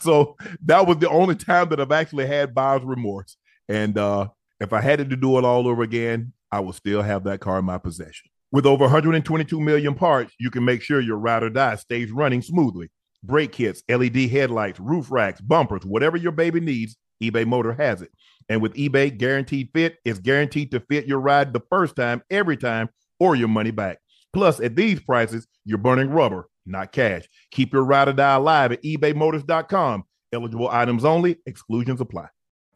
so that was the only time that I've actually had buyer's remorse. And uh, if I had to do it all over again, I would still have that car in my possession. With over 122 million parts, you can make sure your ride or die stays running smoothly. Brake kits, LED headlights, roof racks, bumpers, whatever your baby needs, eBay Motor has it. And with eBay Guaranteed Fit, it's guaranteed to fit your ride the first time, every time, or your money back. Plus, at these prices, you're burning rubber, not cash. Keep your ride or die alive at ebaymotors.com. Eligible items only, exclusions apply.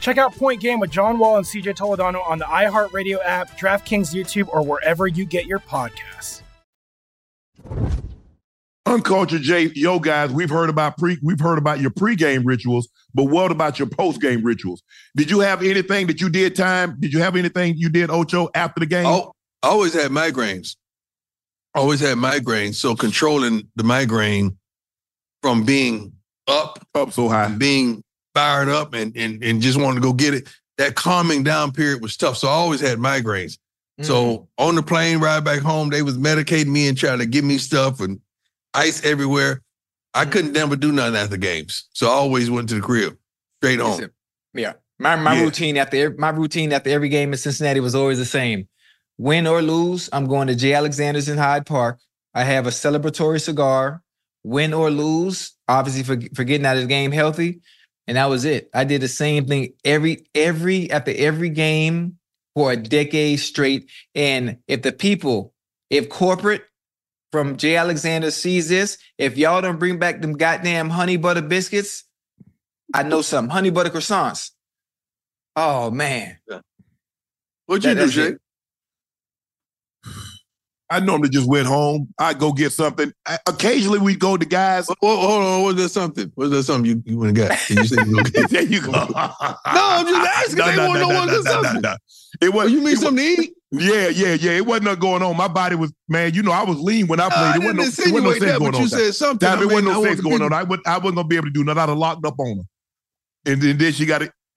Check out Point Game with John Wall and CJ Toledano on the iHeartRadio app, DraftKings YouTube, or wherever you get your podcasts. Uncultured J, yo guys, we've heard about pre, we've heard about your pregame rituals, but what about your postgame rituals? Did you have anything that you did time? Did you have anything you did Ocho after the game? Oh, I always had migraines. Always had migraines. So controlling the migraine from being up, up so high. being fired up, and and and just wanting to go get it. That calming down period was tough. So I always had migraines. Mm. So Mm-hmm. on the plane ride back home, they was medicating me and trying to give me stuff and ice everywhere. I Mm-hmm. couldn't never do nothing after games, so I always went to the crib, straight home. Listen, yeah. My my Yeah. routine after ev- my routine after every game in Cincinnati was always the same. Win or lose, I'm going to Jay Alexander's in Hyde Park. I have a celebratory cigar. Win or lose, obviously for, for getting out of the game healthy, and that was it. I did the same thing every every after every game for a decade straight. And if the people, if corporate from Jay Alexander sees this, if y'all don't bring back them goddamn honey butter biscuits, I know something. Honey butter croissants. Oh man. What'd That- that's it. I normally just went home. I go get something. I, occasionally we go to guys. Hold hold on, was there something? Was there something you, you went and got? Did you say you went and got? there you go. no, I'm just asking. They wanna know was there something? It was. you mean something to eat? Yeah, yeah, yeah. It wasn't nothing going on. My body was, man. You know, I was lean when I No, played. I it wasn't no, didn't it wasn't no insinuate sex going that, but on. you back. said something. Nah, I it wasn't mean, I no want sex the going on. people- I would, I wasn't gonna be able to do nothing. I'd have locked up on her, and then, then she got it.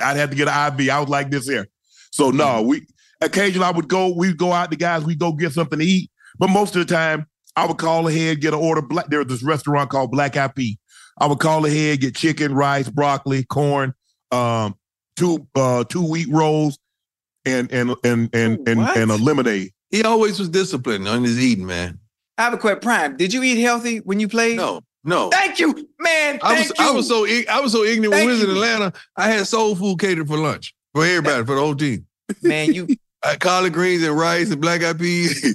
I'd have to get an IV. I was like this here. So Mm-hmm. no, we occasionally I would go. We'd go out to guys. We'd go get something to eat. But most of the time, I would call ahead, get an order. Black, there was this restaurant called Black Eyed Pea. I would call ahead, get chicken, rice, broccoli, corn, um, two uh, two wheat rolls, and and and and and, What? and a lemonade. He always was disciplined on his eating, man. I have a quick prime. Did you eat healthy when you played? No, no. Thank you, man. I was Thank you. I was so ig- I was so ignorant Thank when we was in you. Atlanta. I had soul food catered for lunch for everybody for the whole team. man, you I had collard greens and rice and black eyed peas,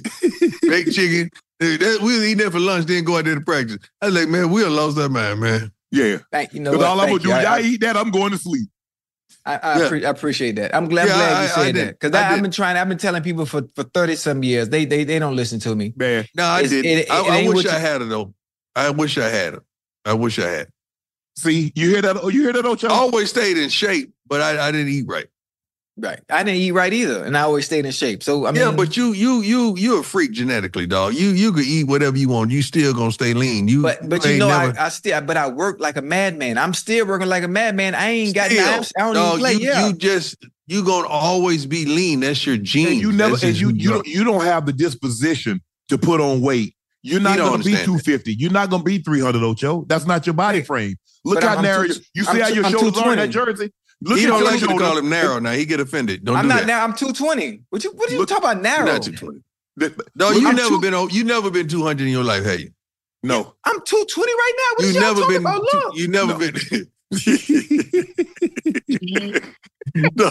baked chicken. Dude, that- we was eating that for lunch, then go out there to practice. I was like, man, we done lost that mind, man. Yeah, thank you know. because what? all I'm gonna Thank do, you. y'all I, eat that. I'm going to sleep. I, I, Yeah. appre- I appreciate that. I'm glad, Yeah, glad I- you I- I said did. that because I I've did. been trying. I've been telling people for for thirty some years. They they they don't listen to me. Man, No, I It's- didn't. it- I, it I ain't wish what I you- had it though. I wish I had it. I wish I had. It. see, you hear that? Oh, you hear that, Ocho? I always stayed in shape, but I, I didn't eat right. Right. I didn't eat right either, and I always stayed in shape. So I mean, yeah, but you you you you're a freak genetically, dog. You you could eat whatever you want. You still gonna stay lean. You But but you ain't know never- I, I still but I work like a madman. I'm still working like a madman. I ain't got Still, knives. I don't dog, even play. you, yeah. you just you gonna always be lean. That's your gene. and you never That's and just you who you are. don't, you don't have the disposition to put on weight. You're not don't going to be understand 250. that. You're not going to be 300, Ocho. That's not your body frame. Look But how I'm- I'm narrow two- you- you I'm see how two- your I'm shoulders are in that 220. jersey. Look he at don't your like you to shoulders. call him narrow. Now he get offended. Don't I'm do not that. now. I'm 220. What you what are you Look- talking about You're narrow? not 220. Th- No, look, you I'm never two- been o- you never been 200 in your life, have you? No, I'm 220 right now. What You you all never talking about? been two- Look. you never No. been No.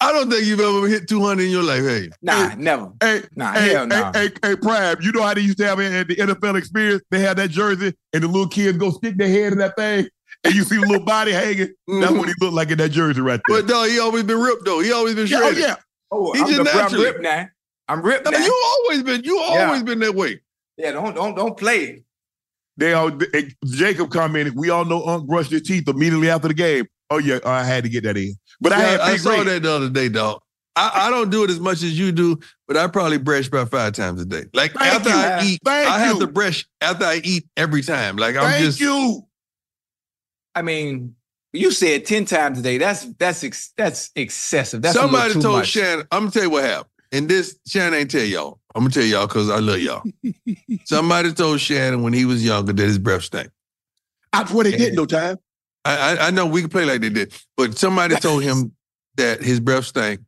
I don't think you've ever hit 200 in your life, have you? Nah, never. hey, Nah, hey, hell no. hey, hey, hey, Prime, you know how they used to have it at the NFL experience? They had that jersey, and the little kids go stick their head in that thing, and you see the little body hanging. That's what he looked like in that jersey right there. But dog, he always been ripped though. He always been yeah, oh, shredded. yeah. Oh, He I'm, just the- I'm naturally- ripped now. I'm ripped No, now. you always been you Yeah. always been that way. yeah, don't don't don't play. They all eh, Jacob commented, we all know Unc brushed his teeth immediately after the game. Oh yeah, I had to get that in. But I Yeah, had big saw red. that the other day, dog. I, I don't do it as much as you do, but I probably brush about five times a day. Like Thank after you. I eat, Thank I have you. to brush after I eat every time. Like I'm Thank just you. I mean, you said 10 times a day. That's that's ex, that's excessive. That's Somebody a little too told much. Shannon, I'm gonna tell you what happened. And this Shannon ain't tell y'all. I'm gonna tell y'all because I love y'all. Somebody told Shannon when he was younger that his breath stank. That's what they did no time. I, I I know we can play like they did, but somebody told him that his breath stank,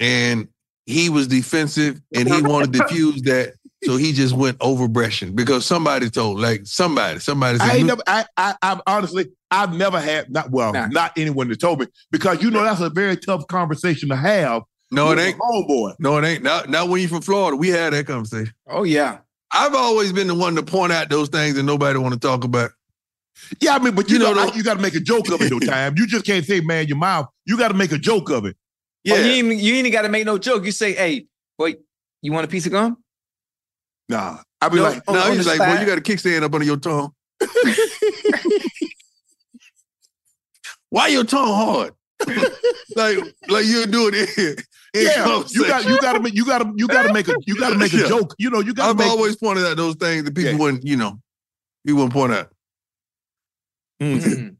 and he was defensive and he wanted to diffuse that, so he just went over brushing because somebody told, like somebody, somebody said, I ain't "Look, never I I I've honestly I've never had not well, Nah. not anyone that told me because you know that's a very tough conversation to have. no, it with a ain't, homeboy. no, it ain't. Not not when you from Florida. We had that conversation. Oh yeah. I've always been the one to point out those things that nobody want to talk about. Yeah, I mean, but you, You know, know, like, though- you gotta make a joke of it no time. You just can't say man your mouth. You gotta make a joke of it. Oh, you ain't you ain't gotta make no joke. You say, hey, wait, you want a piece of gum? Nah. I be no, like, on- no, on he's the like, well, side. you got a kickstand up under your tongue. Why your tongue hard? like, like you do it in, in yeah, you got conversation. you gotta make you gotta you gotta make a you gotta make a Yeah. joke. You know, you gotta I've make always pointed out those things that people Yeah. wouldn't, you know, you wouldn't point out. Mm-hmm. Mm.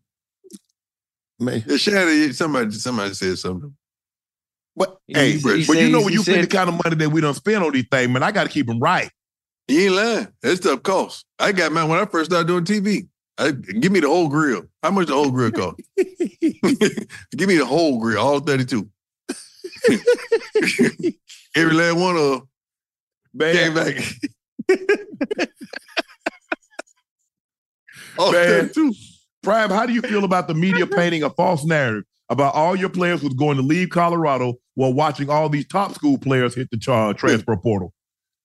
man. Yeah, Shannon, somebody, somebody said something. But He- hey, he but said- you know he when you pay said- the kind of money that we don't spend on these things, man, I got to keep them right. You ain't lying. That stuff costs. I got mine when I first started doing TV. I, give me the whole grill. How much the whole grill cost? give me the whole grill, all 32. Every last one of them came back. Oh, man. Prime, how do you feel about the media painting a false narrative about all your players who's going to leave Colorado while watching all these top school players hit the tra- transfer portal?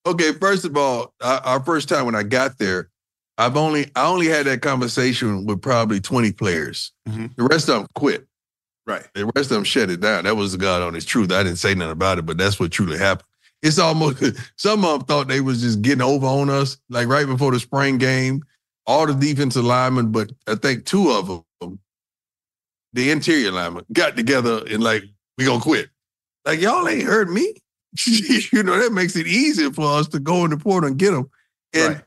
Okay, first of all, I- our first time when I got there, I've only I only had that conversation with probably 20 players. The rest of them quit. Right. The rest of them shut it down. That was the God honest truth. I didn't say nothing about it, but that's what truly happened. It's almost some of them thought they was just getting over on us, like right before the spring game. All the defensive linemen, but I think two of them, the interior linemen, got together and like, we gonna quit. Like y'all ain't heard me. you know, that makes it easier for us to go in the port and get them. And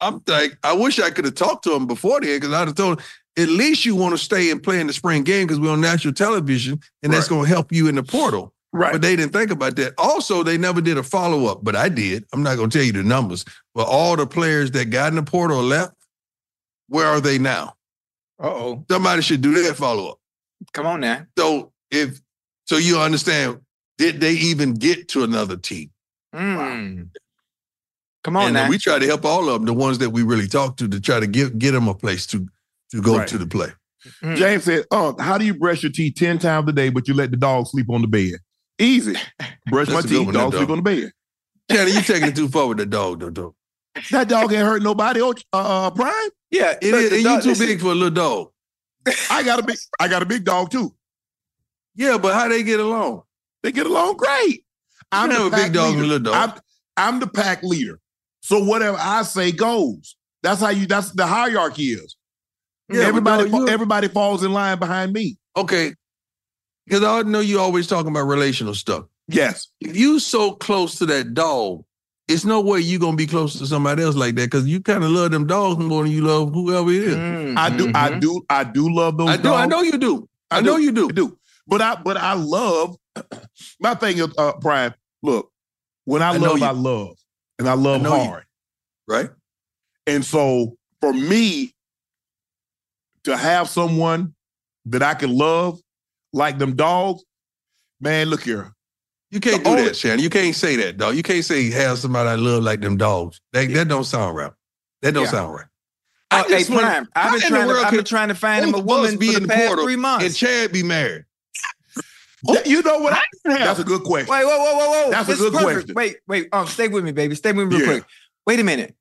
I'm like, I wish I could have talked to him before then because I'd have told him, at least you want to stay and play in the spring game because we're on national television and that's going to help you in the portal. Right. But they didn't think about that. Also, they never did a follow up, but I did. I'm not going to tell you the numbers, but all the players that got in the portal and left, where are they now? Uh oh. Somebody should do that follow up. Come on now. So if so, you understand? Did they even get to another team? Mm. Come on and then now. we try to help all of them, the ones that we really talk to, to try to give get them a place to to go Right. to the play. James said, Unc, how do you brush your teeth 10 times a day, but you let the dog sleep on the bed? Easy. Brush That's my a good teeth, one, dog that sleep dog. on the bed. Tanner, you taking it too far with the dog, though, dog. That dog ain't hurt nobody. Oh, uh, uh, Brian? Yeah, It is, and you too big for a little dog. I got a big, I got a big dog too. Yeah, but how they get along? They get along great. I'm have the a big pack dog and a leader. little dog. I'm, I'm the pack leader, so whatever I say goes. That's how you. That's the hierarchy is. Yeah, but everybody, dog, fa- you- everybody falls in line behind me. Okay. Because I know you always talking about relational stuff. Yes. If you so close to that dog, it's no way you gonna be close to somebody else like that because you kind of love them dogs more than you love whoever it is. I Mm-hmm. do. I do. I do love those. Mm-hmm, I do. I dogs. know you do. I, I know do. you do. I do. But I but I love my thing is uh Brian, look, when I, I know love, you. I love. And I love know you. hard. Right. And so for me to have someone that I can love, like them dogs, man, look here. You can't do that, Shannon. You can't say that, dog. You can't say have somebody I love like them dogs. That, that don't sound right. That don't Yeah. sound right. I, I hey, just wanna- Prime, I've how been in the trying. To, world I've been could trying to find him a both of us woman be for in the the past portal three And months. Chad be married. Oh. That- you know what? I, that's a good question. Wait, whoa, whoa, whoa, whoa! That's a This is good perfect. question. Wait, wait. Um, stay with me, baby. Stay with me real Yeah. quick. Wait a minute.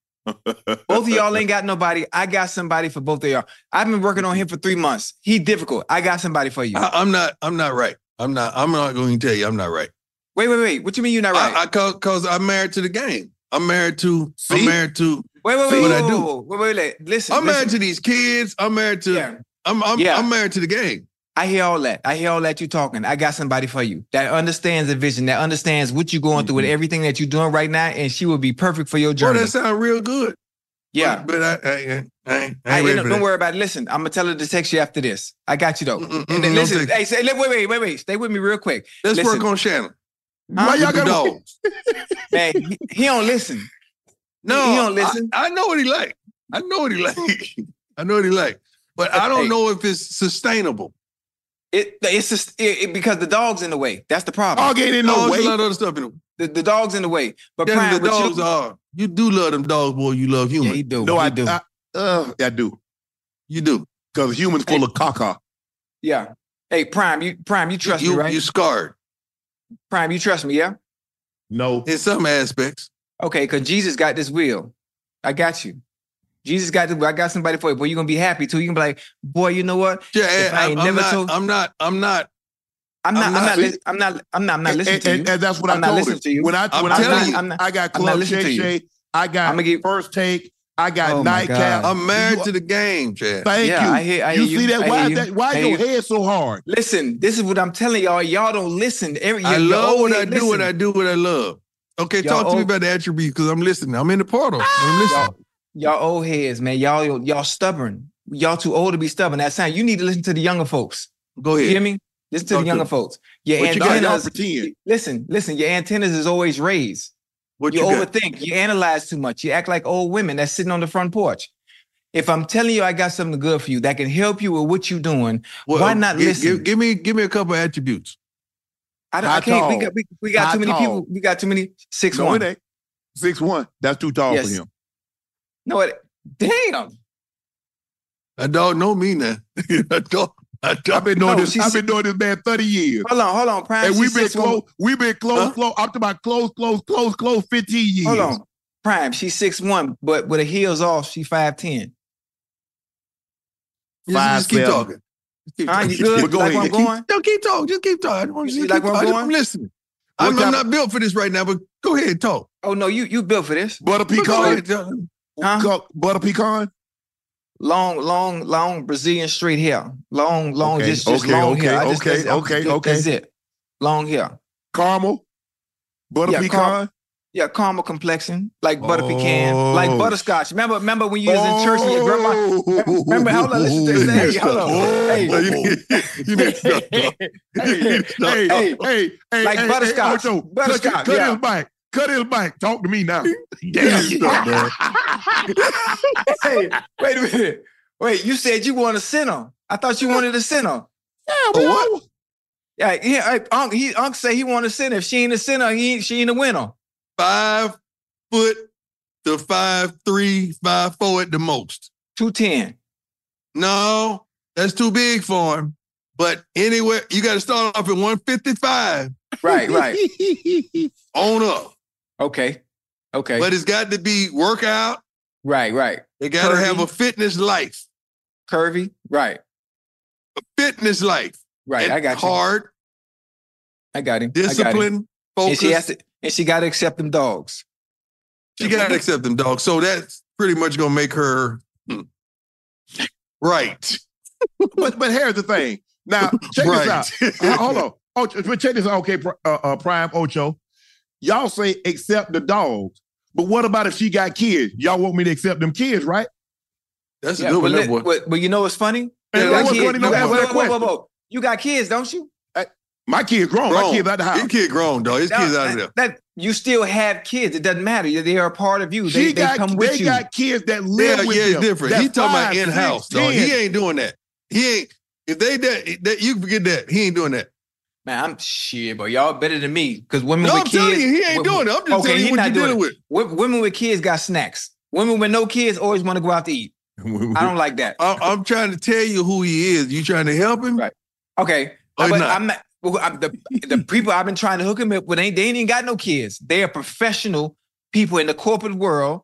Both of y'all ain't got nobody. I got somebody for both of y'all. I've been working on him for three months. He difficult. I got somebody for you. I, I'm not. I'm not right. I'm not. I'm not going to tell you. I'm not right. wait, wait, wait. What you mean you're not right? I, I cause, cause I'm married to the game. I'm married to. See? I'm married to. wait, wait, see wait, what wait, I wait, do. wait, wait, wait, wait. Listen, I'm listen. married to these kids. I'm married to. Yeah. I'm. I'm, Yeah. I'm married to the game. I hear all that. I hear all that you talking. I got somebody for you that understands the vision, that understands what you're going Mm-hmm. through and everything that you're doing right now, and she will be perfect for your Boy, journey. that sound real good. yeah. But, but I, I, I, ain't- I ain't. I Hey, ain't ready no, for don't that. worry about it. Listen, I'm gonna tell her to text you after this. I got you though. Mm-mm, and then mm-mm, listen, don't text hey, say, wait, wait, wait, wait. Stay with me real quick. Let's listen, work on Shannon. Huh? Why y'all With the gotta dog. man, he, he don't listen. No, He- he don't listen. I, I know what he like. I know what he like. I know what he like. But I Hey. don't know if it's sustainable. It it's just it, it- because the dog's in the way. That's the Oh. problem. Dog ain't in no Dogs, way. a lot of other stuff in them. The, the dog's in the way. But That's Prime, what the what dogs you, are. You do love them dogs more than you love yeah, humans. he do. No, he I do. do. I, uh, I do. you do. Because humans full of caca. yeah. Hey, Prime, you Prime, you trust you, me, right? You scarred Prime, you trust me, yeah? No. in some aspects. Okay, because Jesus got this will. I got you. Jesus got this. I got somebody for you. Boy, you're gonna be happy too. You can be like, boy, you know what? Yeah, If I I ain't am never not, told- I'm not. I'm not. I'm not. I'm I'm not- not. li- I'm not. I'm not. I'm not And- listening to and, you. and that's what I'm I not told listening him. to you. When I I'm when I telling got- you, I'm not- I got I'm not Club listening to Shay you. Shay, I I'ma got give- first take, I got Oh my nightcap. God. I'm married You- to the game, Chad. Thank Yeah, you. I hear- I you hear see you. I that? hear Why you. is that? Why I your hear you. head so hard? Listen, this is what I'm telling y'all. Y'all don't listen. Every I your- your love old what I head do. What I listen. do. What I love. Okay, Y'all talk to me old- about the attributes because I'm listening. I'm in the portal. I'm listening. Y'all old heads, man. Y'all y'all stubborn. Y'all too old to be stubborn. That's time you need to listen to the younger folks. Go You hear ahead. me? Listen to Talk the to younger them. folks. Your But you got y'all antennas. pretend. Listen, listen. Your antennas is always raised. What you, overthink. You analyze too much. You act like old women that's sitting on the front porch. If I'm telling you I got something good for you that can help you with what you're doing, Well, why not gi- gi- listen? Give, me give me a couple of attributes. I, don't, I can't. We got, we, we got too many people. We got too many. Six No, one. it ain't. Six one. That's too tall Yes. for him. No, it. Damn. A dog know me now. a dog. A dog. I've been doing No, this. she's- I've been doing this man thirty years. Hold on, hold on, Prime. And She we've been six one- close. We've been close. Close. I'm talking about close, close, close, close. Fifteen years. Hold on. Prime. She's six one, but with her heels off, she five ten. Just, just keep Five, seven. talking. Just keep All right, you talking. good? But go Like where ahead. I'm going? Keep, no, keep talking. Just keep talking. I want You you to like keep where I'm talking. going? I'm listening. What I'm, I'm type- not built for this right now, but go ahead and talk. Oh no, you you built for this. Butter pecan. Huh? Butter pecan. Long, long, long Brazilian straight hair. Long, long, Okay, just, just okay, long hair. okay, I just- okay, that's- I'm- okay, that- okay. That's it. Long hair. Caramel. Butter Yeah, pecan. car- yeah, caramel complexion, like butter pecan, like Oh. butterscotch. Remember, remember when you was in church and your grandma. Remember, hold on, listen to this. Hey, hold on. Hey, Oh. hey, hey, hey, hey, hey, Like hey, butterscotch. Ocho, cut- Butterscotch, Cut, yeah. his mic. Cut his mic. Talk to me now. Damn. hey, wait a minute. Wait, you said you want a sinner. I thought you wanted a sinner. Yeah, what? Yeah, yeah. Hey, Unc, he Unc say he want a sinner. If she ain't a sinner, he ain't, she ain't a winner. Five foot to five three, five four at the most. Two ten. No, that's too big for him. But anywhere you got to start off at one fifty five Right, right. on up. Okay, okay. But it's got to be workout. right, right. They got to Curvy. have a fitness life. Curvy. Right, Fitness life. right. I got you. Hard, I got him. I got him. discipline, And focus. she has to. And she got to accept them dogs. She got to accept them, dog. So that's pretty much gonna make her hmm, right. but but here's the thing. Now check Right. this out. Uh, hold on. Ocho, but check this out. Okay, Pri- uh, uh, Prime Ocho. Y'all say accept the dogs, but what about if she got kids? Y'all want me to accept them kids, right? That's Yeah, a but, good one. That li- boy. but, but you know what's funny? Yeah, that You got was kids- funny. No, whoa, answer that whoa, whoa, whoa, question. whoa. You got kids, don't you? My kid grown. My Grown. kid out the house. His kid grown, dog. His kid's Now, out of there. that, that- you still have kids. It doesn't matter. They are a part of you. They, She they got, come they with you. got kids that live Yeah, with yeah, it's them. different. That's He talking five, about six, in house, dog. He 10. ain't doing that. He ain't. If they that, that you forget that he ain't doing that. Man, I'm shit, but y'all better than me because women No, with I'm kids. telling you, he ain't doing it. I'm just telling you he what not you doing dealing it. Wo- Women with kids got snacks. Women with no kids always want to go out to eat. Mm-hmm. I don't like that. I, I'm trying to tell you who he is. You trying to help him? Right. Okay, Or but not. I'm not. well, I'm- the the people I've been trying to hook him up with ain't they ain't even got no kids. They are professional people in the corporate world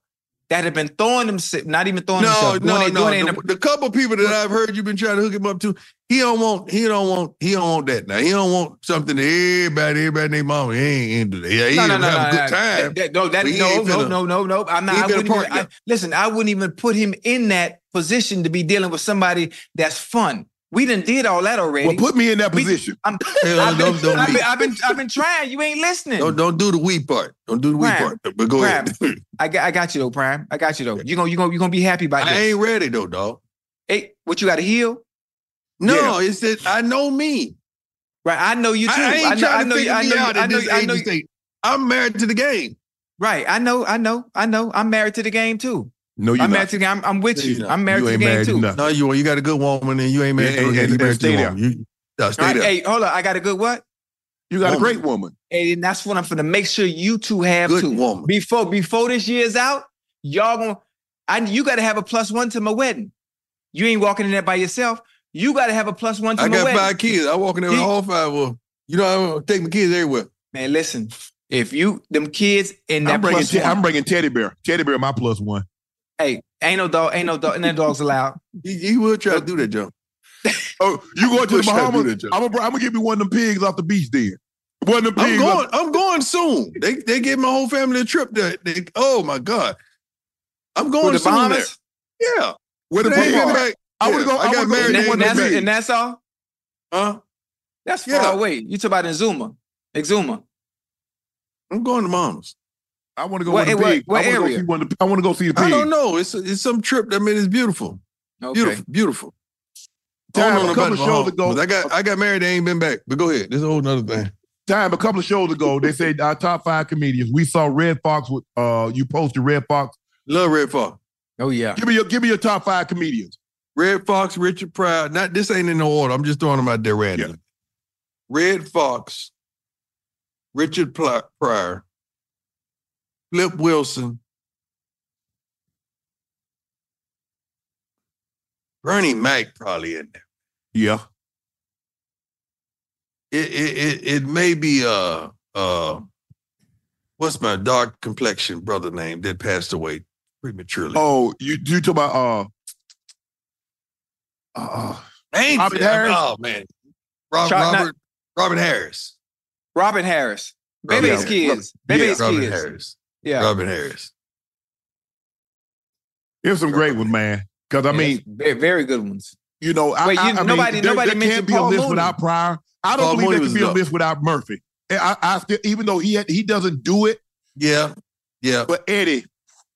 that have been throwing themselves, not even throwing No, themselves, no, doing, it- no. doing it in The, the couple people that I've heard you've been trying to hook him up to, he don't want, he don't want, he don't want that. Now he don't want something that everybody, everybody, and their mama. He ain't into that. Yeah, he no, no, no, no, have no, a no, good time. That, that- no, that, But he no, ain't no, finna- no, no, no. I'm not. he I ain't finna wouldn't even, park I, there. listen, I wouldn't even put him in that position to be dealing with somebody that's fun. We done did all that already. Well, put me in that We- position. I'm, Hell, I've, been, don't- don't I've, be. been, I've been, I've been trying. You ain't listening. Don't don't do the we part. Don't do the we Prime. part. But go Prime. ahead. I got, I got you though, Prime. I got you though. You gonna, you gonna, you gonna be happy about I this. ain't ready though, dog. Hey, what you got to heal? No, it's that I know me. Right, I know you too. I, I ain't I know, I trying know to you. figure I know, me you- out I at know, this I age know. and you- state. I'm married to the game. Right, I know, I know, I know. I'm married to the game too. No, you're I'm married not. to the game. I'm, I'm with No, you. you're not. I'm married You to the ain't game married to too. nothing. No, you you got a good woman and you ain't married Yeah, to the and- game. and You married to stay the there. woman. You, no, stay Right, there. hey, hold on. I got a good what? You got a Woman. great woman. And that's what I'm gonna make sure you two have Good too. woman. Before before this year's out, y'all gonna I you gotta have a plus one to my wedding. You ain't walking in there by yourself. You gotta have a plus one to I my got wedding. five kids. I walk in there with He- all five of them. You know, I take my kids everywhere. Man, listen, if you them kids in that I'm bringing, plus te- one, I'm bringing teddy bear. Teddy bear, my plus one. hey, ain't no dog, ain't no dog, ain't no dogs allowed. He, he will try to do that, John. Oh, you going to the Wish I Bahamas? knew I'm that, Joe. gonna, br- I'm gonna give you one of them pigs off the beach. Then one of them I'm pigs. going. I'm going soon. They they gave my whole family a trip. There. They- oh my god, I'm For going the soon. Bahamas. There. Yeah, Where the They ain't pig? been back. I would go. I got married And, They that- want and to that's, be. and that's all. Huh? That's Yeah. far away. You talk about Exuma, Exuma. I'm going to Bahamas. I want to go What- with the what- pig. what I want to go area? see one. Of the, I want to go see the pig. I don't know. It's it's some trip. I mean, it's beautiful, Okay. beautiful, beautiful. I Time, don't know a couple about shows Bahamas. ago- I got I got married. They ain't been back. But go ahead. This is a whole nother thing. time a couple of shows ago, they said our top five comedians. We saw Red Fox with uh you posted Red Fox. Love Red Fox. Oh yeah. Give me your give me your top five comedians. Red Fox, Richard Pryor. Not this ain't in no order. I'm just throwing them out there randomly. Red Fox, Richard Ply- Pryor, Flip Wilson, Bernie Mac probably in there. Yeah. It it it, it may be uh uh what's my dark complexion brother name that passed away prematurely. Oh, you you talk about uh uh Ain't Robert Harris? Oh man. Rob, Shot not- Robert Robert Harris. Robin Harris. Robert Baby's Harris. kids. Robert- Baby's yeah, Robert kids. Harris. Yeah. Robert Harris. There's some great ones, man. Because I Yeah, mean, Very, very good ones. you know, I, Wait, you- I- I mean, nobody- there, nobody there can't mentioned be Paul a list Mooney. without Pryor. I Paul don't Mooney believe there was can be a dope. list without Murphy. And I, I still, even though he had, he doesn't do it, Yeah. Yeah. but Eddie,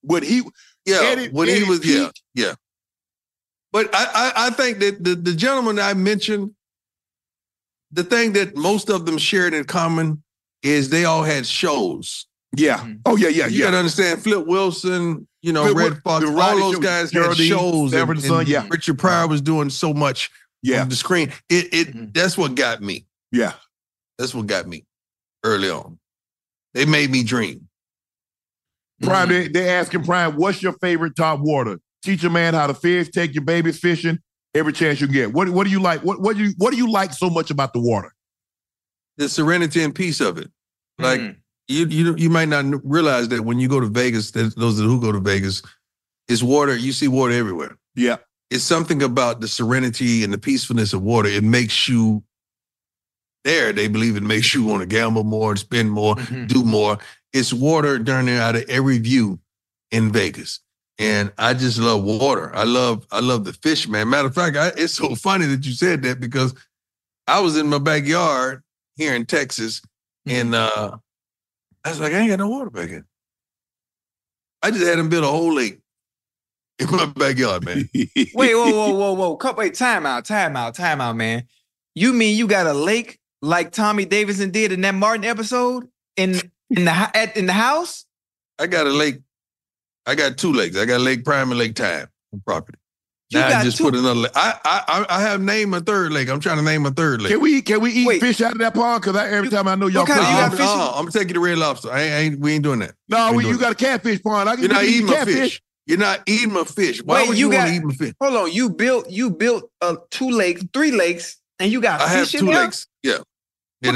would he? Yeah. Eddie- when he Eddie was yeah. peaked. Yeah. But I, I I think that the, the gentleman I mentioned, the thing that most of them shared in common is they all had shows. Yeah. Mhm. Oh yeah, yeah, You yeah. gotta understand Flip Wilson, you know, Flip Red Wil- Fox, the all Roddy those Sh- guys Geraldine, had shows. and- Severinson, and yeah. Richard Pryor was doing so much Yeah. Mm-hmm. on the screen. It it Mhm. that's what got me. Yeah. That's what got me early on. They made me dream. Prime, they, they asking Prime, what's your favorite top water? Teach a man how to fish, take your babies fishing every chance you get. What what do you like? What what do you what do you like so much about the water? The serenity and peace of it. Like Mhm. you you you might not kn- realize that when you go to Vegas, that those who go to Vegas, it's water. You see water everywhere. Yeah. It's something about the serenity and the peacefulness of water. It makes you there. They believe it makes you want to gamble more, spend more, Mhm. do more. It's water down there out of every view in Vegas. And I just love water. I love I love the fish, man. Matter of fact, I, it's so funny that you said that because I was in my backyard here in Texas, and uh, I was like, I ain't got no water back here. I just had him build a whole lake in my backyard, man. Wait, whoa, whoa, whoa, whoa. Come, wait, time out, time out, time out, man. You mean you got a lake like Tommy Davidson did in that Martin episode in in the hou- at, in the house? I got a lake. I got two lakes. I got Lake Prime and Lake Time on property. You now I got just two- put another. Lake. I I I I have named a third lake. I'm trying to name a third lake. Can we can we eat Wait. fish out of that pond? Because every time I know y'all, What kind cook- of- you No, got I'm, fish in- no, I'm gonna Uh-huh. take you to Red Lobster. I ain't, I ain't we ain't doing that. no, we well, you doing got a catfish pond. I can You're not you can eating eat my catfish. fish. You're not eating my fish. Why Wait, would you you, want got- to eat my fish? Hold on, you built you built uh, two lakes, three lakes, and you got I have fish two in there. lakes. Yeah. What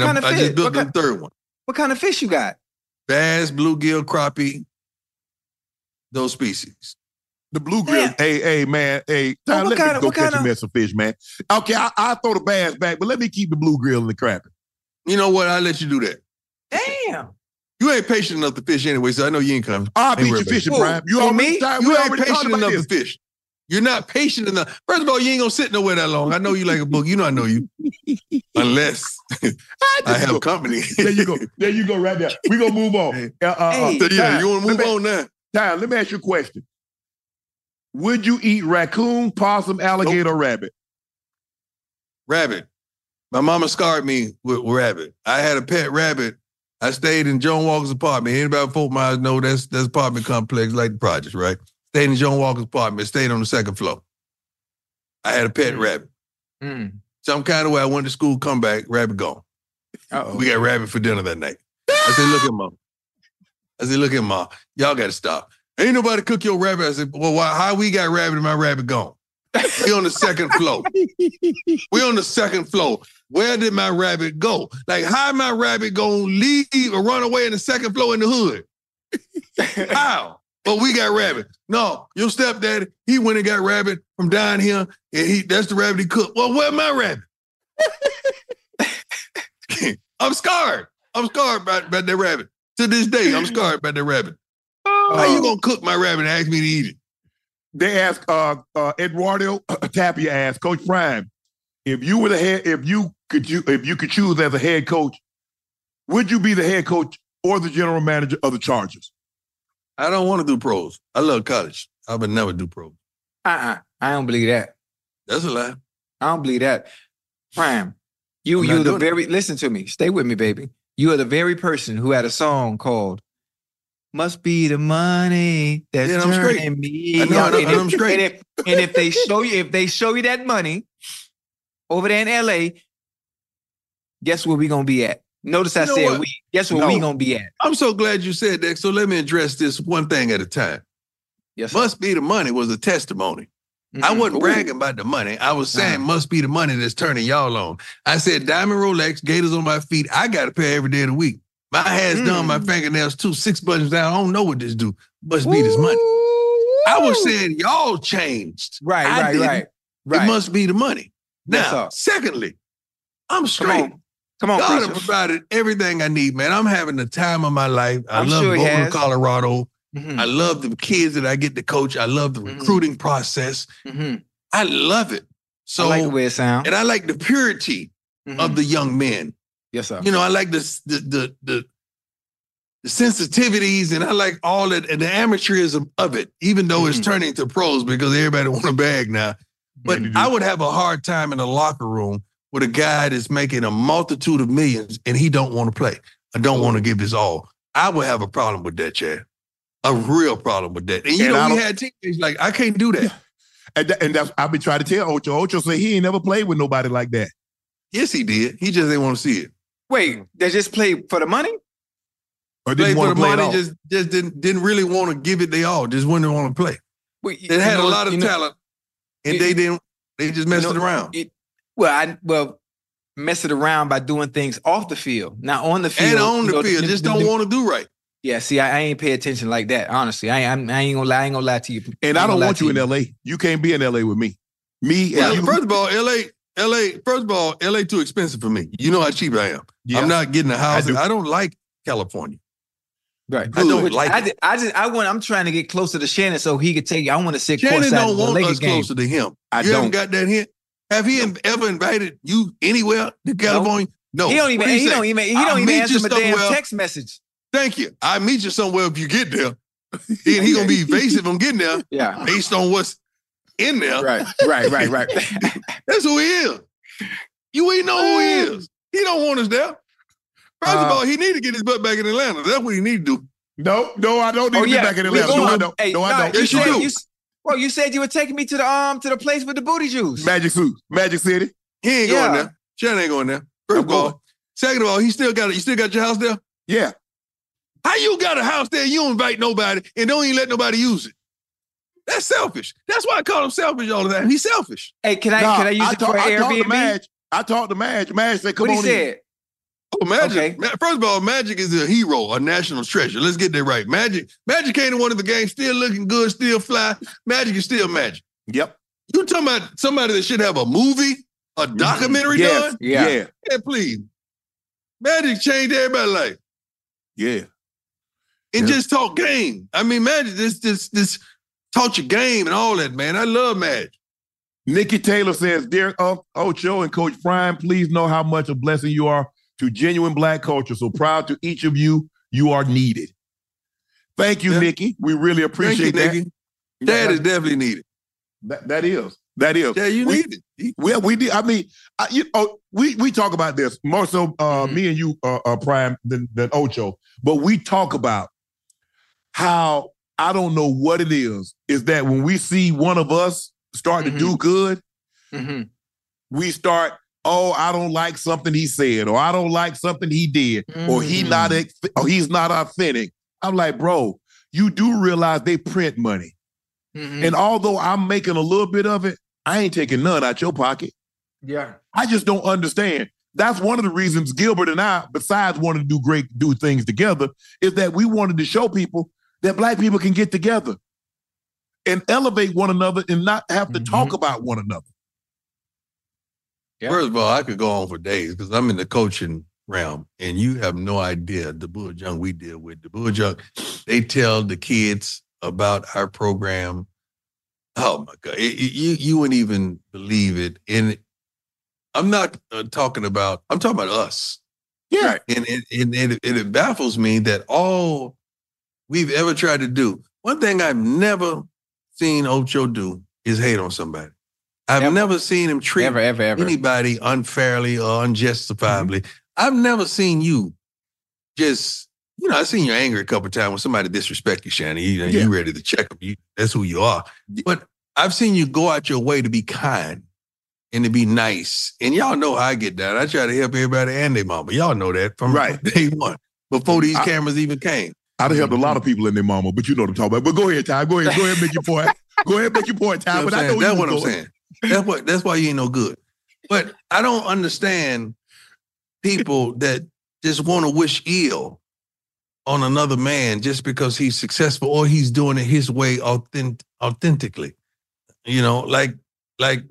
I'm- kind of I fish? just What built the kind- third one. What kind of fish you got? Bass, bluegill, crappie, those species. The bluegill. Yeah. Hey, hey, man. Hey, Well, Ty, what let kind me of- go what catch kind a of- mess of fish, man. Okay, I, I throw the bass back, but let me keep the bluegill and the crappie. You know what? I let you do that. Damn. You ain't patient enough to fish anyway, so I know you ain't coming. I'll beat worried you about fishing, it. Prime. You For already me, tired. We You ain't already talked patient about enough this. to fish. You're not patient enough. First of all, you ain't gonna sit nowhere that long. I know you like a book. You know I know you. Unless I have company. There you go. There you go. Right there. We gonna move on. Uh, uh, uh, Hey, So, yeah, you wanna Let move me- on now? Ty, let me ask you a question. Would you eat raccoon, possum, alligator, or rabbit? rabbit. My mama scarred me with, with rabbit. I had a pet rabbit. I stayed in John Walker's apartment. Anybody from Fort Myers know that's that's apartment complex like the projects, right? Stayed in John Walker's apartment. Stayed on the second floor. I had a pet rabbit. Mm. Some kind of way I went to school, come back, rabbit gone. Uh-oh. We got rabbit for dinner that night. I said, look at mom. I said, look at mom. Y'all got to stop. Ain't nobody cook your rabbit. I said, well, why, how we got rabbit and my rabbit gone? We on the second floor. We on the second floor. Where did my rabbit go? Like, how my rabbit gonna leave or run away in the second floor in the hood? How? But we got rabbit. No, your stepdaddy, he went and got rabbit from down here, and he that's the rabbit he cooked. Well, where my rabbit? I'm scarred. I'm scarred by, by that rabbit. To this day, I'm scarred by that rabbit. How you gonna cook my rabbit and ask me to eat it? Uh, They asked uh, uh, Eduardo Tapia asked Coach Prime, if you were the head, if you could you if you could choose as a head coach, would you be the head coach or the general manager of the Chargers? I don't want to do pros. I love college. I would never do pros. Uh-uh. I don't believe that. That's a lie. I don't believe that. Prime, you I'm not you the doing it. very listen to me. Stay with me, baby. You are the very person who had a song called "Must Be the Money That's Yeah, and I'm straight. Turning Me." I know, I know, and, and I'm if, straight. and if and if they show you if they show you that money over there in LA, guess where we gonna be at? Notice I You know said what? we. Guess where No. we gonna be at? I'm so glad you said that. So let me address this one thing at a time. Yes, must be the money was a testimony. Mm-hmm. I wasn't bragging about the money. I was saying Uh-huh. must be the money that's turning y'all on. I said diamond Rolex, gators on my feet. I got a pair every day of the week. My hair's done, Mm. my fingernails too, six buttons down. I don't know what this do. Must be this money. I was saying y'all changed. Right, I right, didn't. right, right. It must be the money. Yes, Now, sir. secondly, I'm straight. Come on, God preacher. has provided everything I need, man. I'm having the time of my life. I I'm love sure he going to has. Colorado. Mhm. I love the kids that I get to coach. I love Mm-hmm. the recruiting process. Mhm. I love it. So I like the way it sounds. and I like the purity Mm. of the young men. Yes, sir. You know, I like the the the the, the sensitivities, and I like all that and the amateurism of it. Even though Mm. it's turning to pros because everybody want a bag now. But I would have a hard time in a locker room with a guy that's making a multitude of millions and he don't want to play. I don't want to give his all. I would have a problem with that, Chad. A real problem with that. And you And I know, we don't- had teammates like I can't do that. And, tha- and that's I've been trying to tell Ocho. Ocho said he ain't never played with nobody like that. Yes, he did. He just didn't want to see it. Wait, they just play for the money? Or Play didn't for want the to play money, at all. just just didn't didn't really want to give it they all. Just wouldn't want to play. Wait, They had you know- a lot of you know- talent, and you- they didn't. They just messed you know, it around. it- well, I well mess it around by doing things off the field, not on the field. and on you the know, field, do- just do- don't do- want to do right. Yeah, see, I, I ain't pay attention like that. Honestly, I, I'm- I ain't gonna lie. I ain't gonna lie to you. And I don't ain't gonna lie want to you in L.A. You can't be in L.A. with me. Me Well, and you. first of all, LA, LA, first of all, LA too expensive for me. You know how cheap I am. Yeah. I'm not getting a house. I, do. don't like California. Right. I don't Which like I, it. did- I just I want I'm trying to get closer to Shannon so he could take you. I want to sit Shannon courtside at don't the want Lakers us game. closer to him. I you don't. haven't got that hint? Have he in- ever invited you anywhere to California? No. He don't even What do you he say? don't even he I'll don't even meet answer you my damn somewhere. text message. Thank you. I meet you somewhere if you get there. And he gonna be evasive on getting there Yeah. based on what's in there. Right. Right. Right. Right. That's who he is. You ain't know who he is. He don't want us there. First of Uh, all, he need to get his butt back in Atlanta. That's what he need to do. No, no, I don't need oh to yeah. be back in we Atlanta. No, going. I don't. Hey, no, nah, I don't. Yes, you said do. s- well, you said you were taking me to the um to the place with the booty juice. Magic suit, Magic City. He ain't Yeah. going there. Shannon ain't going there. I'm First of all. going. Second of all, he still got it. You still got your house there? Yeah, How you got a house there? You don't invite nobody and don't even let nobody use it. That's selfish. That's why I call him selfish all the time. He's selfish. Hey, can I Nah, can I use it talk- for I talked to Airbnb? Madge. I talked to Madge. Madge said, "Come What he on in." said? Oh, Magic. Okay. Ma- First of all, Magic is a hero, a national treasure. Let's get that right. Magic, Magic came to one of the games still looking good, still fly. Magic is still magic. Yep. You talking about somebody that should have a movie, a documentary Mm-hmm. Yes. done? Yeah. yeah, Yeah, please. Magic changed everybody's life. yeah. and Yeah. just talk game. I mean, Magic, this this this taught you game and all that, man. I love Magic. Nikki Taylor says, Dear Unc Ocho and Coach Prime, please know how much a blessing you are to genuine black culture. So proud to each of you. You are needed. Thank you, Yeah. Nikki. We really Thank appreciate you, that. Nikki. That is definitely needed. that. That is. That is. Yeah, you We- need it. Well, we did. I mean, I, you oh, we we talk about this more so uh, me and you, uh, uh, Prime than, than Ocho, but we talk about how I don't know what it is. Is that when we see one of us start Mhm. to do good, Mhm. Mm-hmm. we start. Oh, I don't like something he said, or I don't like something he did, or he Mhm. not ex- or he's not authentic. I'm like, bro, you do realize they print money, Mhm. and although I'm making a little bit of it, I ain't taking none out your pocket. Yeah. I just don't understand. That's one of the reasons Gilbert and I, besides wanting to do great, do things together, is that we wanted to show people that black people can get together and elevate one another and not have to talk about one another. Yeah. First of all, I could go on for days because I'm in the coaching realm, and you have no idea the bull junk we deal with. The bull junk, they tell the kids about our program. Oh my God, It- it- you you wouldn't even believe it. And I'm not uh, talking about. I'm talking about us. Yeah. And it, and it, and it baffles me that all we've ever tried to do, one thing I've never seen Ocho do is hate on somebody. I've Ever. never seen him treat Ever. Ever. Ever. anybody unfairly or unjustifiably. I've never seen you just you know, I seen you angry a couple of times when somebody disrespect you, Shannon. You know, Yeah. you ready to check them. You, that's who you are. But I've seen you go out your way to be kind and to be nice. And y'all know how I get down. I try to help everybody and their mama. Y'all know that from right. day one, before these I- cameras even came. I'd have helped a lot of people in their mama, but you know what I'm talking about. But go ahead, Ty. Go ahead. Go ahead, make your point. Go ahead, make your point, Ty. You know but I know what I'm saying? you was That's what I'm going. saying. That's what. That's why you ain't no good. But I don't understand people that just want to wish ill on another man just because he's successful or he's doing it his way authentic, authentically. You know, like like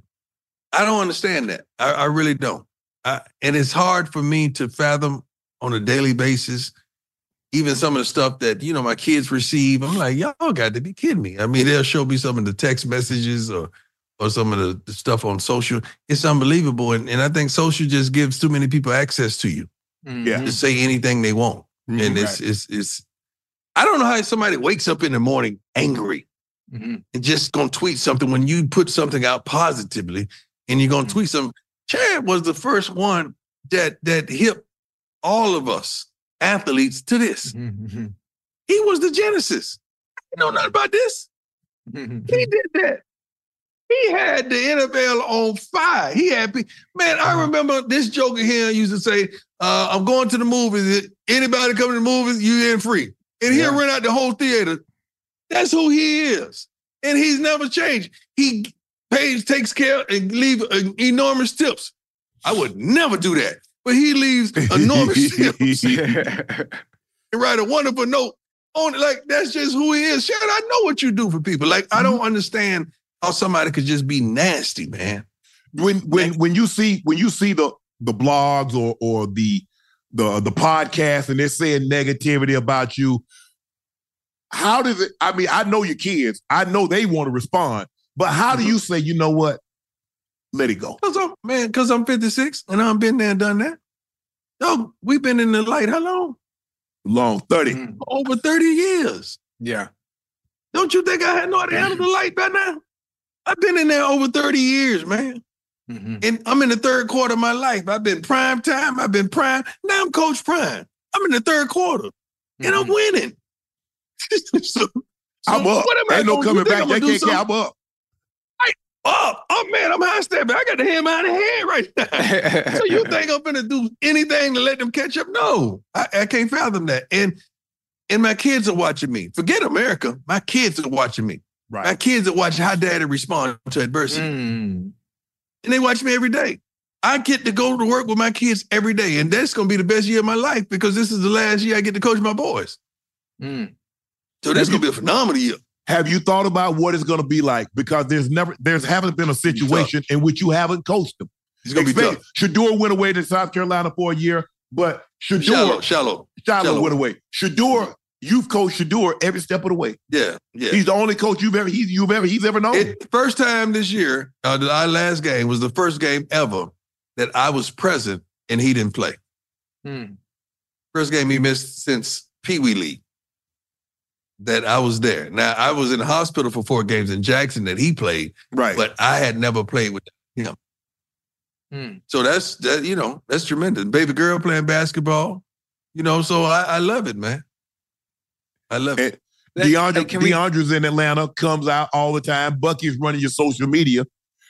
I don't understand that. I, I really don't. I, and it's hard for me to fathom on a daily basis. Even some of the stuff that you know my kids receive, I'm like, y'all got to be kidding me. I mean, they'll show me some of the text messages or or some of the, the stuff on social. It's unbelievable, and and I think social just gives too many people access to you. Mm-hmm. Yeah. Mm-hmm. to say anything they want, and it's right. it's it's. I don't know how somebody wakes up in the morning angry Mm-hmm. and just gonna tweet something when you put something out positively and you're Mm-hmm. gonna tweet something. Chad was the first one that that hip all of us athletes to this. Mm-hmm. He was the genesis. I know nothing about this. Mm-hmm. He did that. He had the NFL on fire. He had pe- man. I remember this joker here used to say, uh, "I'm going to the movies. Anybody coming to the movies, you in free." And he'll rent out the whole theater. That's who he is, and he's never changed. He pays, takes care, and leave uh, enormous tips. I would never do that, but he leaves enormous tips and write a wonderful note on it. Like that's just who he is. Shad, I know what you do for people. Like I don't understand how somebody could just be nasty, man. when when when you see when you see the the blogs or or the the the podcast and they're saying negativity about you how does it i mean i know your kids i know they want to respond but how Mm-hmm. do you say you know what let it go Cause I'm man, because I'm 56 and I've been there and done that. No, we've been in the light how long? long 30 Over 30 years. Mm-hmm. Yeah. Don't you think I had no idea how to handle the light by now? I've been in there over 30 years, man. Mm-hmm. And I'm in the third quarter of my life. I've been prime time. I've been prime. Now I'm coach prime. I'm in the third quarter and Mm-hmm. I'm winning. so, Mm-hmm. I'm so up. Ain't no gonna coming do? Think back. I'm gonna They do can't count. something? I'm up. up. Oh man, I'm high stepping. I got the hand behind the head right now. so you think I'm gonna do anything to let them catch up? No, I, I can't fathom that. And and my kids are watching me. Forget America. My kids are watching me. Right. My kids are watching how daddy respond to adversity. Mm-hmm. And they watch me every day. I get to go to work with my kids every day. And that's gonna be the best year of my life because this is the last year I get to coach my boys. So Hmm. that's gonna be a phenomenal year. have you thought about what it's going to be like because there's never there's haven't been a situation in which you haven't coached them it's gonna be tough. Shador went away to South Carolina for a year, but Shador Shallow, shallow, Shiloh Shallow. went away. Shador, you've coached Shador every step of the way. Yeah, yeah. He's the only coach you've ever he's you've ever he's ever known. It, first time this year, uh, the- our last game was the first game ever that I was present and he didn't play. Mm-hmm. First game he missed since Pee Wee League that I was there. Now I was in the hospital for four games in Jackson that he played, right? But I had never played with him. Hmm. So that's that. You know, that's tremendous. Baby girl playing basketball. You know, so I, I love it, man. I love it. DeAndre, DeAndre's in Atlanta, comes out all the time. Bucky's running your social media.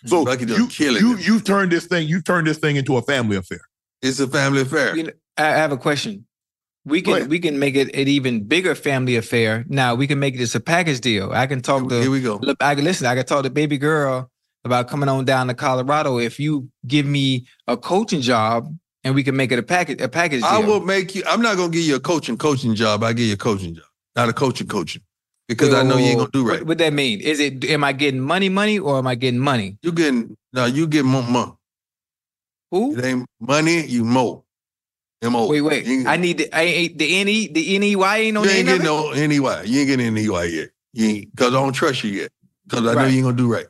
So Bucky done you, killing you you've turned this thing, you've turned this thing into a family affair. It's a family affair. You know, I I have a question. We can we can make it an even bigger family affair. Now we can make this a package deal. I can talk to here we go. Look, I can listen. I can talk to baby girl about coming on down to Colorado if you give me a coaching job and we can make it a package a package deal. I will make you. I'm not gonna give you a coaching coaching job. I give you a coaching job, not a coaching coaching, because I know you ain't gonna do right. What, what that mean? Is it am I getting money money or am I getting money? You getting no? You getting more money? Who? It ain't money. You mo. M O. Wait, wait. I need the I ain't the N E the N E Y ain't on You the ain't end of getting it? no anyway. You ain't getting anyway yet. You ain't because I don't trust you yet. Because I know Right. you ain't gonna do right.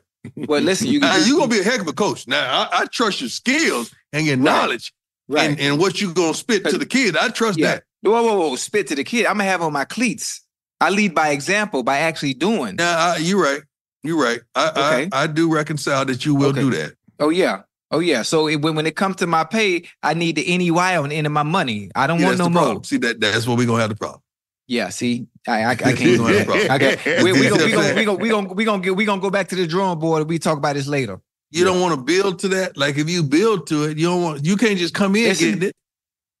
Well, listen, you Now, you gonna be a heck of a coach. Now I, I trust your skills and your knowledge, Right. And, and what you gonna spit to the kid. I trust Yeah. that. Whoa, whoa, whoa. Spit to the kid. I'm gonna have on my cleats. I lead by example by actually doing. Now I, you're right. You're right. I, I I do reconcile that you will do that. Oh yeah. Oh yeah. So it, when when it comes to my pay, I need the NEY on the end of my money. I don't See, want that's no the more. problem. See that that's where we're gonna have the problem. Yeah. See, I I, I can't do that. I can't. We we gonna we gonna we gonna we gonna we gonna, get, we gonna go back to the drawing board. and We talk about this later. You don't want to build to that. Like if you build to it, you don't want. You can't just come in Listen, getting it.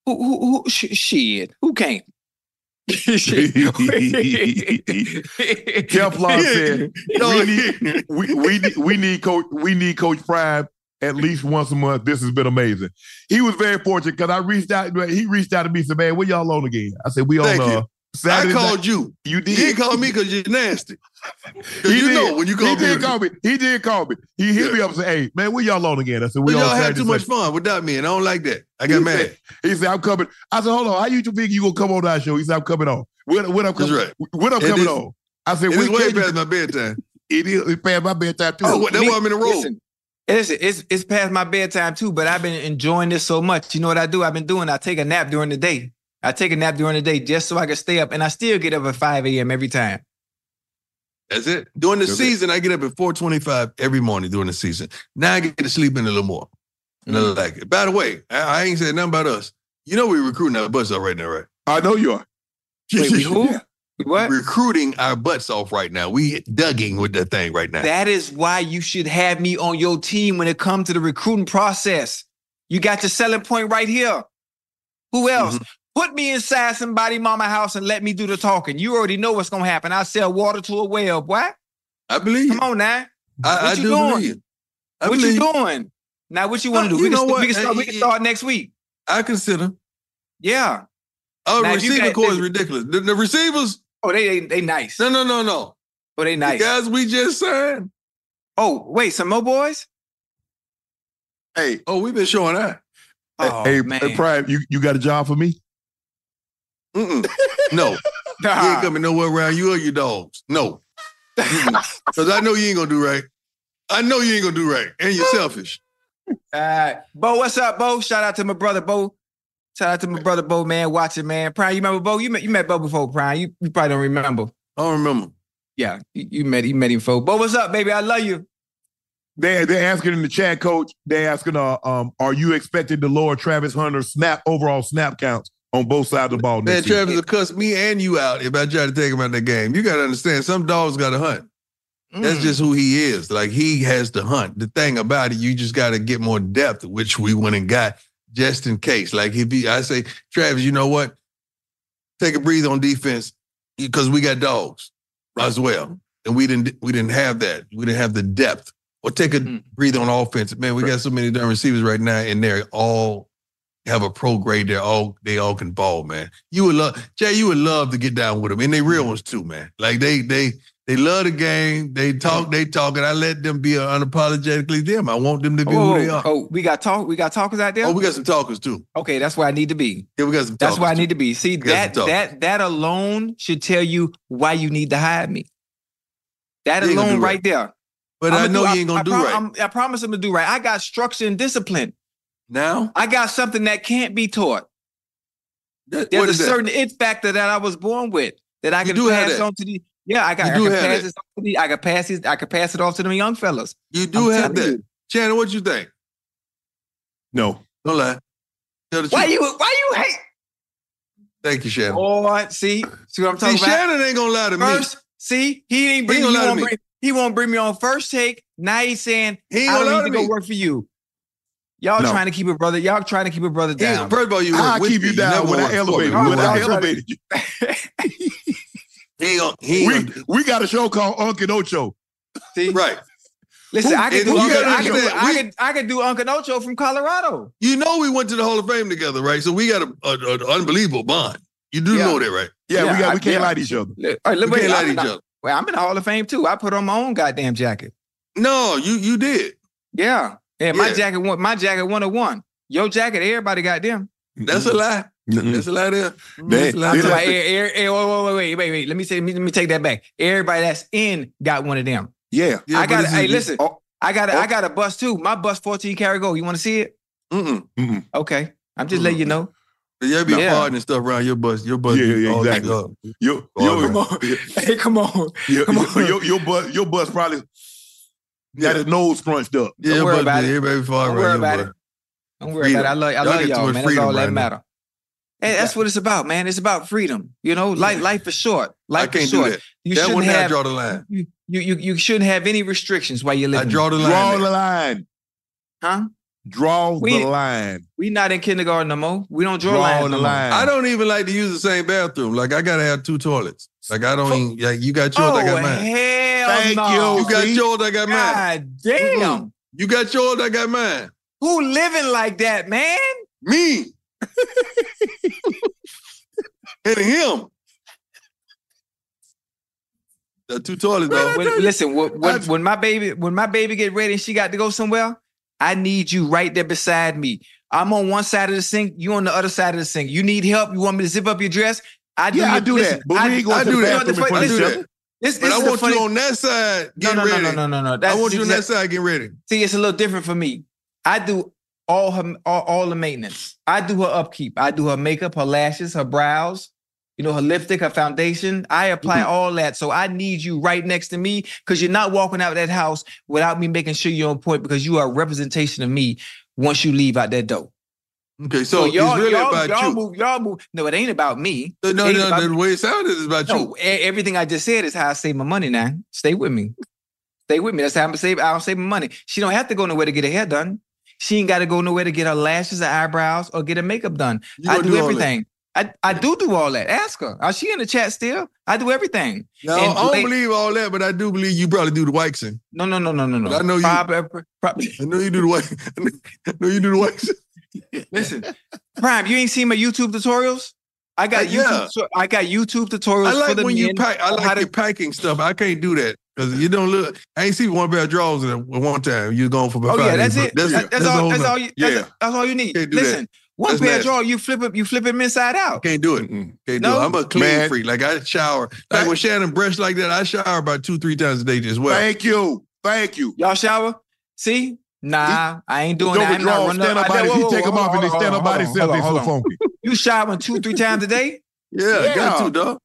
Who who, who sh- shit? Who can't? Kevlar said we need we, we need we need coach we need coach Fry at least once a month. This has been amazing. He was very fortunate because I reached out. He reached out to me and said, "Man, where y'all on again?" I said, "We on Thank you. uh, Saturday." I called night." you. You did. He called me because you're nasty. 'Cause He you did. know when you he call me. did call me. He did call me. He hit me up and said, "Hey, man, where y'all on again?" I said, "We But on y'all had Saturday too night." much fun without me, and I don't like that. I got He mad. said- he said, "I'm coming." I said, "Hold on, how you think you gonna come on our show?" He said, "I'm coming on." When, when I'm That's coming, right. when I'm It coming is- on, I said, it "When is way can you past my bedtime. It is it's past my bedtime too. Oh, that's why I'm in a roll. Listen, listen, it's it's past my bedtime too, but I've been enjoying this so much. You know what I do? I've been doing. I take a nap during the day. I take a nap during the day just so I can stay up, and I still get up at five a.m. every time. That's it. During the That's it. season, I get up at 425 every morning during the season. Now I get to sleep in a little more. And I Mm. like it. By the way, I, I ain't said nothing about us. You know we're recruiting our butts off right now, right? I know you are. Wait, we who? What? Recruiting our butts off right now. We dugging with that thing right now. That is why you should have me on your team when it comes to the recruiting process. You got your selling point right here. Who else? Mm-hmm. Put me inside somebody mama house and let me do the talking. You already know what's gonna happen. I sell water to a well, boy. I believe. Come on now. I, I what you do doing? believe. I what believe. you doing? Now what you want to No, do? you We can, know st- what? we can start. Uh, We can y- start next week. I consider. Yeah. Oh, Now, if you receiving got- core is ridiculous. The, the receivers. Oh, they they, they nice. No, no, no, no. Oh, they nice. The guys we just signed. Oh, wait, some more boys? Hey, Oh, we've been showing out. Oh, hey, man. hey, Prime, you, you got a job for me? Mm-mm. No. You Ah. ain't coming nowhere around you or your dogs. No. Because I know you ain't gonna do right. I know you ain't gonna do right. And you're selfish. Uh, Bo, what's up, Bo? Shout out to my brother, Bo. Shout out to my brother, Bo, man. Watching, man. Prime, you remember Bo? You met, you met Bo before, Prime. You, you probably don't remember. I don't remember. Yeah, you, you met you met him before. Bo, what's up, baby? I love you. They they're asking in the chat, coach. They're asking, uh, um, are you expected to lower Travis Hunter's snap overall snap counts on both sides of the ball Man, next year? Travis will cuss me and you out if I try to take him out of the game. You gotta understand, some dogs gotta hunt. Mm. That's just who he is. Like he has to hunt. The thing about it, you just gotta get more depth, which we went and got just in case. Like if he, I say, Travis, you know what? Take a breathe on defense because we got dogs as well, and we didn't we didn't have that. We didn't have the depth. Or take a Hmm. breathe on offense. Man, we got so many darn receivers right now, and they're all have a pro grade. They're all they all can ball, man. You would love Jay. You would love to get down with them, and they Mm-hmm. real ones too, man. Like they they they love the game. They talk. Mm-hmm. They talk, and I let them be unapologetically them. I want them to be Oh, who they are. oh, we got talk. We got talkers out there. Oh, we got some talkers too. Okay, that's where I need to be. Yeah, we got some. That's talkers, where I too. need to be. See got some that talkers. that that alone should tell you why you need to hire me. That You ain't gonna alone, do right. right. there. But I'ma I know you ain't gonna do prom- right. I'm- I promise I'm gonna do right. I got structure and discipline. Now, I got something that can't be taught. That- There's what a is that? certain it factor that I was born with that I You can do have pass that. on to the yeah. I got. You I do can have pass that. this on to the. I can pass these. I can pass it off to them young fellas. You I'm do have telling that. you. Shannon, what you think? No. Don't lie. Tell the Why truth. you? Why you hate? Thank you, Shannon. Boy, see, see what I'm talking about. See, Shannon ain't gonna lie to me. First, see, he ain't bring, He he, ain't gonna lie to won't me. bring he won't bring me on first take. Now he's saying He ain't I gonna don't lie need to to go me. work for you. Y'all No. trying to keep a brother. Y'all trying to keep a brother He- down. First of all, you I work with keep me. you down never when I worked for elevated. me. You When work I with me. elevated you, He ain't gonna, he ain't we we got a show called Unc and Ocho. See? gonna- right. Listen, I can and do you Uncle, gotta I can, do, understand, I we- can I can do Uncle Ocho from Colorado. You know we went to the Hall of Fame together, right? So we got a, a, a- unbelievable bond. You do Yeah. know that, right? Yeah, Yeah, we got I- we can't yeah. lie to each other. Look, all right, look, we wait, can't lie I'm to each in- other. Well, I'm in the Hall of Fame too. I put on my own goddamn jacket. No, you you did. Yeah. Yeah, my Yeah. jacket one my jacket 101. Your jacket, everybody got them. That's a lie. That's a lie there. That's a lie I'm there. talking about air, air, air, wait, wait, wait, wait, wait, wait. Let me say, let me, let me take that back. Everybody that's in got one of them. Yeah. Yeah, I but got. this Hey, is- listen. Oh. I got. a I Oh. got a bus too. My bus 14 carry go. You want to see it? Mm-mm. Mm-mm. Okay. I'm just letting you know. Y'all be Yeah. farting and stuff around your bus. Your bus. Yeah, yeah, all exactly. jacked up. Your Oh, your no. Hey, come on. your Come on. your your bus your bus probably Got his nose scrunched up. Don't worry about it. Don't worry about it. Don't worry about it. I love, I Y'all love get too y'all, much man. That's freedom all that right now. matter. And that's what it's about, man. It's about freedom. You know, life life is short. Life can't is do short. that. You That shouldn't one there, I have draw the line. You, you you you shouldn't have any restrictions while you're living. draw the line Draw the line. Huh? Draw We- the line. We not in kindergarten no more. We don't draw, Draw lines the no more. line. I don't even like to use the same bathroom. Like I gotta have two toilets. Like I don't even like you got yours, Oh I got mine. hell Thank no! you. You got see? yours, I got mine. God damn! You got yours, I got mine. Who living like that, man? Me and him. The two toilets though. When- listen, when, when, when my baby when my baby get ready and she got to go somewhere, I need you right there beside me. I'm on one side of the sink, you on the other side of the sink. You need help? You want me to zip up your dress? I do. Yeah, your- I do listen, that. But we ain't going I to do the that. bathroom in front of I each do other. that. This, But this I is the want funny. you on that side no, getting no, no, ready. no, no, no, no. I That's want you on that exact- side getting ready. See, it's a little different for me. I do all her all, all the maintenance. I do her upkeep. I do her makeup, her lashes, her brows. You know, her lipstick, her foundation. I apply Mm-hmm. all that. So I need you right next to me because you're not walking out of that house without me making sure you're on point because you are a representation of me once you leave out that door. Okay, so, y'all, it's really y'all, about y'all you. move, y'all move. No, it ain't about me. No, no, It ain't about no. The way it sounded is about you. no, e- everything I just said is how I save my money now. Stay with me. Stay with me. That's how I'm save. I'll save my money. She don't have to go nowhere to get her hair done. She ain't got to go nowhere to get her lashes, her eyebrows, or get her makeup done. You I do, gonna do all that. everything. I, I do do all that. Ask her. Are she in the chat still? I do everything. No, And I don't late- believe all that, but I do believe you probably do the waxing. No, no, no, no, no, uh, no. But I know you- Prob- prob- I know you do the waxing. I know you do the waxing. listen, Prime. You ain't seen my YouTube tutorials. I got Uh, YouTube. yeah. so- I got YouTube tutorials. I for like the when you men pack. I on how like to- your packing stuff. I can't do that because you don't look. I ain't see one pair of drawers at a- at one time. You're going for about Oh five yeah, that's days, it. bro. That's, that's, the all. whole That's nother- all. You, that's, yeah, that's all you need. Can't do that. Listen, one That's pair of nasty. drawer, you flip it. You flip him inside out. can't do it. Mm-mm. Can't do No. it. I'm a clean Man. freak. Like I shower. Like when Shannon brushed like that, I shower about two, three times a day as well. Thank you. Thank you. Y'all shower? See? Nah, I ain't doing Don't that. I'm not withdraw running stand up I- bodies. whoa, You whoa, take them whoa, off and they hold on, stand up hold by on, themselves. hold They on, so hold on. funky. You showering two, three times a day? Yeah, Yeah. got to, dog.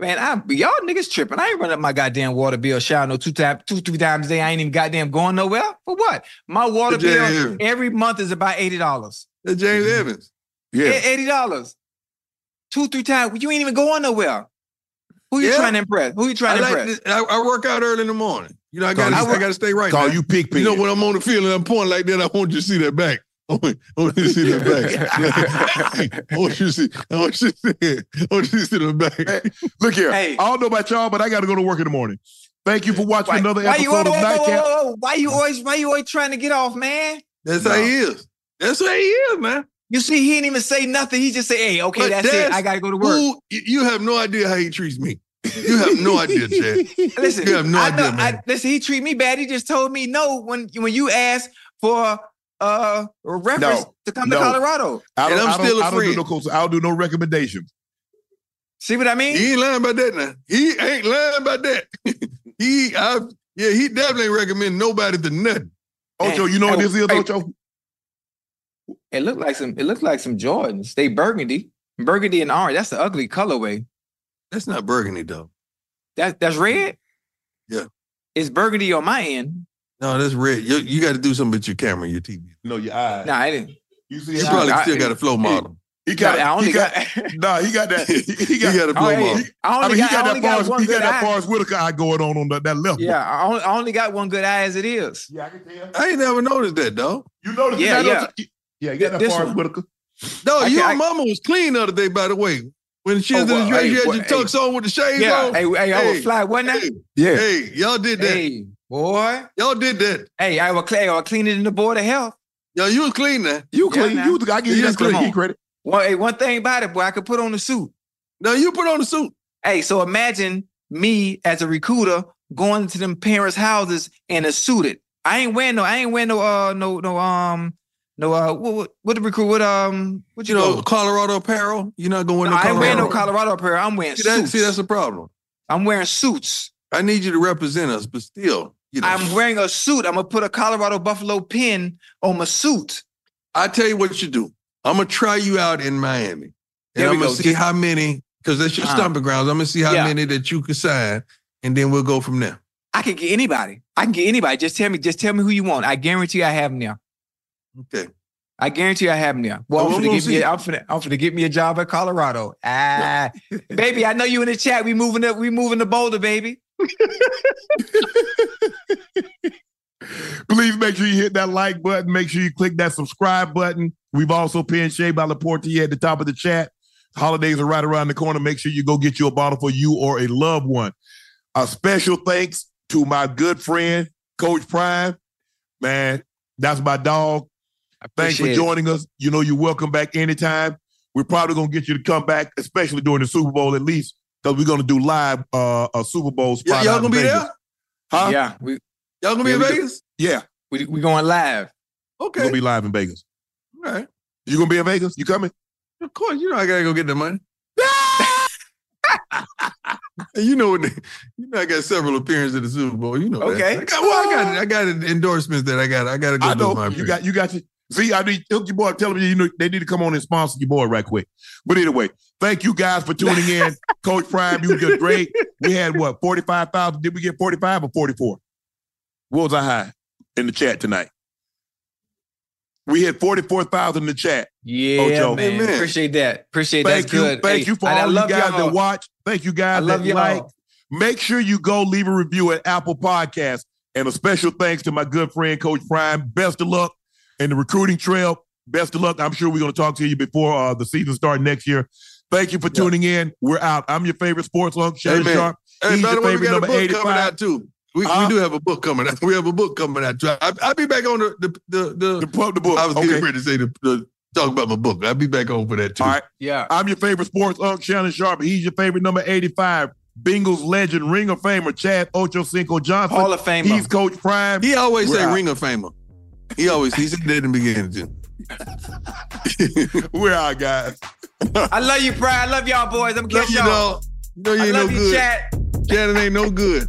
Man, I y'all niggas tripping. I ain't running up my goddamn water bill showering no two times, two, three times a day. I ain't even goddamn going nowhere. For what? My water Yeah, bill yeah. every month is about eighty dollars. That's James Evans. Yeah. Eighty dollars. Two, three times. You ain't even going nowhere. Who you Yeah. trying to impress? Who you trying I, to like impress? this, I, I work out early in the morning. You know, I Call got you- I, got to stay right. Call man. you pig You pig. know, when I'm on the field and I'm pointing like that, I want you to see that back. I want I want you to see that back. I want you to see. I want you to see. it. I want you to see the back. Look here. Hey. I don't know about y'all, but I got to go to work in the morning. Thank you for watching Why, another why you whoa, episode of whoa, whoa, Nightcap. whoa, whoa, Why you always why you always trying to get off, man? That's how he is. That's how he is, man. You see, he didn't even say nothing. He just said, "Hey, okay, But that's, it. that's I gotta go to work." Who you- you have no idea how he treats me. You have no idea, Chad. listen, you have no I know, idea, man. I, listen, he treat me bad. He just told me no when when you asked for uh a reference No, to come no. to Colorado. I And don't, I'm I don't, still a I don't do friend. no coach. I don't do no recommendations. See what I mean? He ain't lying about that now. He ain't lying about that. he, I, yeah, he definitely ain't recommend nobody to nothing. Ocho, Oh, you know what this is, Hey. Ocho? It looked like some. It looked like some Jordans. They burgundy, burgundy and orange. That's the ugly colorway. That's not burgundy though. That Mm-hmm. that's red. Yeah. it's burgundy on my end. No, that's red. You, you got to do something with your camera, your TV. No, your eyes. Nah, I didn't. You see You his probably eyes? still got a flow model. He Nah, got, I only he got, got. nah, he got that. He, he You got, got a flow Oh, hey, model. I only I mean, got. he got I that only got Forrest, one he got good that eye. Forrest Whitaker eye going on on that, that left. Yeah, I only, I only got one good eye as it is. yeah, I can tell. I ain't never noticed that though. You noticed Yeah, that? Ocho? Yeah, you got that This Forrest one. Whitaker. No, I your can't- mama was clean the other day, by the way. When she Oh, was in well, the dress, hey, you had well, your tux on with the shades Yeah, on. hey, hey, I was Hey. fly, wasn't I? Hey, Yeah. hey, y'all did that. Hey, boy. Y'all did that. Hey, I was clean. I was cleaning the board of health. Yo, you was clean now. You Yeah, clean. nah. you, I give He you that is clean clean. credit. Well, hey, one thing about it, boy, I could put on a suit. Now you put on the suit. Hey, so imagine me as a recruiter going to them parents' houses and a suited. I ain't wearing no. I ain't wearing no. Uh, no, no. Um, no. Uh, what, what, what the recruit? What um? What You you know, know? Colorado apparel. You're not going to wear no I ain't Colorado. wearing no apparel. Colorado apparel. I'm wearing See, that, suits. see, that's the problem. I'm wearing suits. I need you to represent us, but still, you know, I'm wearing a suit. I'm gonna put a Colorado Buffalo pin on my suit. I tell you what you do. I'm gonna try you out in Miami, and There we I'm gonna go. see Just- how many because that's your Uh-huh. stomping grounds. I'm gonna see how Yeah. many that you can sign, and then we'll go from there. I could get anybody. I can get anybody. Just tell me. Just tell me who you want. I guarantee I have them there. Okay. I guarantee I have them there. Oh, Well, I'm we finna gonna get me. see. I'm finna, I'm finna get me a job at Colorado. Ah, baby, I know you in the chat. We moving up. We moving to Boulder, baby. Please make sure you hit that like button. Make sure you click that subscribe button. We've also pinned Shea by Laportier at the top of the chat. Holidays are right around the corner. Make sure you go get you a bottle for you or a loved one. A special thanks to my good friend, Coach Prime. Man, that's my dog. Thanks for appreciate it. joining us. You know you're welcome back anytime. We're probably gonna get you to come back, especially during the Super Bowl at least, because we're gonna do live uh, a Super Bowl Y- spot. y'all out in gonna be Vegas. there? Huh? Yeah, we Y'all gonna be Yeah, in we do. Vegas? Yeah. we we going live. We're Okay. gonna be live in Vegas. All right. You gonna be in Vegas? You coming? Of course, you know I gotta go get the money. And you know what? they- You know I got several appearances at the Super Bowl. You know. Oh, that. Okay. I got, well, I got I got endorsements that I got. I got to go I do know my. you got you got to see. I need hook your boy. Tell him you know they need to come on and sponsor your boy right quick. But anyway, thank you guys for tuning in, Coach Prime. You did great. We had what forty five thousand? Did we get forty five or forty four? What was I high in the chat tonight? We had forty four thousand in the chat. Yeah, Ocho. man. Amen. Appreciate that. Appreciate Oh, Thank that's you, good. thank Hey, you for and all I love you guys y'all. that watch. Thank you guys I love that y'all. like. Make sure you go leave a review at Apple Podcasts. And a special thanks to my good friend, Coach Prime. Best of luck in the recruiting trail. Best of luck. I'm sure we're going to talk to you before uh, the season starts next year. Thank you for tuning in. We're out. I'm your favorite sports hunk, Shannon Amen. Sharp. Hey, He's by your the way, we favorite got a number book coming 85. out too. We, Huh? we do have a book coming out. We have a book coming out. too. I, I'll be back on the the the. The, the the book. I was Okay. getting ready to say the, the talk about my book. I'll be back on for that too. All right. Yeah. I'm your favorite sports hunk, Shannon Sharp. He's your favorite number 85. Bengals legend, Ring of Famer, Chad Ochocinco Johnson. Hall of Famer. He's Coach Prime. He always We're say out. Ring of Famer. He always he said that in the beginning too. We're out, guys. I love you, Brian. I love y'all, boys. I'm gonna Love catch you, y'all. dog. You know you I ain't love no you, good. chat. Shannon ain't no good.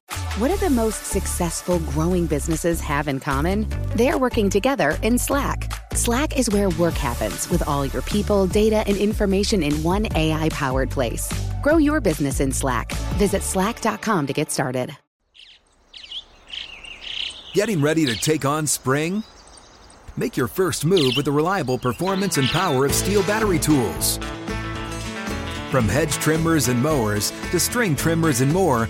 What do the most successful growing businesses have in common? They're working together in Slack. Slack is where work happens with all your people, data, and information in one AI powered place. Grow your business in Slack. Visit slack.com to get started. Getting ready to take on spring? Make your first move with the reliable performance and power of steel battery tools. From hedge trimmers and mowers to string trimmers and more,